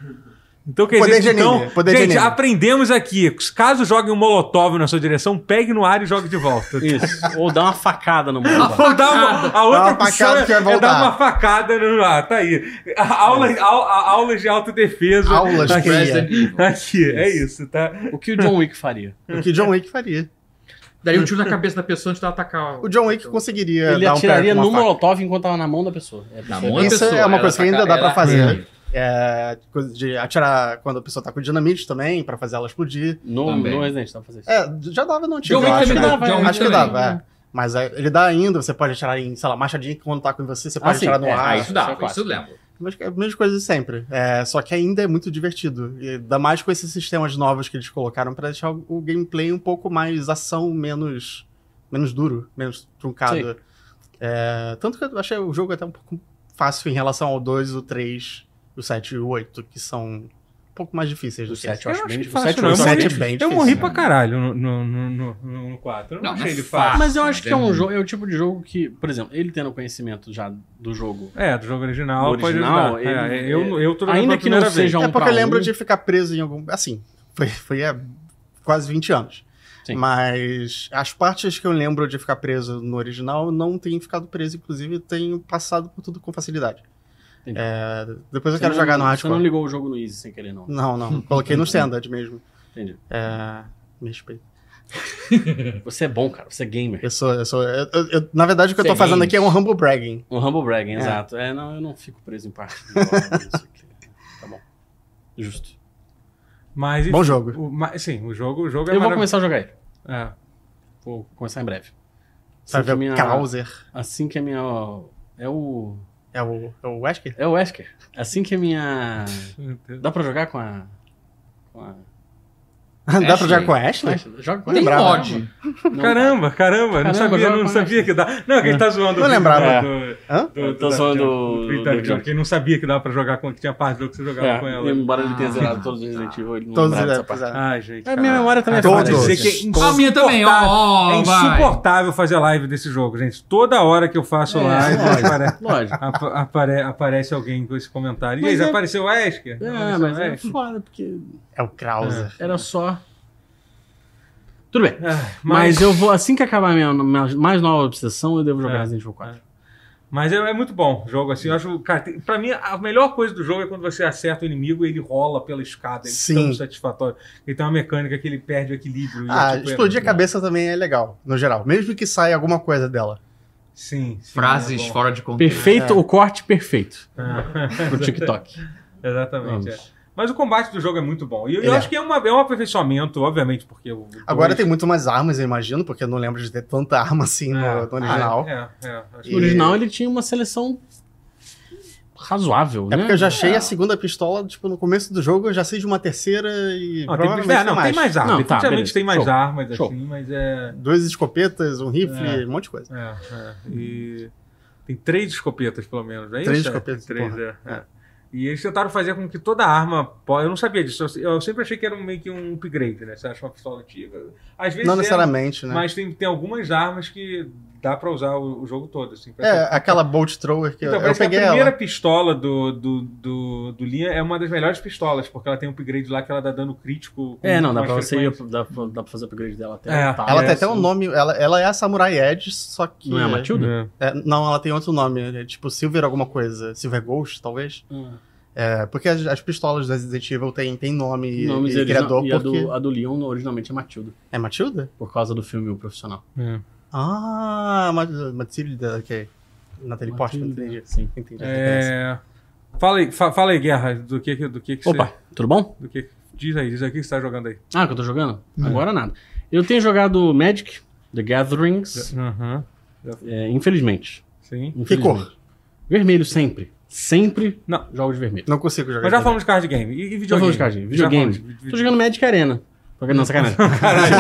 Então, quer Poder dizer, de então, anime, poder de gente, anime. aprendemos aqui. Caso jogue um molotov na sua direção, pegue no ar e jogue de volta. Isso. Ou dá uma facada no mundo. Ou dá uma- a outra Dá uma opção facada que vai é, é dar voltar. uma facada no ar, tá aí. A- Aulas, au- a- aulas de autodefesa. Aulas aqui. que Resident Evil. Aqui, é isso, tá? O que o John Wick faria? O que John Wick faria. Daria um tiro na cabeça da pessoa antes dela atacar. O John Wick conseguiria Ele dar um parry atiraria com no uma faca. molotov enquanto tava na mão da pessoa. É, a Na pessoa- mão da Isso é pessoa. uma ela coisa que ainda atacar- dá pra ela- fazer. É, coisa de atirar quando a pessoa tá com dinamite também, pra fazer ela explodir. No, Também. no Resident, dá pra fazer isso. É, já dava no antigo. John Wick eu acho, também né? dava, John Wick Acho que também. dava, é. Mas é, ele dá ainda, você pode atirar em, sei lá, machadinha que quando tá com você, você pode Ah, sim, atirar no é, ar. Ah, isso isso é dá, clássico. isso leva. Mas é a mesma coisa de sempre. É, só que ainda é muito divertido. E ainda mais com esses sistemas novos que eles colocaram pra deixar o, o gameplay um pouco mais ação, menos, menos duro, menos truncado. É, tanto que eu achei o jogo até um pouco fácil em relação ao 2, o 3, o 7 e o 8, que são um pouco mais difíceis do O que esse. 7 eu acho bem fácil, difícil. não. O Eu morri- 7 é bem Eu difícil. morri pra caralho no, no, no, no, no 4. Eu não, Não, achei mas ele fácil. fácil. Mas eu acho Mas que é é um muito. jogo, é o tipo de jogo que, por exemplo, ele tendo conhecimento já do jogo. É, do jogo original, Do pode original, ajudar. É, ele- eu, eu tô jogando Ainda pela que não primeira vez. seja um É porque pra eu lembro um, de ficar preso em algum. Assim, foi, foi há quase 20 anos. Sim. Mas as partes que eu lembro de ficar preso no original, eu não tenho ficado preso, inclusive tenho passado por tudo com facilidade. Entendi. É, depois eu você quero não- jogar no Você não hardcore. ligou o jogo no Easy sem querer, não. Não, não. Coloquei no standard mesmo. Entendi. É, me respeito. Você é bom, cara. Você é gamer. Eu sou. Eu sou eu- eu- eu- na verdade, o que eu tô Você é fazendo games. aqui é um humble bragging. Um humble bragging, É. exato. É, não, eu não fico preso em parte. do jogo, isso aqui. Tá bom. Justo. Mas, Bom jogo. o- mas, sim, o jogo, o jogo é um Eu vou maravilhoso. começar a jogar ele. É. Vou começar em breve. Assim Sabe? que É a o minha- Krauser. Assim que a minha... É o... É o, é o Wesker? É o Wesker. Assim que a minha... É. Dá pra jogar com a... Com a... Dá pra jogar Ashley. com a Ashley? Joga com a Tem Lembrava. mod. Não, Caramba, caramba, não Caramba, sabia, joga não com sabia que dá. Não, que ele tá zoando. Não o vídeo lembrava. do- Hã? do- Eu tô do- zoando do- do- o David do- Jones. Quem não sabia que dava pra jogar com. Que tinha parte do que você jogava É, com ela. embora ele tenha Ah. zerado todos os Resident Evil, ele não Todos lembrava dessa eles- parte. Ai, gente. É, minha memória também é Vou Todos. falha. dizer que é A minha também, ó. É ó, vai. insuportável fazer live desse jogo, gente. Toda hora que eu faço É, live, lógico. apare- Lógico. apa- apare- aparece alguém com esse comentário. E Mas aí, é- apareceu o Wesker? Não, É, apareceu mas o era Wesker. foda, porque É o Krauser. era só. Tudo bem. Ah, Mas eu vou, assim que acabar a minha, minha mais nova obsessão, eu devo jogar É. Resident Evil 4. Mas é, é muito bom o jogo, assim. Eu acho, cara, tem- pra mim, a melhor coisa do jogo é quando você acerta o inimigo e ele rola pela escada. É Sim. tão satisfatório. Ele tem uma mecânica que ele perde o equilíbrio. e é, Ah, tipo, é explodir a muito cabeça também é legal, no geral. Mesmo que saia alguma coisa dela. bom. Sim, sim, Frases é bom. fora de contexto. Perfeito, o corte perfeito Ah, pro TikTok. Exatamente. é. Vamos. Mas o combate do jogo é muito bom. E eu, Ele eu é. acho que é, uma, é um aperfeiçoamento, obviamente, porque o. o Agora dois- tem muito mais armas, eu imagino, porque eu não lembro de ter tanta arma assim no, É. no original. Ah, é, é, é. Acho E- No original ele tinha uma seleção razoável, É né? porque eu já achei É. a segunda pistola, tipo, no começo do jogo, eu já sei de uma terceira e Não, tem, provavelmente é, não, tem mais armas. Não, tá, Definitivamente beleza. tem mais Show. armas, Show. assim, mas é. Dois escopetas, um rifle, um monte de coisa. É, é. E tem três escopetas, pelo menos, não é Três isso? escopetas, Três, porra. é, é. E eles tentaram fazer com que toda arma. po- Eu não sabia disso. eu- Eu sempre achei que era um- meio que um upgrade, né? Você acha uma pistola antiga. Às vezes Não é, necessariamente, né? Mas tem, tem algumas armas que dá pra usar o, o jogo todo, assim. pra É, ser- aquela Bolt Thrower que eu- Então, eu, parece que a peguei primeira ela. pistola do, do, do, do Linha é uma das melhores pistolas, porque ela tem um upgrade lá que ela dá dano crítico. com É, não, dá mais pra você frequência. ir, dá, pra- dá pra fazer upgrade dela até. É, tá, Ela né? tem até um nome, ela, ela é a Samurai Edge, só que. Não é a Matilda? É. É, não, ela tem outro nome, é tipo Silver alguma coisa, Silver Ghost, talvez. Ah. É, porque as, as pistolas do Resident Evil tem, tem nome e, Nomes e origina- criador, e a, porque... do, a do Leon originalmente é Matilda, É Matilda? por causa do filme O Profissional. Ah, Ma- Matilda, ok. Natalie Portman, Matilda, entendi. Sim. Entendi. a referência. É, Fala aí, fa- fala aí, Guerra, do que que- do que que Opa, tudo bom? você- do que diz aí, diz aí o que você tá jogando aí. Ah, que eu tô jogando? Uhum. Agora nada. Eu tenho jogado Magic, The Gatherings, Aham. é, infelizmente. Sim. Uhum. Que infelizmente. cor? Vermelho sempre. Sempre Não. jogos vermelhos. Não consigo jogar. Mas já de falamos de card game e, e videogame. Já falamos de cardinho. Videogame. Uhum. Já falamos de- Tô jogando Magic Arena. Porque- Não, sacanagem. Sacanagem,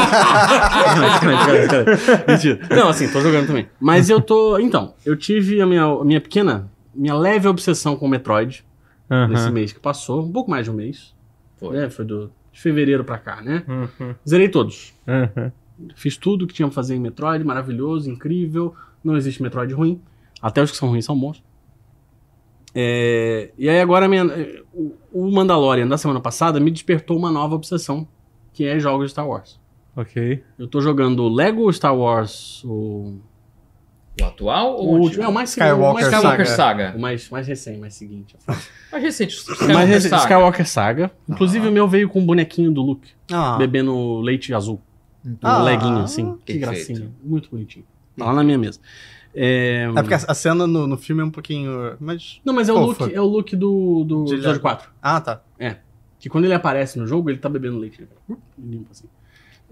sacanagem, sacanagem. Mentira. Não, assim, tô jogando também. Mas eu tô. Então, eu tive a minha, a minha pequena, minha leve obsessão com Metroid nesse Aham. mês que passou, um pouco mais de um mês. Foi. né? Foi do, de fevereiro pra cá, né? Uhum. Zerei todos. Aham. Fiz tudo que tinha pra fazer em Metroid, maravilhoso, incrível. Não existe Metroid ruim. Até os que são ruins são bons. É, e aí agora a minha- o- o Mandalorian da semana passada me despertou uma nova obsessão, que é jogos de Star Wars. Ok. Eu tô jogando Lego Star Wars, o, O atual o ou último. É o mais o mais, Skywalker Skywalker Saga. Saga. O mais, mais recente, mais seguinte. Mais recente. O mais Skywalker recente, Saga. Skywalker Saga. Inclusive o meu veio com um bonequinho do Luke, Ah, bebendo leite azul. Ah. um leguinho assim. Que Perfeito. gracinha. Muito bonitinho. Tá lá na minha mesa. É, é porque a, a cena no, no filme é um pouquinho... Mas... Não, mas é o Fofa. Luke, é o Luke do, do De episódio Lego. 4. Ah, tá. Que quando ele aparece no jogo, ele tá bebendo leite. Ele vai, uh, limpo assim.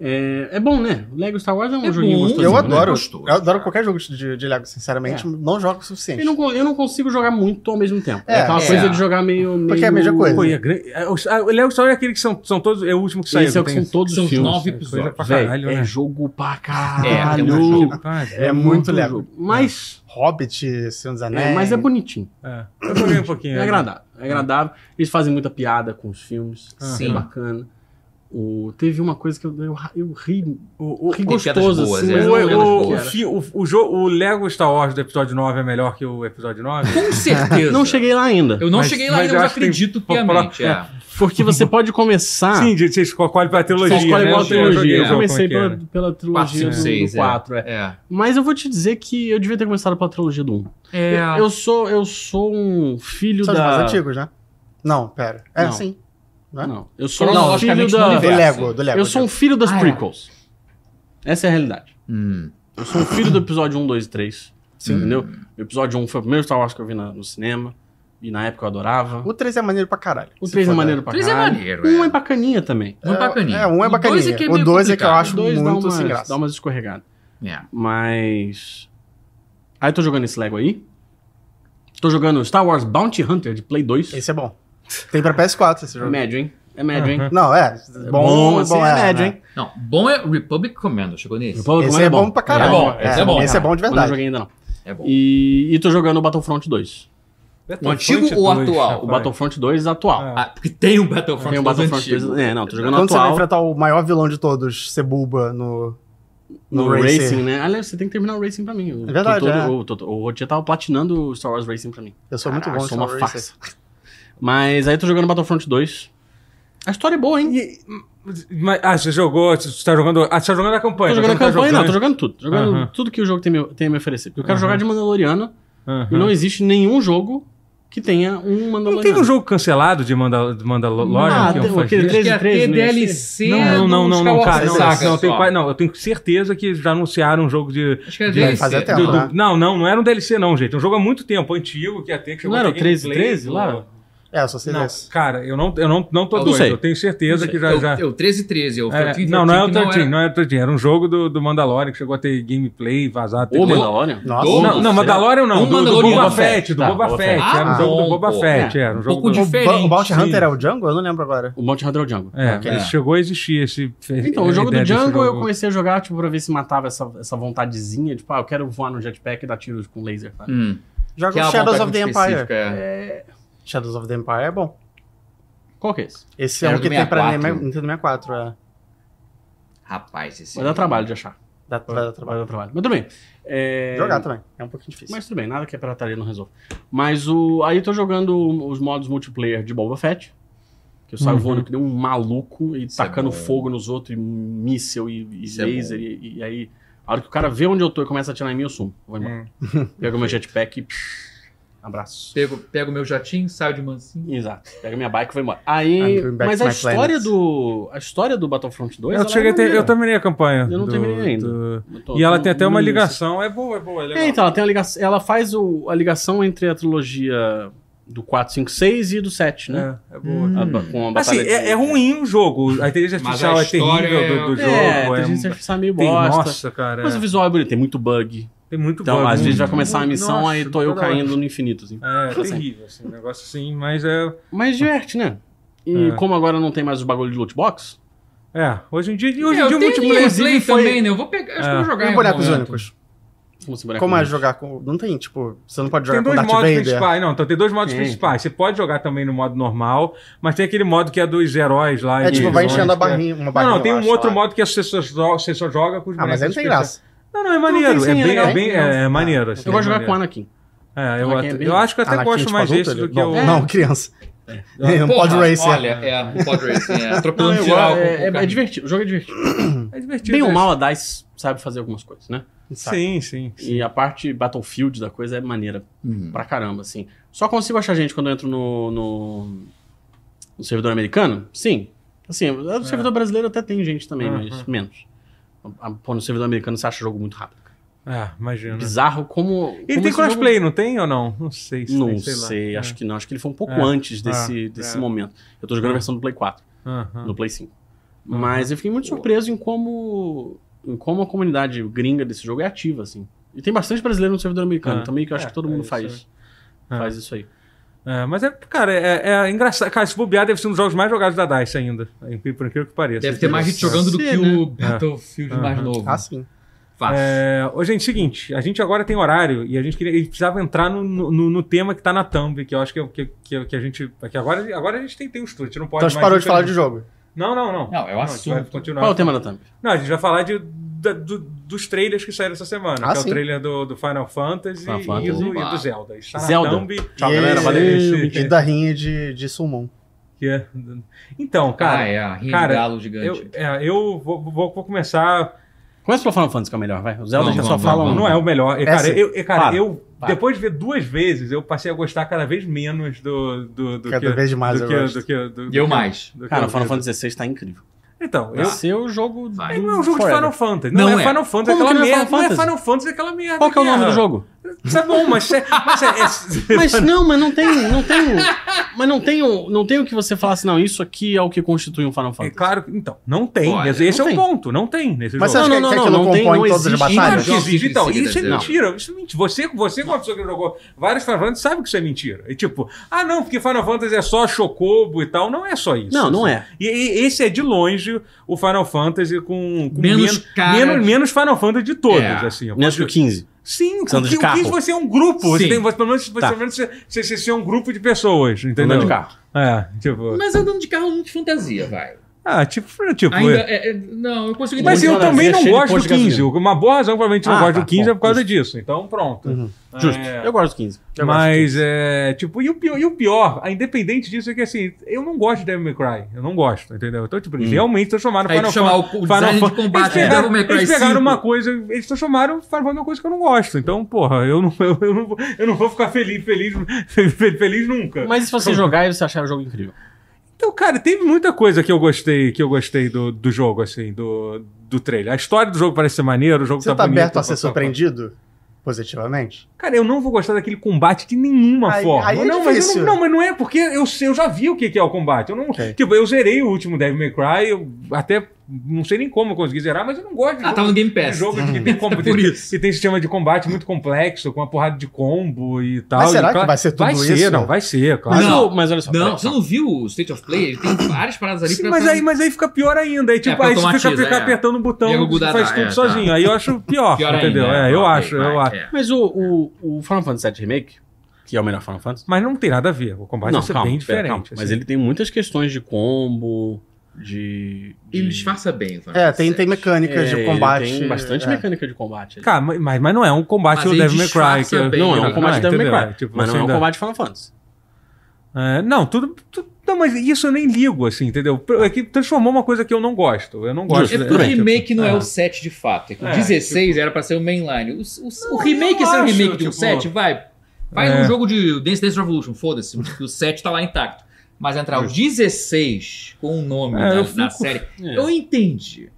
É, é bom, né? Lego Star Wars é um É joguinho bom. gostoso. Eu Sim, adoro, é gostoso, eu adoro cara. qualquer jogo de, de Lego, sinceramente. É. Não jogo o suficiente. Eu não, con- eu não consigo jogar muito ao mesmo tempo. É, É, aquela é. coisa de jogar meio. meio... Porque é a mesma coisa. Pô, e a grande- é, o- ah, o Léo Star é aquele que são, são todos. É o último que saiu. Esse é o que tem- são todos São os os filmes. nove Coisa episódios. pra Véi, caralho, é né? jogo pra tem caralho. um jogo. Caralho. É muito Lego. jogo. Mas Hobbit, Senhor dos Anéis... é, mas é bonitinho. É. Eu joguei um pouquinho. É agradável. É agradável. Eles fazem muita piada com os filmes. Ah, É sim. bacana. O, teve uma coisa que eu, eu, eu ri. O, o, ri Tem piadas gostoso, boas, assim. é. mas eu O, não lembro o- o que o era. fi- o- o jo- o Lego Star Wars do episódio 9 é melhor que o episódio 9? Com certeza. Não cheguei lá ainda. Eu não Mas- cheguei lá mas ainda, eu mas acho que tem acredito pro- piamente. pro- é. Porque você pode começar. Sim, de- você escolhe pra trilogia. Você escolhe né? igual a Eu joguei, trilogia. Eu jogo como é comecei que era. pela, pela Quatro, trilogia cinco, seis, do 4, é. É. Mas eu vou te dizer que eu devia ter começado pela trilogia do 1. É. Eu, eu sou, eu sou um filho São os mais da... antigos, né? Não, pera. É, Não. sim. né? Não, eu sou um filho Cronologicamente não Ah, da... Do universo. Lego, do Lego. Eu sou um filho das prequels. Essa é a realidade. Hum. Eu sou um filho do episódio 1, 2 e 3. Sim. Entendeu? O episódio 1 foi o primeiro Star Wars que eu vi na- no cinema. E na época eu adorava. O 3 é maneiro pra caralho. Hum. O se 3 é for ver. maneiro pra Três é caralho. maneiro, Um é. é bacaninha também. Um é bacaninha. é, um é O dois bacaninha. que é O meio dois é que eu complicado. acho O 2 dá, muito umas- sem graça. dá umas escorregadas. É. Mas. Aí eu tô jogando esse Lego aí. Tô jogando Star Wars Bounty Hunter de Play 2. Esse é bom. Tem pra PS4 esse é jogo. médio, hein? É médio, hein? Não, é. É Bom, é assim, bom, é, médio, né? hein? Não, bom é Republic Commando, chegou nesse. Republic Esse Command é bom pra caralho. É bom, esse é bom, Esse é bom de Mas não verdade. joguei ainda, não. É bom. E, e tô jogando Battlefront 2. O antigo ou o atual? O Battlefront 2 atual. Ah, porque tem o Battlefront Tem o mais Battlefront antigo. 2. É, não, tô jogando É. Quando você vai atual. enfrentar o maior vilão de todos, Sebulba, no. No, no Racing, Racing, né? Aliás, você tem que terminar o Racing pra mim. O É verdade, Totoro- é. O, Totoro- o Rotier tava platinando o Star Wars Racing pra mim. Eu sou muito Caraca, bom de sou Star uma Wars. farsa. Mas aí tô jogando Battlefront 2. A história é boa, hein? E- mas- ah, você jogou, você tá jogando. Ah, você tá jogando a campanha. Tô então jogando você a tá campanha, não, tô jogando- jogando tudo. Tô Jogando Aham. tudo que o jogo tem, me- tem a me oferecer. Porque eu quero Aham. jogar de Mandaloriano e Aham. não existe nenhum jogo que tenha um Mandaloriano. Não tem um jogo cancelado de Mandal Mandalorian? Ah, que eu tem fazia? aquele Acho que é 13, até né? DLC Não, não, não, não, não, cara, não, Skywalker não, Saga não, tenho quase- não, eu tenho certeza que já anunciaram um jogo de. Acho que é de- DLC. Faz até do- do- né? não, não, não era um DLC, não, gente. É Um jogo há muito tempo, antigo, que ia ter que Não a era o ter gameplay 13, 13 do- lá? É, só sei Não, desse. cara, eu não, eu não, não tô Eu não doido. sei. Eu tenho certeza que já. Eu- já... Eu, 13 13, eu É, 13, não, não é o 13, era- não é o 13. Era um jogo do, do Mandalorian que chegou a ter gameplay vazado. Ô, Teve- Mandalorian? Nossa, Douglas, Não, não, Mandalorian não. Um do, do Mandalorian. Boba Fett, do Tá, Boba Boba Fett. Fett. Era um Ah, jogo do bom, Boba pô. Fett, era um Um jogo pouco do... O, diferente. Ba- o Bounty Hunter sim. é o Django? Eu não lembro agora. O Monte Hunter é o Django. É, Ok. mas chegou a existir esse... Então, É, a o jogo do ideia desse Django eu jogo. comecei a jogar, tipo, pra ver se matava essa, essa vontadezinha, tipo, ah, eu quero voar no jetpack e dar tiros com laser, sabe? Hum, que é Joga uma o Shadows of the vontade muito Empire. específica, é. Shadows of the Empire é bom. Qual que é esse? Esse é Era um que do tem pra 64. Nintendo 64, é. Rapaz, esse. Vai dar trabalho de achar. Dá, vai dar trabalho. Vai dar trabalho. Mas tudo bem. É, Jogar também. É um pouquinho difícil. Mas tudo bem, nada que a pirataria não resolva. Mas o... aí eu tô jogando os modos multiplayer de Boba Fett, que eu saio Uhum. voando que nem um maluco e Isso é tacando bom. fogo nos outros, e míssel e, e Isso é laser, bom. e, e aí a hora que o cara vê onde eu tô e começa a atirar em mim, eu sumo. Vou embora. Hum. Pego meu jetpack e... psh, abraço. Pego, pego meu jatinho, saio de mansinho. Exato. Pega minha bike e vai embora. Aí, I'm going back mas to a my história planet. do a história do Battlefront 2, Eu, ela cheguei é a ter- eu maneira. terminei a campanha. Eu não do- terminei ainda. do- Eu tô- E ela tô tem até uma no início. ligação. É boa, é boa, é legal. É, então, ela tem uma ligação, ela faz o- a ligação entre a trilogia do 4, 5, 6 e do 7, né? É, é boa. A ba- com a Assim, batalha de- é, é ruim o jogo. A inteligência Mas artificial a é terrível história do, do É, jogo. a É, inteligência artificial é meio tem, bosta. nossa, cara. Mas o visual é bonito, tem muito bug. Tem muito Então, bug, às vezes muito- vai começar uma missão, nossa, aí tô eu toda hora. caindo no infinito, assim. É, terrível, assim, um negócio assim, mas é. Mas diverte, né? E É. como agora não tem mais os bagulho de loot box, É, hoje em dia, hoje É, em dia o tenho multiplayer. gameplay foi- também, né? Eu vou pegar, acho que eu vou É. jogar. em E algum bonecos momento. únicos? como se boneco Como é não- jogar com. Não tem, tipo, você não pode jogar Tem com dois Darth modos Vader. principais, não, então tem dois modos Tem. principais. Você pode jogar também no modo normal, mas tem aquele modo que é dos heróis lá. É tipo, vai vilões, enchendo a que é- barrinha, uma Não, barrinha. não, tem eu um acho, outro lá. modo que você só, jo- você só joga com os Ah, mas aí não tem especiais. graça. Não, não, é Não maneiro. tem É sem bem, herói, é, bem, tem é, graça. é maneiro. assim, Eu gosto de é jogar com o maneiro. Anakin. É, eu, Anakin é até- bem- eu acho que eu até Anakin, gosto tipo, mais adulto desse ali? do que o. Não, não, criança. É um Porra, pod racer. Olha, é, um pod racer, é, Não, atropelando eu- geral. é, é- com o é carrinho. divertido, o jogo é divertido. É divertido. Bem ou esse. mal, a DICE sabe fazer algumas coisas, né? Sabe? Sim, sim. E a parte Battlefield da coisa é maneira Hum. pra caramba, assim. Só consigo achar gente quando eu entro no, no, no servidor americano? Sim. Assim, no servidor brasileiro até tem gente também, É. Uhum. mas menos. A- Pô, no servidor americano você acha jogo muito rápido. Ah, imagina. Bizarro como. E como tem esse jogo- crossplay, não tem ou não? Não sei se Não tem, sei, lá. acho que não. Acho que ele foi um pouco É. antes desse, Ah, desse é. Uhum. momento. Eu tô jogando a versão do Play 4, Aham. do Play 5. Uhum. Mas eu fiquei muito surpreso em como, em como a comunidade gringa desse jogo é ativa, assim. E tem bastante brasileiro no servidor americano Ah, também, que eu acho é, que todo é mundo isso, faz, é. faz isso aí. É, mas é, cara, é, é engraçado. Cara, se bobear deve ser um dos jogos mais jogados da DICE ainda. Em- Por incrível que pareça. Deve ter mais gente jogando do Sim, que né? o Battlefield Aham. mais tá. novo. Ah, sim. Fácil. É, ô, gente, seguinte, a gente agora tem horário e a gente queria, a gente precisava entrar no, no, no tema que tá na thumb, que eu acho que, que, que, que a gente. Que agora, agora a gente tem, tem um estúdio, a gente não pode. Então a gente mais- parou de falar de jogo. Não, não, não. Não, é o a gente vai assunto. continuar. Qual é o tema da Thumb? Não, a gente vai falar de, da- do- dos trailers que saíram essa semana. Ah, que é sim. o trailer do, do Final Fantasy, Final e Fantasy. do- E, do, Oba. Zelda. Está Zelda. na thumb. Tchau, E- galera, valeu. esse- E da rinha de, de Summon. que é- Então, Cara, cara, ah, é, a rinha cara, de galo gigante. eu, é, eu vou, vou- vou começar. Começa pelo Final Fantasy, que é o melhor, vai. O Zelda Vamos, já só vamos, fala vamos, um. Não é o melhor. E, É cara, sim. eu, e, cara, Para, eu- para. depois de ver duas vezes, eu passei a gostar cada vez menos do, do, do Cada é vez mais do eu que- gosto. do que- do- E eu do- mais. do que- Cara, o do- Final Fantasy XVI tá incrível. Então, eu. Esse é o jogo. Vai. É, Não é um jogo de Forever. Final Fantasy. Não, Não é é. Final Fantasy, aquela Como que não é merda. Final Não é Fantasy? Final Fantasy, aquela merda. Qual que é o nome é. do jogo? Isso é bom, mas é. Mas é, é- Mas não, mas não tem. Não tem um. mas não tem, o- não tem o que você falar assim, não, isso aqui é o que constitui um Final é Fantasy. claro que. Então, não tem. Olha, Esse é não o tem. ponto. Não tem nesse Mas você jogo. acha Não, que, não, que não, aquilo não tem- um compõe não todas as existe- Claro batalhas? que Jogos existe. Então, seguidas, isso é não. mentira. Isso é mentira. Você, você como uma pessoa que jogou vários Final Fantasy, sabe que isso é mentira. E tipo, ah, não, porque Final Fantasy é só Chocobo e tal. Não é só isso. Não, não assim. é. E, e esse é de longe o Final Fantasy com, com Menos cara menos, de- menos Final Fantasy de todos, É. assim. eu Menos que posso- o 15. Sim, Você anda de porque o 15 carro. você é um grupo. Você Sim. tem, você- pelo menos, você, Tá. pelo menos você, você, você é um grupo de pessoas, entendeu? Andando de carro. É, tipo. Mas andando de carro é muito de fantasia, vai. Ah, tipo, tipo. Ainda, é. é, é- não, eu consigo Mas Muito eu maravilha, também não cheio de gosto posto do de 15. gasolina. Uma boa razão pra mim que não Ah, gosto tá, do 15 é por bom, causa disso. Então, pronto. Uhum. É, Justo. Eu gosto do 15. Eu gosto do 15. Mas, é, tipo, e o, pior, e o pior, a independente disso é que, assim, eu não gosto de Devil May Cry. Eu não gosto, entendeu? Então, tipo, eles realmente transformaram Hum. Aí tu chamar o, o design de combate Eles do pegaram, Devil May Cry eles pegaram 5. uma coisa, eles transformaram Final Fantasy uma coisa que eu não gosto. Então, porra, eu não, eu, eu não, vou- eu não vou ficar feliz, feliz, feliz, feliz nunca. Mas e se você jogar e você achar o jogo incrível? Então, cara, teve muita coisa que eu gostei, que eu gostei do, do jogo, assim, do, do trailer. A história do jogo parece ser maneiro, o jogo Você tá tá bonito, aberto a tá- ser tá- tá- surpreendido? Positivamente. Cara, eu não vou gostar daquele combate de nenhuma Aí- forma. aí é não, mas eu difícil. não, não, mas não é porque eu, sei- eu já vi o que que é o combate. Eu não, Ok. Tipo, eu zerei o último Devil May Cry, eu até não sei nem como eu consegui zerar, mas eu não gosto de Ah, jogo tava no Game de Pass. jogo que tem, combo, É Por tem- isso. que tem sistema de combate muito complexo, com uma porrada de combo e tal. Mas será E, que claro, vai ser tudo vai isso? ser, não, vai ser, claro. Mas, Não. o- mas olha só. Não, peraí, você não viu o State of Play? Ele tem várias paradas ali Sim, pra mas, fazer aí, mas aí fica pior ainda. Aí, tipo, É, aí você fica, automatiza, fica é. apertando o botão E aí o e Gudará, faz tudo é, tá. sozinho. Aí eu acho pior, pior ainda. entendeu? É, eu Ok, acho, eu vai, acho. é. Mas o, o, o Final Fantasy VII Remake, que é o melhor Final Fantasy, Mas não tem nada a ver. O combate vai ser é bem pera, diferente. calma. Mas assim. ele tem muitas questões de combo, de. de... Ele disfarça bem. o Final É, tem, tem Fantasy VII. mecânicas É, de ele combate. Tem bastante é. mecânica de combate. ali. Cara, mas, mas não é um combate Mas do ele Devil May Cry. disfarça que- bem, né? Não, é um não, combate de Devil May entendeu? Cry. É, tipo, mas não você é um ainda- combate Final Fantasy. É, não, tudo, tudo- Não, mas isso eu nem ligo, assim, entendeu? É que transformou uma coisa que eu não gosto. Eu não gosto. Justo, É né? porque o Tudo bem, remake não é, é. o 7 de fato. É que o É, 16 era pra ser o mainline. O, o, o remake eu ser o acho, remake de um tipo, 7, vai. Faz é. um jogo de Dance Dance Revolution, foda-se, porque o 7 tá lá intacto. Mas entrar o 16 com o nome É, da, eu fico- da série, É. eu entendi.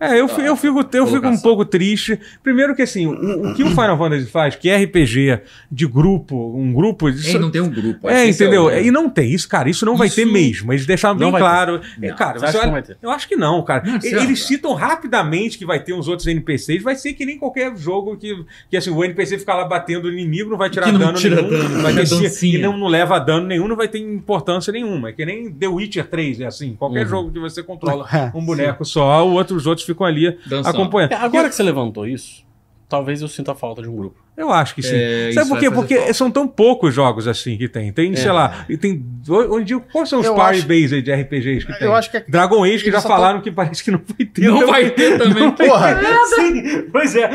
É, eu, fi- eu, fico, eu fico um Colocação. pouco triste. Primeiro que, assim, o, o que o Final Fantasy faz, que é RPG de grupo, um grupo... Ele Isso, não tem um grupo. é, esse entendeu? o- E não tem isso, cara. Isso não vai Isso- ter mesmo. Eles deixaram bem Não vai ter. claro. É, Não, cara, você acha você que não olha, vai ter? eu acho que não, cara. Não, E- será? Eles citam rapidamente que vai ter uns outros NPCs. Vai ser que nem qualquer jogo que, que assim, o NPC fica lá batendo o inimigo, não vai tirar Que não dano tira nenhum. dano, vai tira ter ci- dancinha. e não, não leva dano nenhum, não vai ter importância nenhuma. É que nem The Witcher 3, é assim. Qualquer Uhum. jogo que você controla É, um boneco só, o outro, os outros ficam ali Dançando. acompanhando. É, Agora que você levantou isso, talvez eu sinta falta de um grupo. Eu acho que sim. É, Sabe isso por quê? vai fazer Porque falta. É. são tão poucos jogos assim que tem. Tem, sei lá, e tem. Onde, quais são os Eu party acho- based de RPGs que tem? Eu acho que é. Dragon Age que Eles já só falaram que parece que não vai ter. Não também. vai ter também. Não tá vai ter. Porra. Sim, pois é.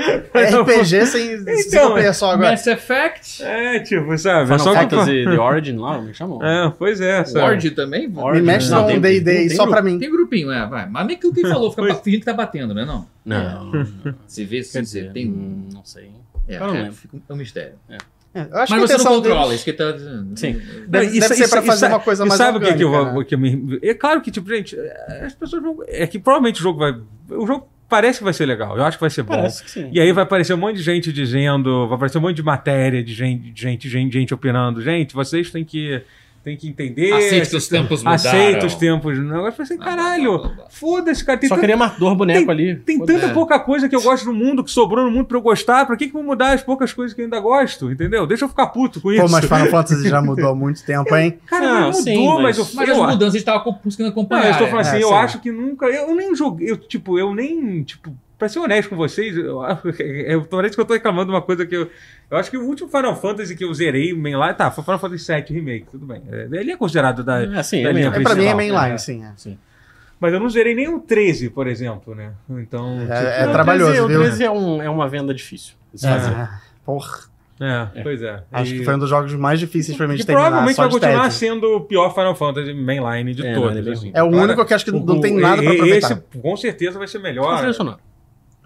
RPG sem Então, single player só agora. Mass Effect, É, tipo, sabe? É um Final só que- Fantasy The Origin lá, me chamam. É, pois é. Sabe? Word também. Word. Me Origin, mexe né? Não não, tem- um não Day tem só pra mim. Tem grupinho, é, vai. Mas meio que o que falou, fica pra fingir que tá batendo, né? Não. Não. Se vê, se Quer dizer, dizer, tem um. hum, não sei. É, eu não é, lembro. fica um- é um mistério. É, eu acho Mas que a você não intenção controla, deles isso que tá dizendo. Sim. Deve, Isso- deve ser isso- pra isso- é- fazer uma coisa E mais sabe o que, que, orgânica, né? eu, que eu me. É claro que, tipo, gente, as pessoas vão. É que provavelmente o jogo vai. O jogo parece que vai ser legal. Eu acho que vai ser bom. Parece que sim. E aí vai aparecer um monte de gente dizendo, vai aparecer um monte de matéria de gente, de gente, gente, gente opinando. Gente, vocês têm que, têm que entender. Aceita que os tempos mudaram. Aceita os tempos. O negócio foi assim, caralho, foda-se, cara. Tem, Só tan- queria marcador boneco tem- ali. tem Foda-se. tanta pouca coisa que eu gosto no mundo, que sobrou no mundo pra eu gostar. Pra que, que eu vou mudar as poucas coisas que eu ainda gosto? Entendeu? Deixa eu ficar puto com isso. Pô, mas Final Fantasy já mudou há muito tempo, hein? Cara, Não, mas mudou, sim, mas, mas- eu, Mas eu as acho- mudanças estavam com- conseguindo Não, acompanhar. eu estou falando é, assim, é, eu sim. acho que nunca. Eu nem joguei. Eu, tipo, eu nem. Tipo, pra ser honesto com vocês, eu, eu, parece que eu tô reclamando de uma coisa que eu. Eu acho que o último Final Fantasy que eu zerei, main lá, tá, foi Final Fantasy VII Remake, tudo bem. É, Ele é considerado da. É, sim, da eu linha lembro. É, pra mim é Principal, mainline, é. sim. é. Mas eu não zerei nem o 13, por exemplo, né? Então. É, Não, o trabalhoso, 13 viu? O 13 é, um- é uma venda difícil. de se fazer. É. Porra, tipo, é, pois é. acho E- que foi um dos jogos mais difíceis pra mim que de terminar. provavelmente só vai de continuar tédio. sendo o pior Final Fantasy mainline de É, não, todos. ele é assim. É o Agora, único que eu acho que não o- tem nada pra e- aproveitar. Esse com certeza vai ser O melhor. trilha sonora.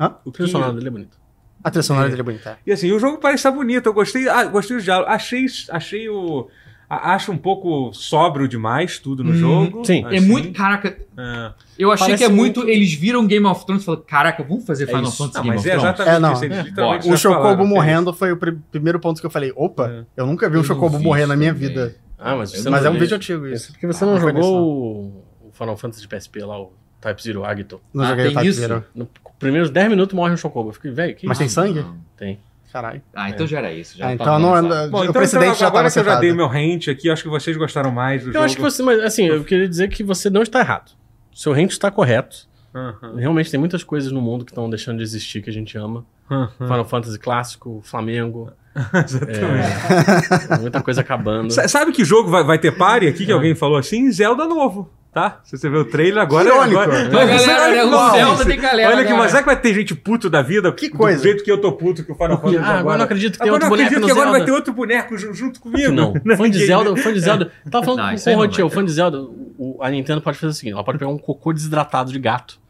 Hã? O trilha sonora dele é bonito. A trilha sonora dele é bonita. E assim, o jogo parece estar bonito, eu gostei, ah, gostei do diálogo, achei, achei o... a- acho um pouco sóbrio demais tudo no Uhum, jogo. sim. assim. É muito. Caraca, É. eu achei que Parece é muito. Eles viram Game of Thrones e falaram: caraca, vamos fazer Final isso. Fantasy Não, Game mas of é Thrones. exatamente É, não. isso. Eles É. literalmente O já Chocobo falaram, morrendo foi o pri- primeiro ponto que eu falei: É. opa, eu nunca vi um Eu não Chocobo vi morrer isso na minha também. vida. Ah, mas Eu você não Mas é um vi. vídeo antigo isso. Porque você não Ah, não foi nesse, jogou não. o- o Final Fantasy de PSP lá, o Type Zero Agito. Não Ah, joguei o tem Type isso? Zero. No primeiros 10 minutos morre um Chocobo. Eu fiquei, velho, que Mas tem isso? sangue? Tem. Caralho. Ah, então já era isso. Já Ah, tá então não, avançado. Bom, o então, precedente então, já tá agora tava que eu já dei acertado. meu rant aqui, acho que vocês gostaram mais do Eu jogo. acho que você, mas assim, eu queria dizer que você não está errado. Seu rente está correto. Aham, Realmente tem muitas coisas no mundo que estão deixando de existir que a gente ama. aham. Final Fantasy clássico, Flamengo, É. é, Exatamente. muita coisa acabando. Sa- Sabe que jogo vai, vai ter pare aqui, É. que alguém falou assim? Zelda novo, tá? Se você vê o trailer agora... Irônico, agora... né? Mas, Mas galera, olha olha, que o maluco. Zelda tem galera. né? Olha que, agora. mas é que vai ter gente puto da vida. Que do coisa. jeito que eu tô puto que o Final Fantasy Ah, agora eu não acredito que tem Agora outro eu boneco acredito no que agora Zelda. vai ter outro boneco ju- junto comigo. Que não. Fã de Ninguém- Zelda, fã de Zelda. Eu Tava falando Não, com- isso com aí o não Rotiel, vai ter. fã de Zelda, o- a Nintendo pode fazer o seguinte: ela pode pegar um cocô desidratado de gato,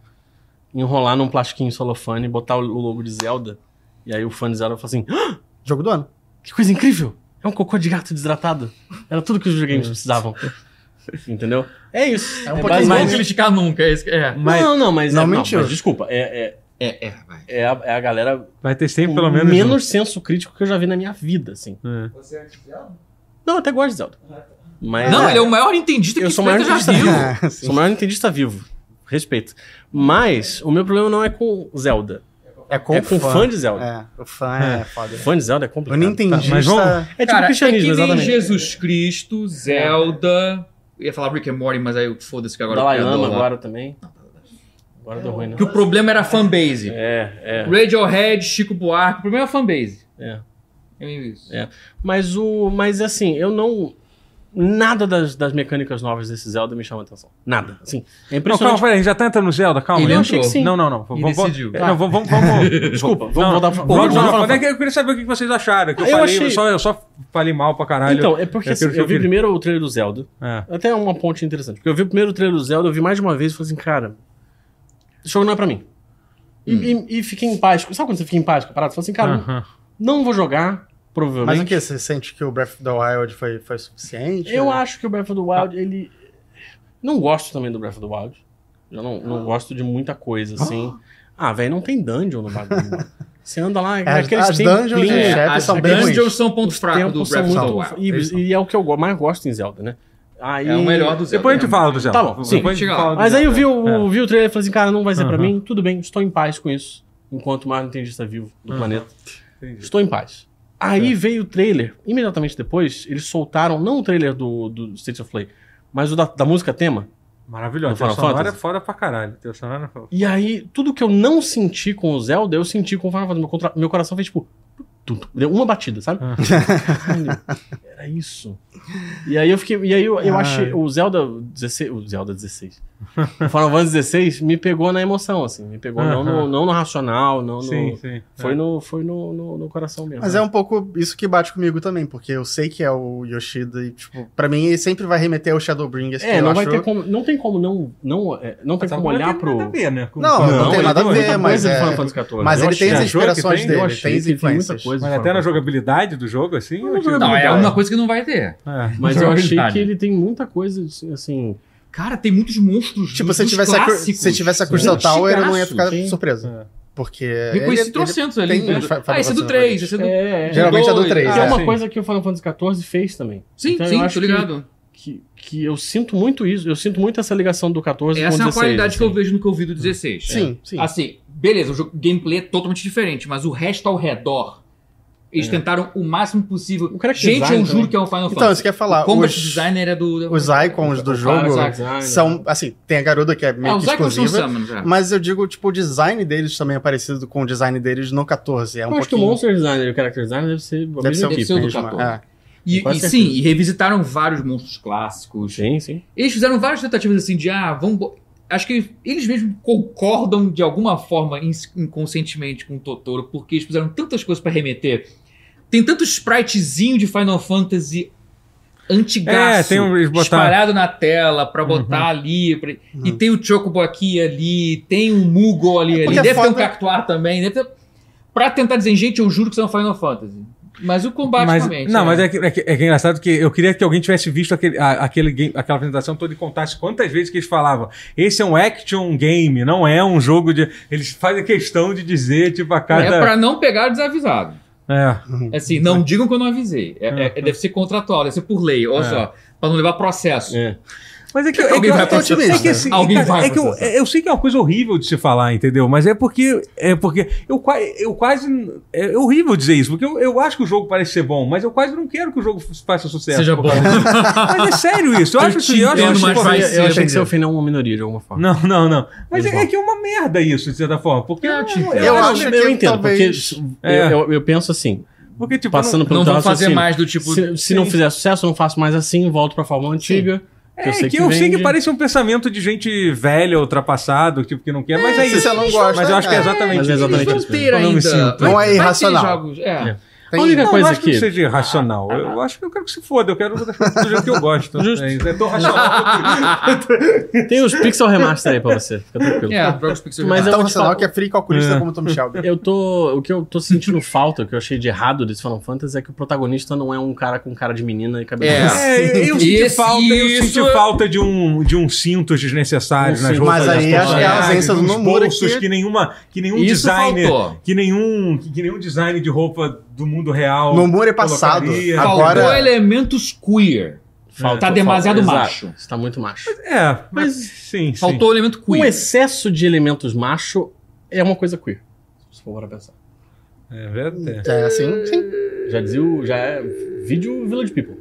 enrolar num plastiquinho celofane, botar o logo de Zelda, e aí o fã de Zelda fala assim: "Ah, Jogo do ano. que coisa incrível! É um cocô de gato desidratado. Era tudo que os videogames precisavam. Entendeu? É isso. É um É pouquinho Mas basicamente- não criticar nunca. é isso que- É. Mas- não, não, mas Não, é, mentiu. mas desculpa, é, é- É, é, vai. É a, é a galera Vai ter sempre com pelo menos. menos senso crítico que eu já vi na minha vida, assim. um. É. Você é Gisela? Não, eu até gosto de Zelda. Mas Não, ele é o maior entendista que eu esse sou o maior planeta já entendista viu. vivo. É, Sou o maior entendista vivo. Respeito. Mas o meu problema não é com Zelda. É com, é com fã. de Zelda. É, o fã é, foda. Fã de Zelda é O complicado. Nintendista. mas vamos- É tipo Cara, cristianismo, é que nem exatamente. Jesus Cristo, Zelda. Eu ia falar Rick and Morty, mas aí eu- foda-se que agora Dalai eu Lama dou lá. agora também. Agora deu ruim, né? Que o problema era a fanbase. É, é. Radiohead, Chico Buarque, o problema é a fanbase. É. É meio isso. É. Mas o. Mas assim, eu não. Nada das, das mecânicas novas desse Zelda me chama atenção. Nada. Assim, é Não, calma, impressionante. é um peraí, a gente já tá entrando no Zelda, calma. Ele Eu tipo achou. assim. achei que sim. Não, não, não. Ele Vamos, vamos, decidiu. é, Tá. não, vamos, vamos- Desculpa, vamos Não, voltar pra- vamos, vamos não, voltar pra- é que eu queria saber o que vocês acharam. Que eu, Ah, Eu falei, achei- eu, só, eu só falei mal pra caralho. então, é porque Eu assim, quero eu, que eu vi vire. primeiro o trailer do Zelda. É. Até uma ponte interessante. Porque eu vi o primeiro trailer do Zelda, eu vi mais de uma vez e falei assim, cara, esse jogo não é pra mim. E, Hum. e- e fiquei em paz. Sabe quando você fica em paz com a parada? Você fala assim, cara, Aham. não vou jogar, provavelmente. é Mas o que? Você sente que o Breath of the Wild foi, foi suficiente? Eu acho que o Breath of the Wild, ele. Não gosto também do Breath of the Wild. Eu não, Ah. não gosto de muita coisa, assim. Ah, velho, não tem dungeon no bagulho. mano. Você anda lá, é As- aqueles as templinhos, dungeons, Os É, chefes as são bem dungeons ruins. são ponto fraco do tempos são Breath of the muito. Wild. Eles E, são- e é o que eu go- mais gosto em Zelda, né? Aí, É o melhor do Zelda. Depois a gente né? fala do Zelda. Tá bom, sim. Depois a gente Chega lá. fala do Mas aí eu vi Zelda. o, vi o trailer e falei assim, cara, não vai ser pra Aham. mim. Tudo bem, estou em paz com isso. Enquanto o maior nintendista vivo do planeta. Entendi. Estou em paz. Aí veio o trailer. Imediatamente depois, eles soltaram, não o trailer do, do State of Play, mas o da, da música tema. Maravilhoso. A No trilha Final sonora é Fantasy? foda pra caralho. A trilha sonora é foda. E aí, tudo que eu não senti com o Zelda, eu senti com o Final Fantasy. Meu, contra- meu coração fez tipo. tum, tum, Deu uma batida, sabe? Ah. Caralho, era isso. E aí eu fiquei. E aí eu, eu Ah. achei. O Zelda 16. O Zelda 16. O Final Fantasy 16 me pegou na emoção, assim. Me pegou não, no, Aham. não no racional, não no. Sim, sim. É. Foi, no, foi no, no, no coração mesmo. Mas é um pouco isso que bate comigo também, porque eu sei que é o Yoshida e, tipo, pra mim ele sempre vai remeter ao Shadowbringers. que É, eu não acho... vai ter como. Não tem como não. Não, é, não tem como olhar pro. Não, tem nada a ver, né, com- Não, com- não tem ele nada a muita ver, mas coisa do é- Final Fantasy XIV. Mas Eu ele tem achei- as achou que inspirações tem? eu dele, achei tem as que tem muita influências. Mas coisa. do até na Final Fantasy. jogabilidade do jogo, assim. eu achei- Não, é uma coisa que não vai ter. É. Mas eu achei Jogabilidade. que ele tem muita coisa, assim, assim. Cara, tem muitos monstros. Tipo, se dos tivesse, a, Cru- clássicos. se tivesse a Sim. Crystal Tower, eu não ia Chicaço. ficar sim. surpreso. É. Porque. Me ele- conheci ele- trocentos ali. tem uns fa- Ah, esse é do Final 3, esse é do... É, é. Geralmente é do Dois. Que três, é Ah, uma sim. coisa que o Final Fantasy XIV fez também. Sim, Então, eu sim, acho tô que- ligado. Que, que eu sinto muito isso. Eu sinto muito essa ligação do 14 Essa com é o uma 16. qualidade que eu assim. vejo no que eu vi do 16. Sim, sim. Assim, beleza, o jogo, gameplay é totalmente diferente, mas o resto ao redor, eles tentaram o máximo possível. O character Gente, design eu juro também. que é um Final É. Então, isso Fantasy. que eu ia falar. o combat Os, designer é do... os icons do Ah, jogo Zack Snyder. são. Assim, tem a garota que é É, meio os que icons são exclusiva. summons, é. Mas eu digo, tipo, o design deles também é parecido com o design deles no 14. É um eu acho que o pouquinho. Monster Designer e o Character Designer deve ser a Deve ser mesma o equipe. ser o do né? 14. É. E, com e certeza. sim, e revisitaram vários monstros clássicos. Sim, sim. Eles fizeram várias tentativas assim de, ah, vamos... bo- Acho que eles mesmos concordam de alguma forma ins- inconscientemente com o Totoro, porque eles fizeram tantas coisas pra remeter. Tem tanto spritezinho de Final Fantasy É, antigaço tem um. eles botaram- espalhado na tela pra botar ali. pra- E Uhum. tem o Chocobo aqui ali, tem um Mugo ali, É, ali. porque Deve é ter um foda- Cactuar também. Deve ter... Pra tentar dizer, gente, eu juro que isso é um Final Fantasy. Mas o combate Mas, realmente, não, é. mas é que, é, que, é que é engraçado que eu queria que alguém tivesse visto aquele, a- aquele game- aquela apresentação toda e contasse quantas vezes que eles falavam. Esse é um action game, não é um jogo de. Eles fazem questão de dizer, tipo, a É cada. pra não pegar o desavisado. É. É Assim, não digam que eu não avisei. É, é- é- deve ser contratual, deve ser por lei. Olha É. só, pra não levar processo. É. Mas é que, é que Alguém eu vai né? eu tô processar. otimista. É que, assim, Alguém cara, vai é que eu, processar. eu sei que é uma coisa horrível de se falar, entendeu? Mas é porque. É porque eu, qua- eu quase. É horrível dizer isso, porque eu, eu acho que o jogo parece ser bom, mas eu quase não quero que o jogo faça sucesso. Seja bom. Mas é sério isso. Eu, Eu acho te que. Eu acho entendo, que- tipo, mas Eu vai achei- ser, eu achei que você entendeu? ofendeu é uma minoria de alguma forma. Não, não, não. Mas Eles é, vão. é que é uma merda isso, de certa forma. Porque Eu te entendo. Eu acho eu, que entendo, talvez- porque É. eu, eu- eu penso assim, Porque, tipo, passando pelo Não teu vão fazer raciocínio, mais do tipo. Se, se não fizer sucesso, eu não faço mais assim, volto pra fórmula antiga. não- que é eu sei que que eu sei que vende. parece um pensamento de gente velha, ultrapassado, tipo, que não quer, mas é se isso. você não gosta, mas eu acho que é é. exatamente Mas é isso. exatamente Eles isso vão ter mesmo. Eu não me ainda. sinto. Vai- Não é vai ter irracional. jogos, é. A Tem- única Não, coisa eu eu acho acho que não que seja irracional. Eu acho que eu quero que se foda. Eu quero do jeito que eu gosto. É tão racional. Tem os Pixel Remaster aí pra você, fica tranquilo. É, jogos pixel remaster. Mas eu Então, vou te falar- racional que é free calculista É. como Tom Shelby. Eu tô. O que eu tô sentindo falta, o que eu achei de errado desse Final Fantasy é que o protagonista não é um cara com cara de menina e cabelo. É. branco. É, eu senti, Esse- falta, eu isso- senti falta de um, de um cinto desnecessário Um nas cinto. roupas. Mas aí das acho que é a personagens, ausência do uns Nomura bolsos que- que nenhuma, que nenhum Isso é um designer, faltou. que nenhum, que, que nenhum design de roupa do mundo real. Nomura é passado. colocaria. Agora- Faltou elementos queer. Falta, Tá demasiado falta, macho. exato. Você tá muito macho. É, mas, sim, sim. Faltou o elemento Um queer. excesso de elementos macho é uma coisa queer. Se for para pensar. É verdade. É, sim, sim. Já dizia o. Já é vídeo Village People.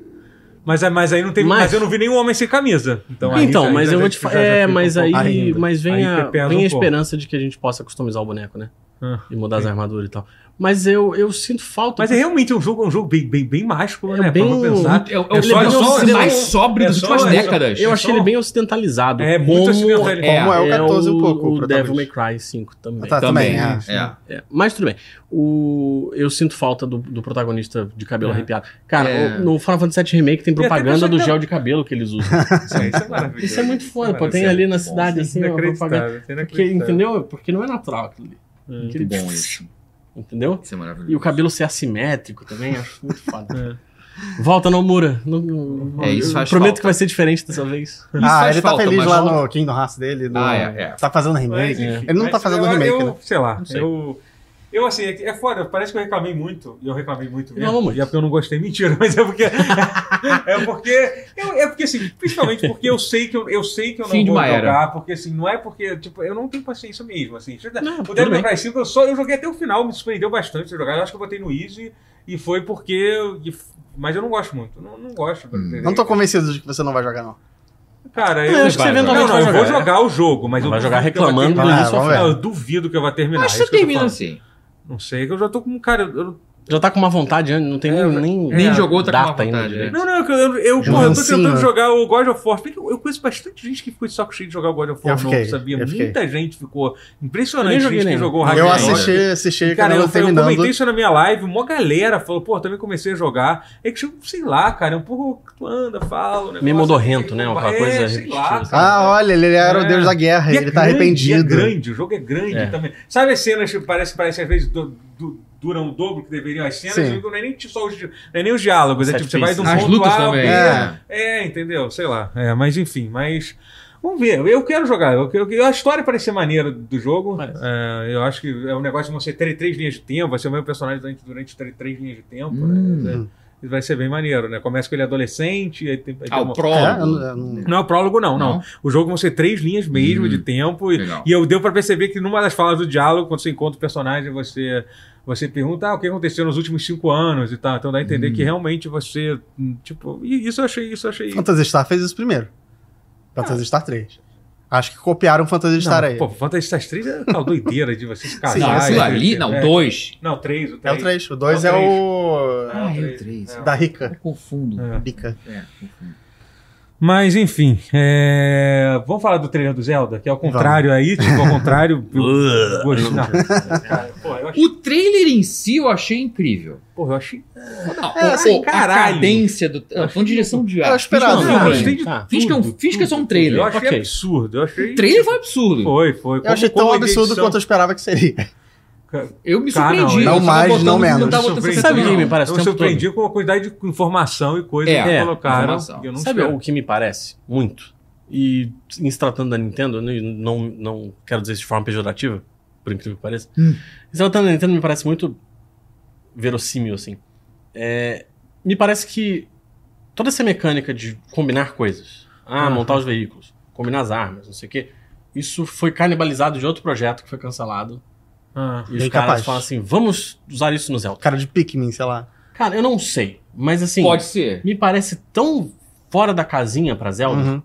Mas, é, mas aí não teve, Mas- mas... eu não vi nenhum homem sem camisa. Então, aí então, já- mas já- eu já- vou te já- falar. já É, fica um mas pouco- aí, ainda. mas vem Aí a, pesa vem um a pouco. esperança de que a gente possa customizar o boneco, né? Ah, e mudar as armaduras e tal. Mas eu, eu sinto falta. Mas é realmente um jogo, um jogo bem, bem, bem mágico, É né? bem- Pra eu pensar. É, o- é É o só- Final é só- Fantasy mais é sóbrio é das só- últimas é só- décadas. eu achei só- ele bem ocidentalizado. É, muito como ocidentalizado. É, Como é, o 14 o, um pouco, o o Devil May protagonista. Cry 5 também. Tá, também, Também, é. É. É, mas tudo bem. O, eu sinto falta do, do protagonista de cabelo É. arrepiado. Cara, É. o- no Final Fantasy VII Remake tem até propaganda pensei do que gel de cabelo que eles usam. Isso é maravilhoso. Isso é muito foda, pô. maravilhoso. é Tem ali na cidade, assim, uma propaganda. Inacreditável, Porque, inacreditável. entendeu? Porque não é natural aquilo ali. Muito Aquele- bom isso. Entendeu? Isso é maravilhoso. E o cabelo ser assimétrico também, acho muito foda. Volta no Mura. No, no- É, isso eu faz prometo falta. que vai ser diferente dessa vez. Isso ah, faz ele tá falta, feliz mas lá falta- no Kingdom Hearts dele. no- Ah, é, é. Tá fazendo Mas, remake. enfim, Ele não tá mas fazendo eu- remake, eu, né? Sei lá, sei. eu... Eu, assim, é, que- é foda, parece que eu reclamei muito, e eu reclamei muito mesmo, Reclamou muito. e é porque eu não gostei, mentira, mas é porque, é porque, eu- é porque, assim, principalmente porque eu sei que eu, eu sei que eu não Fim de vou uma era. jogar, porque, assim, não é porque, tipo, eu não tenho paciência mesmo, assim, Não, o tudo Devil May bem. Cry 5 eu, só, eu joguei até o final, me surpreendeu bastante de jogar, eu acho que eu botei no easy, e foi porque, eu- e f- mas eu não gosto muito, eu não, não gosto. entendeu? Hum. Não tô convencido de que você não vai jogar, não. Cara, Não, eu, eu É, acho que você eventualmente não, não, vai eu vou jogar, jogar o jogo, mas eu vai duvido jogar que eu vá reclamando do terminar. Ah, início ao vamos ver. final. Não, eu duvido que eu vá terminar. é Mas Ah, isso você que eu tô termina falando. assim. Não sei, que eu já tô com. um Cara, eu- eu. Já tá com uma vontade, né? não tem É, nem, nem, Nem jogou, tá com uma data ainda vontade, né? direito. Não, não, eu, eu, eu, Já porra, eu tô lancinho, tentando né? jogar o God of War. Porque Eu, eu conheço bastante gente que ficou de saco cheio de jogar o God of War Eu fiquei, novo, sabia? eu fiquei. Muita gente ficou. Eu nem Impressionante joguei gente que nenhum. jogou o Eu Ragnarok. assisti, assisti Cara, eu, eu eu terminando. comentei isso na minha live, uma galera falou, pô, também comecei a jogar. É que, tipo, sei lá, cara, é um pouco tu anda, fala. o negócio- Meio modorrento, né? Aquela é, coisa Sei lá, repetitiva. assim. cara. Ah, olha, ele era o É. deus da guerra, E ele tá grande, arrependido. e É grande, o jogo é grande É. também. Sabe as cenas que parece, parece que às vezes du- du- duram o dobro que deveriam as cenas? Sim. e Não é nem só os, di- não é nem os diálogos, é Set tipo, você vai de um As ponto lutas A ao também. B. É. É, entendeu? Sei lá. É, mas enfim, mas. Vamos ver, eu quero jogar. Eu, eu- a história parece ser maneira do jogo. Parece. É, eu acho que é um negócio de você ter três linhas de tempo, vai ser o mesmo personagem durante, durante três, três linhas de tempo. né? Hum. É, Vai ser bem maneiro, né? Começa com ele adolescente, aí tem, aí tem Ah, uma- É, eu o não- prólogo. eu não- Não, prólogo não, não. Não? O jogo vão ser três linhas mesmo Hum. de tempo. E, Legal. e eu deu pra perceber que numa das falas do diálogo, quando você encontra o personagem, você, você pergunta ah, o que aconteceu nos últimos cinco anos e tal. Então dá a entender Hum. que realmente você. hum, Tipo, e isso eu achei, isso eu achei. Phantasy Star fez isso primeiro. Phantasy Star 3. Acho que copiaram Phantasy Star aí. Ah. Pô, Fantasy Star 3 é aquela doideira de você se Não, casar. aquilo e- ali, não, é. dois. assim, Não, três, o É o três. 3. O 2 É é o o. Ah, é é o o três. três. Da Rica. Eu confundo. É. Bica. É, confundo. Mas enfim, é, vamos falar do trailer do Zelda, que é ao contrário aí, tipo, ao contrário. eu- Gosto, não. Cara, porra, eu achei, O trailer em si eu achei incrível. porra, eu achei. Não, É, o- assim, o- a caralho. cadência do. ah, Falando de direção de Era arte. esperado, Fiz que é um né? eu filme. gostei de Tá. Fiz que é um- tudo, fiz que é só um tudo. trailer. Eu achei Ok. absurdo. Eu achei. O trailer foi um absurdo. Foi, foi. Eu achei tão absurdo quanto eu esperava que seria. Eu me Cara, não, surpreendi. não eu tava mais, botando- não menos. tava botando Surpreendi. Sabe o que me sensacional. parece Eu o me tempo todo? surpreendi com a quantidade de informação e coisa É, que colocaram. informação. que Eu não Sabe esperava. o que me parece muito? E em se tratando da Nintendo, eu não, não, não quero dizer isso de forma pejorativa, por incrível que pareça. Hum. Em se tratando da Nintendo, me parece muito verossímil, assim. É, me parece que toda essa mecânica de combinar coisas, ah, Aham. montar os veículos, combinar as armas, não sei o quê, isso foi canibalizado de outro projeto que foi cancelado. Ah, E os Bem caras capaz. falam assim, vamos usar isso no Zelda. Cara de Pikmin, sei lá. Cara, eu não sei, mas assim, Pode ser. me parece tão fora da casinha pra Zelda. Uhum.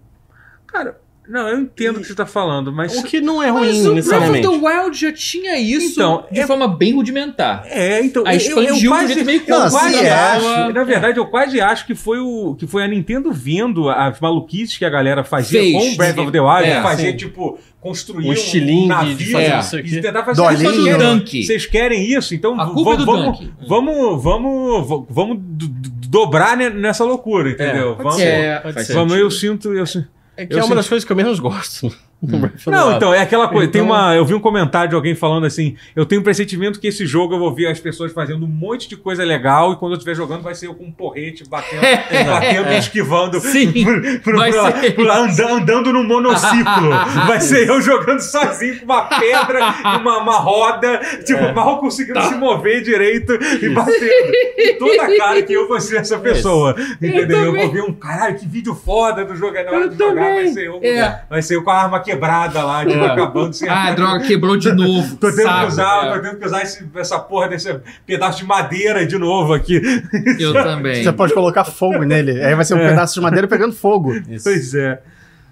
Cara, Não, eu entendo o que você tá falando, mas. O que não é ruim, Mas o Breath of necessariamente. the Wild já tinha isso Então, de é- forma bem rudimentar. É, então. Aí eu, eu, expandiu de eu um quase jeito meio Não, assim, quase é, acho. acho- Na verdade, eu quase acho que foi, o, que foi a Nintendo vendo as maluquices que a galera fazia Fez, com o Breath sim. of the Wild, É, fazer, sim. tipo, construir Um estilingue de navio fazer é. não sei o e quê. tentar fazer vocês Dolinho. querem- Dunk. Vocês querem isso? Então A culpa é do vamos, vamos, Dunk. vamos, vamos, vamos, do- do- dobrar ne- nessa loucura, entendeu? pode vamos, É, Pode faz ser. vamos eu sentido. sinto, eu sinto. É que Eu é senti- uma das coisas que eu menos gosto. do Breath of the Não, Wild. então, é aquela coisa. Tem Então- uma, eu vi um comentário de alguém falando assim: eu tenho um pressentimento que esse jogo eu vou ver as pessoas fazendo um monte de coisa legal e quando eu estiver jogando vai ser eu com um porrete batendo, batendo e esquivando. É. Sim, pro- pro- vai pro- ser pro- anda- andando num monociclo. vai ser eu jogando sozinho com uma pedra e uma, uma roda, tipo, É. mal conseguindo Tá. se mover direito e batendo. E toda a cara que eu vou ser essa pessoa. Entendeu? Eu, vou ver um caralho, que vídeo foda do jogo. Aí na hora Eu de jogar vai também. ser eu. É. Vai ser eu com a arma quebrada lá, tipo, É. acabando sem Ah, é. droga, quebrou de novo. Tô tendo que Saco, usar, cara. tô tendo que usar esse- essa porra desse pedaço de madeira de novo aqui. É, Eu também. Você pode colocar fogo nele. Aí vai ser um É. pedaço de madeira pegando fogo. Isso. Pois é.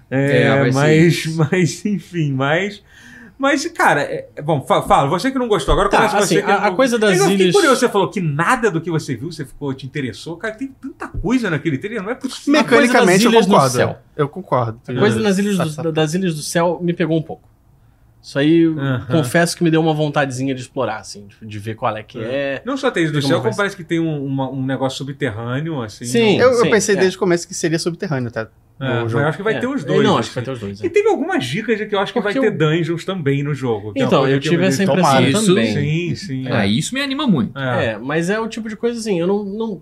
É, É, vai ser mas, isso. mas, enfim, mas. Mas, cara, é- é bom, fa- fala, você que não gostou, agora Tá, começa você. assim, que a- não- a coisa das eu fiquei ilhas- curioso, você falou que nada do que você viu, você ficou, te interessou. Cara, tem tanta coisa naquele trailer, não é possível. Meca- Mecanicamente eu ilhas no concordo. céu. Eu concordo. A então, coisa nas ilhas do- da- das Ilhas do Céu me pegou um pouco. Isso aí, Aham. confesso que me deu uma vontadezinha de explorar, assim, tipo, de ver qual é que é. Não só tem isso do Como céu, vai como ser? parece que tem um, uma- um negócio subterrâneo, assim. Sim. não- Eu, eu pensei é. desde o começo que seria subterrâneo tá? até. É, no mas jogo. eu acho que vai É. ter os É, dois. Não, assim. acho que vai ter os dois. é. E teve algumas dicas de que eu acho que Porque vai ter eu- dungeons também no jogo. que é uma Então, coisa eu que tive me essa disse. impressão Tomara. Isso, Sim, também. sim. Ah, isso me anima muito. É. É, mas é o tipo de coisa assim, eu não. não-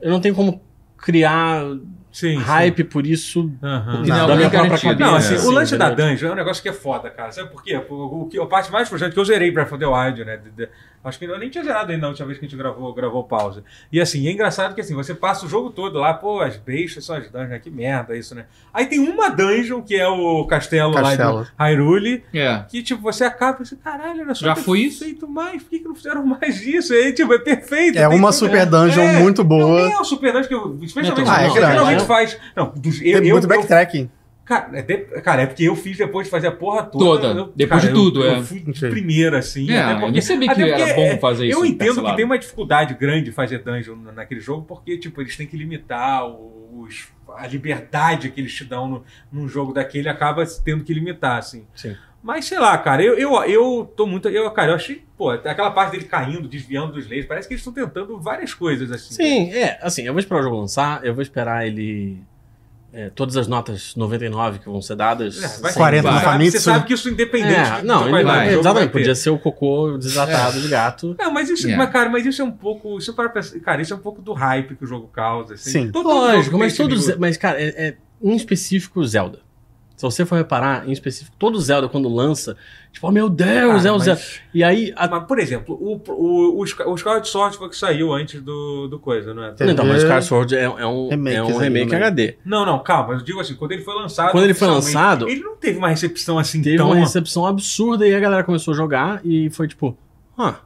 eu não tenho como criar Sim, sim. hype por isso Aham. Não, da não Ah. minha é própria garantido. cabeça. Não, assim, É, o lance da entendeu? dungeon é um negócio que é foda, cara. Sabe por quê? O, o, que- a parte mais frustrante é que eu zerei Breath of the Wild, né? De- de- acho que eu nem tinha zerado ainda na última vez que a gente gravou, gravou pausa. E assim, é engraçado que assim, você passa o jogo todo lá, pô, as bestas são as dungeons, né? que merda isso, né? Aí tem uma dungeon, que é o castelo, lá Castelo. do Hyrule, É. que tipo, você acaba assim, caralho, era só Já ter foi isso? feito mais, por que, que não fizeram mais isso? E aí, tipo, é perfeito. É tem uma tudo. super dungeon É. muito Não, boa. nem é o super dungeon, que eu, especialmente, Não, é você grande, geralmente né? faz. Não, dos, eu, Tem eu, muito eu, backtracking. Cara é, de- cara, é porque eu fiz depois de fazer a porra toda. Toda. Eu- Depois cara, de tudo, eu, é. Eu fui de Sim. primeira, assim. É, até eu nem sabia que até porque era é- bom fazer isso. Eu entendo que parcelado. tem uma dificuldade grande fazer dungeon na- naquele jogo, porque, tipo, eles têm que limitar os, a liberdade que eles te dão no, num jogo daquele, acaba se tendo que limitar, assim. Sim. Mas, sei lá, cara, eu, eu, eu tô muito... Eu, cara, eu achei, pô, aquela parte dele caindo, desviando dos leis, parece que eles estão tentando várias coisas, assim. Sim, é. Assim, eu vou esperar o jogo lançar, eu vou esperar ele. é, todas as notas 99 que vão ser dadas. É, vai- 40 você no sabe- Famitsu. Você sabe que isso independente É, da não, ele qualidade do vai, jogo vai exatamente. ter. É. Podia ser o cocô desatado de gato. Não, mas isso, Yeah. mas, cara, mas isso é um pouco. Isso é para pensar, cara, isso é um pouco do hype que o jogo causa. Assim. Sim. Todo jogo Lógico, tem mas esse tipo todos. nível. Mas, cara, é, é em específico Zelda. Se você for reparar, em específico, todo Zelda, quando lança, tipo, oh meu Deus, Ah, é o mas- Zelda. E aí. A... Mas, por exemplo, o, o, o, Sc- o Skyward Sword foi o que saiu antes do, do coisa, não é? Teve- Então, mas Scar Sword é, é um remake, Remakes é um ainda, remake né? HD. Não, não, calma, eu digo assim, quando ele foi lançado. Quando ele foi oficialmente, lançado- Ele não teve uma recepção assim Teve tão. uma recepção absurda e a galera começou a jogar e foi tipo. Ah,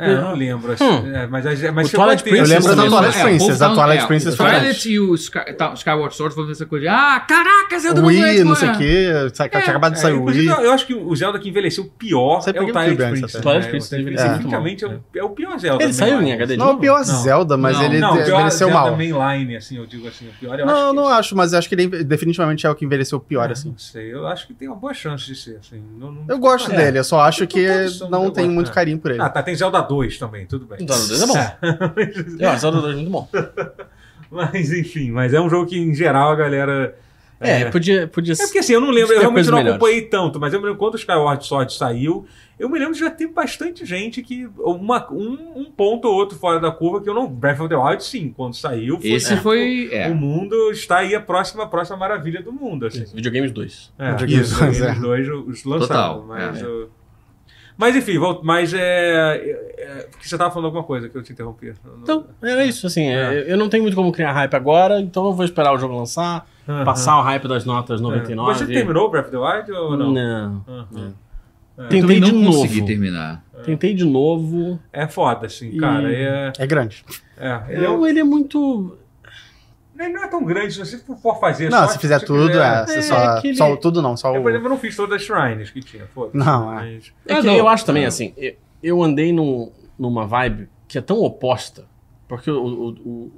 É, eu não lembro. Assim, Hum. é, mas mas chegou Twilight a ter- tipo Eu Princess lembro da também, Twilight É, o Princess. povo A tava- Twilight é, Princess O foi antes. Twilight e o Sky- tá, o Skyward Sword foram essa coisa de ah, caraca, Zelda Wii, Moleque, não mano." sei o quê. sa- Tinha acabado de É, sair o inclusive, Wii. eu- eu acho que o Zelda que envelheceu pior Sempre é o que Twilight eu vi Princess. antes, Twilight né? Princess O Twilight é Princess, muito bom. Infinitamente é o- é o pior Zelda. ele né? saiu em HD de Não, o novo? pior é Não. Zelda, mas Não, ele Não, o pior é envelheceu Zelda mal. mainline, assim, eu digo assim, o pior eu acho Não, que não acho, mas acho que ele definitivamente é o que envelheceu pior, É, assim. Não sei, eu acho que tem uma boa chance de ser, assim. Não, não- Eu gosto É. dele, eu só acho que todos são não eu tenho gosto, muito é. carinho por ele. Ah, tá, tem Zelda 2 também, tudo bem. Zelda 2 é bom. Eu acho É, Zelda 2 muito bom. Mas enfim, mas é um jogo que em geral a galera. É, é podia, podia ser. porque assim, eu não lembro, eu Tem realmente coisas não melhores. acompanhei tanto, mas eu me lembro quando o Skyward Sword saiu, eu me lembro de já ter bastante gente que. Uma, um, um ponto ou outro fora da curva que eu não. Breath of the Wild, sim, quando saiu. Esse tipo, foi. É. O mundo está aí a próxima, a próxima maravilha do mundo, assim. Videogames 2. É, Digamos, isso, mas é. eles dois os lançaram. Total, Mas, é. eu- mas enfim, vol- mas é, é, é, Porque você tava falando alguma coisa que eu te interrompi. Então, era isso, assim. é, É. Eu não tenho muito como criar hype agora, então eu vou esperar o jogo lançar, Aham. passar o hype das notas É. 99. Você terminou Breath of the Wild ou não? Não. Aham. Eu Tentei também de não novo. consegui terminar. Tentei de novo. É foda, assim, E- cara. É, É grande. é, Não, eu- ele é muito. Nem não é tão grande, se você for fazer Não, só se se fizer você tudo, quiser. é, você É, só, aquele- só o tudo não, só Eu, o... por exemplo, eu não fiz todas as shrines que tinha, foda Não, é. mas... É Ah, que não. eu acho também, Ah. assim, eu- eu andei num- numa vibe que é tão oposta. Porque o, o, o-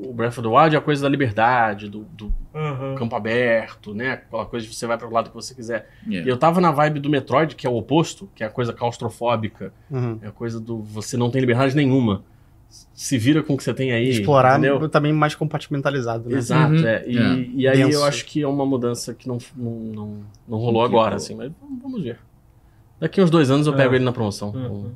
o- o Breath of the Wild é a coisa da liberdade, do, do Aham. campo aberto, né? Aquela coisa de você vai pro lado que você quiser. E É. eu tava na vibe do Metroid, que é o oposto, que é a coisa claustrofóbica, Uhum. é a coisa do você não tem liberdade nenhuma. Se vira com o que você tem aí. Explorar um entendeu? também mais compartimentalizado, né? Exato, Uhum. é. E, É. e aí Denso. eu acho que é uma mudança que não, não, não, não rolou Não ficou. agora, assim, mas vamos vamos ver. Daqui uns dois anos eu É. pego ele na promoção. Uhum.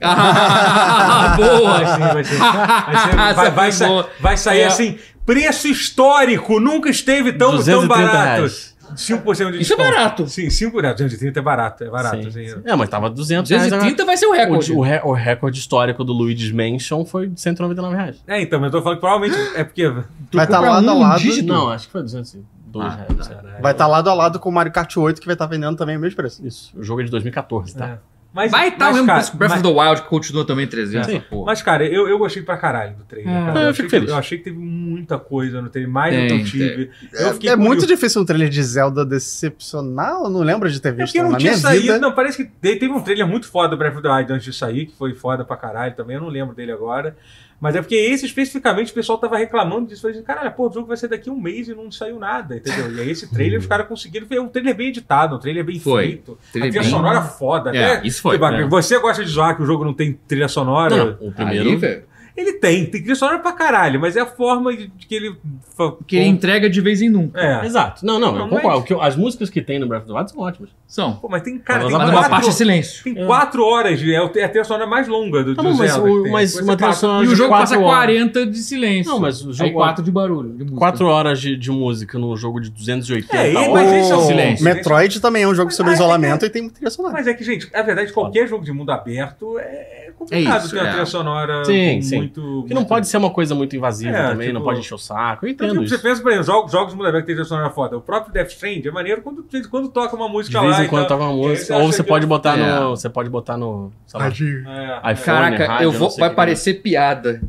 Ah, boa! Assim, vai ser- vai ser- vai- Essa vai foi sa- boa. Vai sair É. assim, preço histórico, nunca esteve tão, tão 230 barato. reais. 5% de Isso é desconto. barato. Sim, 5 reais, 230 é barato, é barato. Sim, assim, sim. É, mas tava 200 reais agora. 230 vai ser o recorde. O, o, re- o recorde histórico do Luigi's Mansion foi de 199 reais. É, então, mas eu tô falando que provavelmente é porque. Vai estar compra lado a um lado, dígito? Não, acho que foi 202 Ah, reais. tá. cara. vai estar lado a lado com o Mario Kart 8, que vai estar vendendo também o mesmo preço. Isso, o jogo é de 2014, tá? É. Mas, Vai estar o mas, mesmo cara, preço que Breath mas, of the Wild, que continua também 300. Sim. essa porra. mas, cara, eu, eu gostei pra caralho do trailer. É. cara. Não, eu achei fico que, feliz. eu achei que teve muita coisa no trailer, mais do que eu Tem, tive. Eu fiquei É, é curioso. muito difícil um trailer de Zelda decepcionar, eu não lembro de ter É visto. porque não Na tinha minha saído. vida, Não, parece que te- teve um trailer muito foda do Breath of the Wild antes de sair, que foi foda pra caralho também. Eu não lembro dele agora. Mas é porque esse especificamente o pessoal tava reclamando disso. Falei assim, caralho, pô, o jogo vai ser daqui a um mês e não saiu nada, entendeu? E aí esse trailer os caras conseguiram. É um trailer bem editado, um trailer bem Uhum. Foi. feito. Trilha a trilha bem- sonora foda, É, até. isso foi. Tipo, é. Você gosta de zoar que o jogo não tem trilha sonora? Não, o primeiro. Aí, velho, Ele tem, tem trilha sonora pra caralho, mas é a forma de de que ele. fa- que ele entrega de vez em nunca. É. Exato. Não, não, Não, eu mas- concordo. O que eu- as músicas que tem no Breath of the Wild são ótimas. São. Pô, mas tem, cara, Mas tem Mas Quatro- uma parte é silêncio. Tem 4 horas, de- é o- é a trilha sonora mais longa do, Tá do bom, mas Zelda. o- que tem. mas Depois uma você trilha passa- sonora- E o jogo Quatro passa horas. 40 de silêncio. Não, mas o jogo- Aí 4 de barulho. de música. 4 horas de, de música num jogo de 280 É, e- horas. mas esse é o- Silêncio. Metroid também é um jogo Mas- sobre ah, é, isolamento e tem trilha sonora. Mas é que, gente, na verdade, qualquer jogo de mundo aberto é É complicado isso, ter uma é. trilha sonora Sim, muito, sim. muito. Que não pode ser uma coisa muito invasiva É, também, não tipo- pode encher o saco. Eu Então, entendo tipo, você isso. pensa, por exemplo, jogos, jogos de mundo aberto que tem trilha sonora foda. O próprio Death Strand é maneiro quando, de vez em quando toca uma De música vez lá. então, em quando toca uma aí música. você Ou acha você que- pode botar É. no. Você pode botar no. sei lá, Tadinho. É, é. iPhone. Caraca, rádio, eu não vou, sei é. o vai que parecer piada.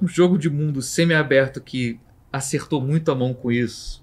Um jogo de mundo semi-aberto que acertou muito a mão com isso.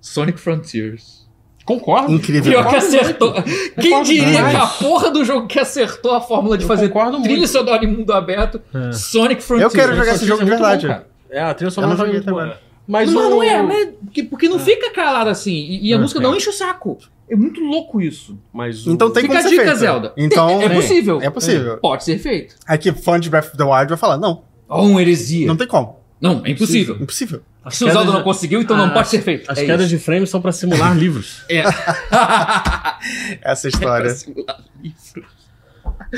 Sonic Frontiers. Concordo. Incrível. Pior que acertou. Quem Concordo diria demais. que a porra do jogo que acertou a fórmula de Eu fazer concordo muito. trilha sonora em mundo aberto, É. Sonic Eu Frontiers. quero jogar esse Sonic jogo de é muito bom, verdade. cara. É, a trilha Eu sonora não foi joguei muito até boa. agora. Mas Mas não, o... não é, mas porque, porque não fica calado assim. E, e a Ah, música é. não enche o saco. É muito louco isso. Mas o... Então tem Fica como a ser dica, feito. Zelda. Então, É possível. é possível. Pode ser feito. Aqui, fã de Breath of the Wild vai falar, não, Ó, um heresia. não Não, tem como. é impossível. Impossível. As Se o Zelda quedas- não conseguiu, então Ah, não pode ser feito. As É quedas isso. de frame são pra simular livros. É. Essa é história.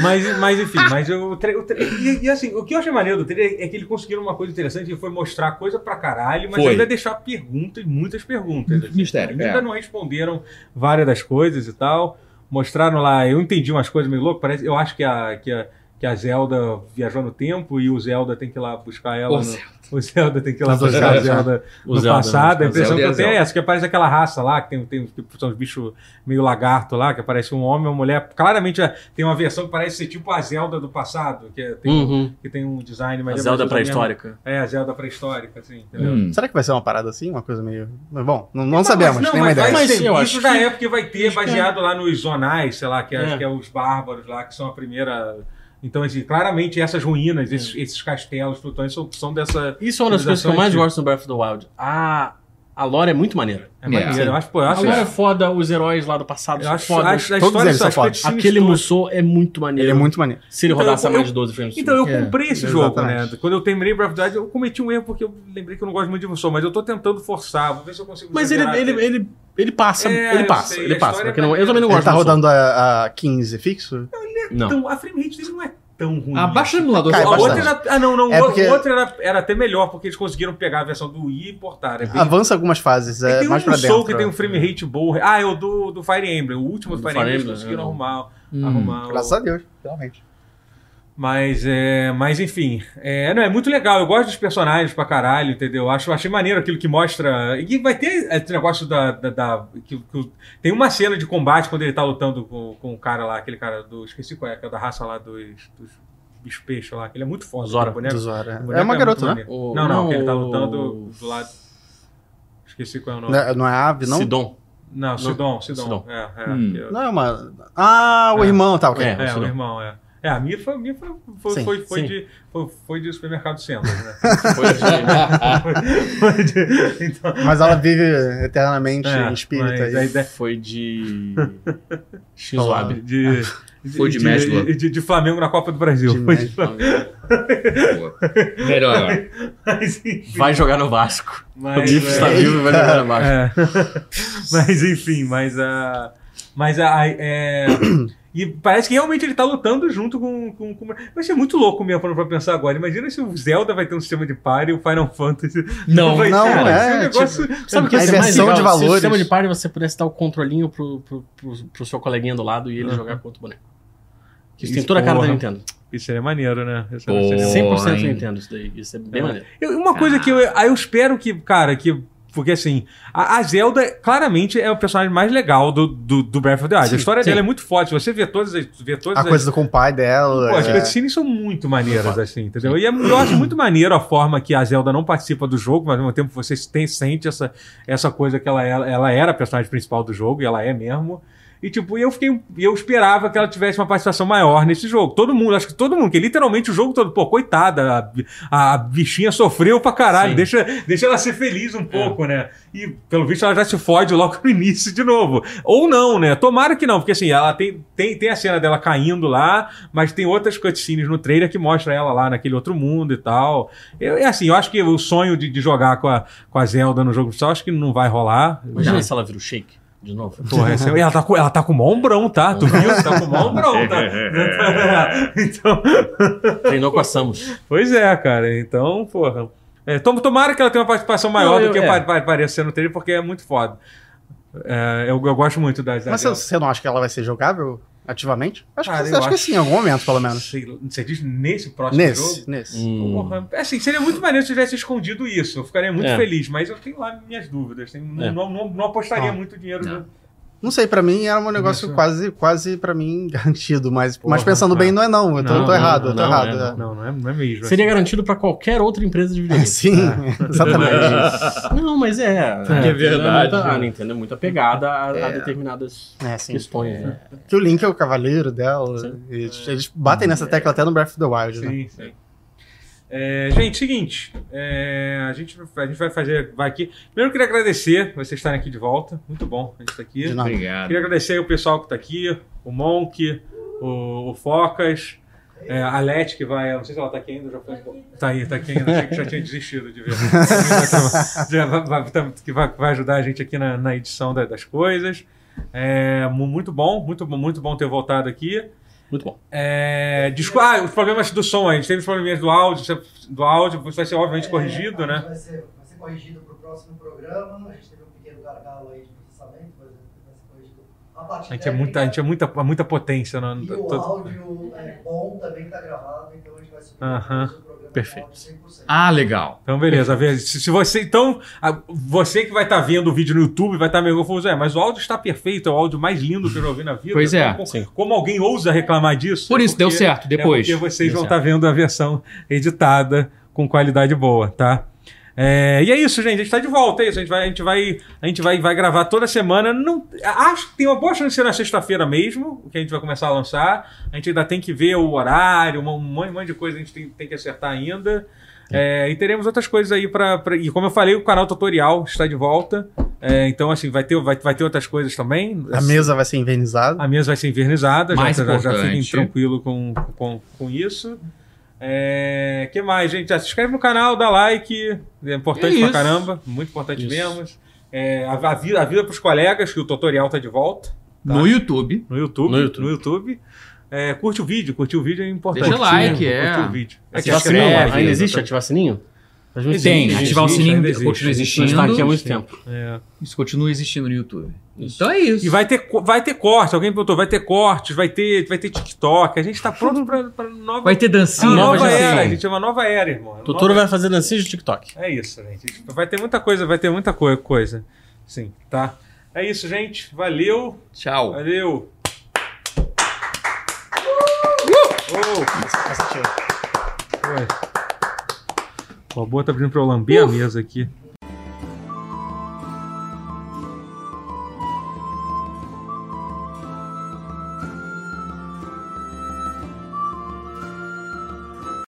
Mas, mas enfim, mas eu, tre- o tre- e, e, assim, o que eu achei maneiro do trailer é que eles conseguiram uma coisa interessante que foi mostrar coisa pra caralho, mas Foi. ainda deixar perguntas, muitas perguntas. assim. Mistério, Ainda é. não responderam várias das coisas e tal. Mostraram lá, eu entendi umas coisas meio loucas, parece, eu acho que a, que a, que a Zelda viajou no tempo e o Zelda tem que ir lá buscar ela. Ô, no- Zelda. o Zelda tem que ir lá Mas o buscar a Zelda- Zelda O no Zelda, passado, a né? impressão que Zelda e eu a tenho é Zelda. essa, que aparece aquela raça lá, que tem, tem que são os bichos meio lagarto lá, que aparece um homem e uma mulher. Claramente é- tem uma versão que parece ser tipo a Zelda do passado, que, é- tem, Uhum. que tem um é design A mais. Zelda pré-histórica. É, a Zelda pré-histórica, assim, entendeu? Hum. Será que vai ser uma parada assim? Uma coisa meio. Bom, não, não sabemos, mas, tem uma mas ideia. Vai Mas ser, sim, eu isso acho já que- é porque vai ter acho que é. baseado lá nos zonais, sei lá, que é, É. que é os bárbaros lá, que são a primeira. Então, assim, claramente essas ruínas, esses, esses castelos flutuantes são, são dessa. Isso é uma das coisas que eu mais Civilização gosto no Breath of the Wild. A, a lore é muito maneira. É maneiro, sim. eu acho, pô, eu A acho. lore é foda, os heróis lá do passado Eu são acho, fodas. acho- é a Todos história eles são são fodas. Aquele Musou é muito maneiro. Ele é muito maneiro. Se ele Então, rodasse a eu- mais de 12 frames por Então, eu É, comprei esse exatamente. jogo, né? Quando eu terminei Breath of the Wild, eu cometi um erro porque eu lembrei que eu não gosto muito de Musou, mas eu tô tentando forçar, vou ver se eu consigo. Mas ele, zerar. ele, ele, ele passa, É, ele eu passa, sei, a ele passa. história porque não- é eu também não Ele gosto. tá do som. rodando a, a 15 fixo? Não. Então, a frame rate dele não é tão ruim. Abaixa o emulador. Cai, A Zelda. abaixa outra era, ah, não, não. É o porque- outro era, era até melhor, porque eles conseguiram pegar a versão do Wii e importar. É bem- Avança algumas fases, É que Ah, é tem mais um pra dentro. Musou que tem um frame rate bom. Ah, é o do, do Fire Emblem, o último do Fire Emblem. né? Eles conseguiram é. arrumar, Hum. arrumar o- Graças a Deus, realmente. Mas, é, mas enfim, é, não, é muito legal. Eu gosto dos personagens pra caralho, entendeu? Acho, achei maneiro aquilo que mostra. E vai ter esse negócio da. da- da- que, que o- tem uma cena de combate quando ele tá lutando com, com o cara lá, aquele cara do. Esqueci qual é, que é da raça lá dos. dos bicho peixe lá. Ele é muito foda. Zora. o boneco- do Zora. o boneco É uma muito garota, né? maneiro. O- Não, não, que ele tá o- lutando do lado. Esqueci qual é o nome. Não é- Não é ave, não? Sidon. Não, Sidon, Sidon. Sidon. É, é. Hum. que é- Não é uma. Ah, o É. irmão, tá, ok. É. É, o Sidon. irmão, é. É, a minha foi, a minha foi, foi, Sim, foi, foi sim. de, foi, foi de supermercado Centro, né? Foi de- Foi de- então, Mas ela vive eternamente É, em espírito mas aí. a ideia- Foi de. Suave. X-Wab. de, Foi de Mesbla. de, de Flamengo na Copa do Brasil. De Foi de Mesbla. é. Boa. Melhor. Mas, enfim, Vai jogar no Vasco. o mas, Biff está é, vivo e vai jogar no Vasco. é. mas enfim, mas a. Mas a. é, e parece que realmente ele tá lutando junto com. com, com vai ser muito louco mesmo pra, pra pensar agora. Imagina se o Zelda vai ter um sistema de par e o Final Fantasy. Não, vai, não, cara, é, vai ser um negócio. Sabe o que A ia ser mais inversão legal? de Se o valores. sistema de par você pudesse dar o controlinho pro, pro, pro, pro seu coleguinha do lado e ele Uhum. jogar com outro boneco. Que isso Isso, tem toda a cara da porra. Nintendo. Isso seria maneiro, né? Isso Pô. seria- 100% hein? Nintendo isso daí. Isso é bem É. maneiro. Eu- uma coisa que eu, aí eu espero que, cara, que. Porque assim, a, a Zelda claramente é o personagem mais legal do, do, do Breath of the Wild. a história sim. dela é muito forte. Se você vê todas as. Vê todas A as- coisa do com o pai dela. Pô, as é. cutscenes são muito maneiras, assim, entendeu? E é- eu acho muito maneiro a forma que a Zelda não participa do jogo, mas ao mesmo tempo você tem- sente essa, essa coisa que ela, é- ela era a personagem principal do jogo, e ela é mesmo. E tipo, eu fiquei. Eu esperava que ela tivesse uma participação maior nesse jogo. Todo mundo, acho que todo mundo, que literalmente o jogo todo, pô, coitada, a, a bichinha sofreu pra caralho, Sim. deixa, deixa ela ser feliz um pouco, né? E pelo visto ela já se fode logo no início de novo. Ou não, né? Tomara que não, porque assim, ela tem, tem, tem a cena dela caindo lá, mas tem outras cutscenes no trailer que mostra ela lá naquele outro mundo e tal. Eu, é assim, eu acho que o sonho de, de jogar com a, com a Zelda no jogo pessoal, acho que não vai rolar. Imagina se ela vira o shake de novo. Porra, essa- e ela tá, com, ela tá com o mó ombrão, tá? Tu viu? Tá com o mó ombrão, tá? Então, Treinou com a Samus. pois é, cara. Então, porra. É, tom- tomara que ela tenha uma participação maior Não, eu- do que é. pa- pa- parece ser no trailer, porque é muito foda. É, eu, eu gosto muito das. Mas você, Zelda. você não acha que ela vai ser jogável ativamente? Acho, Cara, que, eu acho, que acho- sim, em algum momento, pelo menos. Sei lá, Você diz nesse próximo jogo? Nesse, nesse. Hum. Porra, assim, seria muito maneiro se tivesse escondido isso. Eu ficaria muito É. feliz, mas eu tenho lá minhas dúvidas. Tenho- É. não, não- não apostaria Não. muito dinheiro. Não. no- Não sei, pra mim era um negócio Isso. quase, quase para mim garantido, mas, Porra, mas pensando bem, é. não é não. Eu tô, Não, eu tô não, errado, eu tô não, errado. é, é. Não, não é, não é mesmo. Seria assim. garantido pra qualquer outra empresa de videogame. Sim, exatamente. Não, mas é. É verdade. A Nintendo é muito apegada a, a determinadas É, sim. questões. né? Que o Link é o cavaleiro dela. Eles, eles batem nessa tecla até no Breath of the Wild, né? É. Sim, sim. É, gente, seguinte, é, a, gente, a gente vai fazer, vai aqui. Primeiro eu queria agradecer vocês estarem aqui de volta, muito bom a gente estar aqui. De nada. Obrigado. Queria agradecer aí o pessoal que está aqui, o Monk, o, o Focas, é, a Leti que vai, eu não sei se ela está aqui ainda, já foi. Tá aí, tá aqui ainda, achei que já tinha desistido de ver. Já vai- vai- tá- que vai, vai ajudar a gente aqui na, na edição da- das coisas. É, mu- muito bom, muito bom, muito bom ter voltado aqui. Muito bom. É, discu- ah, os problemas do som, a gente teve os problemas do áudio, do áudio, isso vai ser obviamente É, corrigido, a gente né? Vai ser, vai ser corrigido para o próximo programa. A gente teve um pequeno gargalo aí de processamento, mas vai ser corrigido. A parte A gente é muita, a gente é muita, muita potência. né? Então, Não, E o áudio é bom também tá gravado, então a gente vai subir Aham, o programa com perfeito. áudio 100%. Ah, legal. Então, beleza. Vê- Se, se você, então, a- você que vai estar vendo o vídeo no YouTube vai estar meio confuso. É, mas o áudio está perfeito, é o áudio mais lindo que eu já ouvi na vida. Pois é, Como, sim. como alguém ousa reclamar disso? Por É isso, deu porque- certo. Depois. É porque vocês Deu vão certo. estar vendo a versão editada com qualidade boa, tá? É, e é isso, gente. A gente tá de volta, é isso. A gente vai, a gente vai, a gente vai, vai gravar toda semana. Não, acho que tem uma boa chance de ser na sexta-feira mesmo, que a gente vai começar a lançar. A gente ainda tem que ver o horário, um monte, um monte de coisa a gente tem, tem que acertar ainda. É, e teremos outras coisas aí pra. pra- E como eu falei, o canal tutorial está de volta. É, então, assim, vai ter, vai, vai ter outras coisas também. assim, A mesa vai ser invernizada. A mesa vai ser invernizada, Mais já, já, já importante. fiquem tranquilo com, com, com isso. É, que mais, gente? Ah, se inscreve no canal, dá like, é importante É pra isso. caramba, muito importante Isso. mesmo. É, a- avisa, avisa pros colegas que o tutorial tá de volta No YouTube. no YouTube. No YouTube. YouTube. É, curte o vídeo, curte o vídeo é importante. Deixa like, Curte é. o vídeo. Se acho inscreve, não, ainda ainda existe ativar sininho? Faz muito Existe, tempo. Tem. existe, ativar o existe, sininho ainda existe. tá continua Não existindo. está aqui há muito tempo. É. Isso continua existindo no YouTube. Então é isso. E vai ter, co- vai ter corte, alguém perguntou, vai ter cortes, vai ter, vai ter TikTok, a gente tá pronto pra, pra nova, Vai ter a dancinha. nova vai ter era, a dancinha. gente é uma nova era, irmão. É uma Totoro nova- vai fazer dancinha de TikTok. É isso, gente. Vai ter muita coisa, vai ter muita coi- coisa. Sim, tá? É isso, gente. Valeu, Tchau. valeu. Uh! Essa- essa tira. Ué. O Boa tá pedindo pra eu lamber a mesa aqui.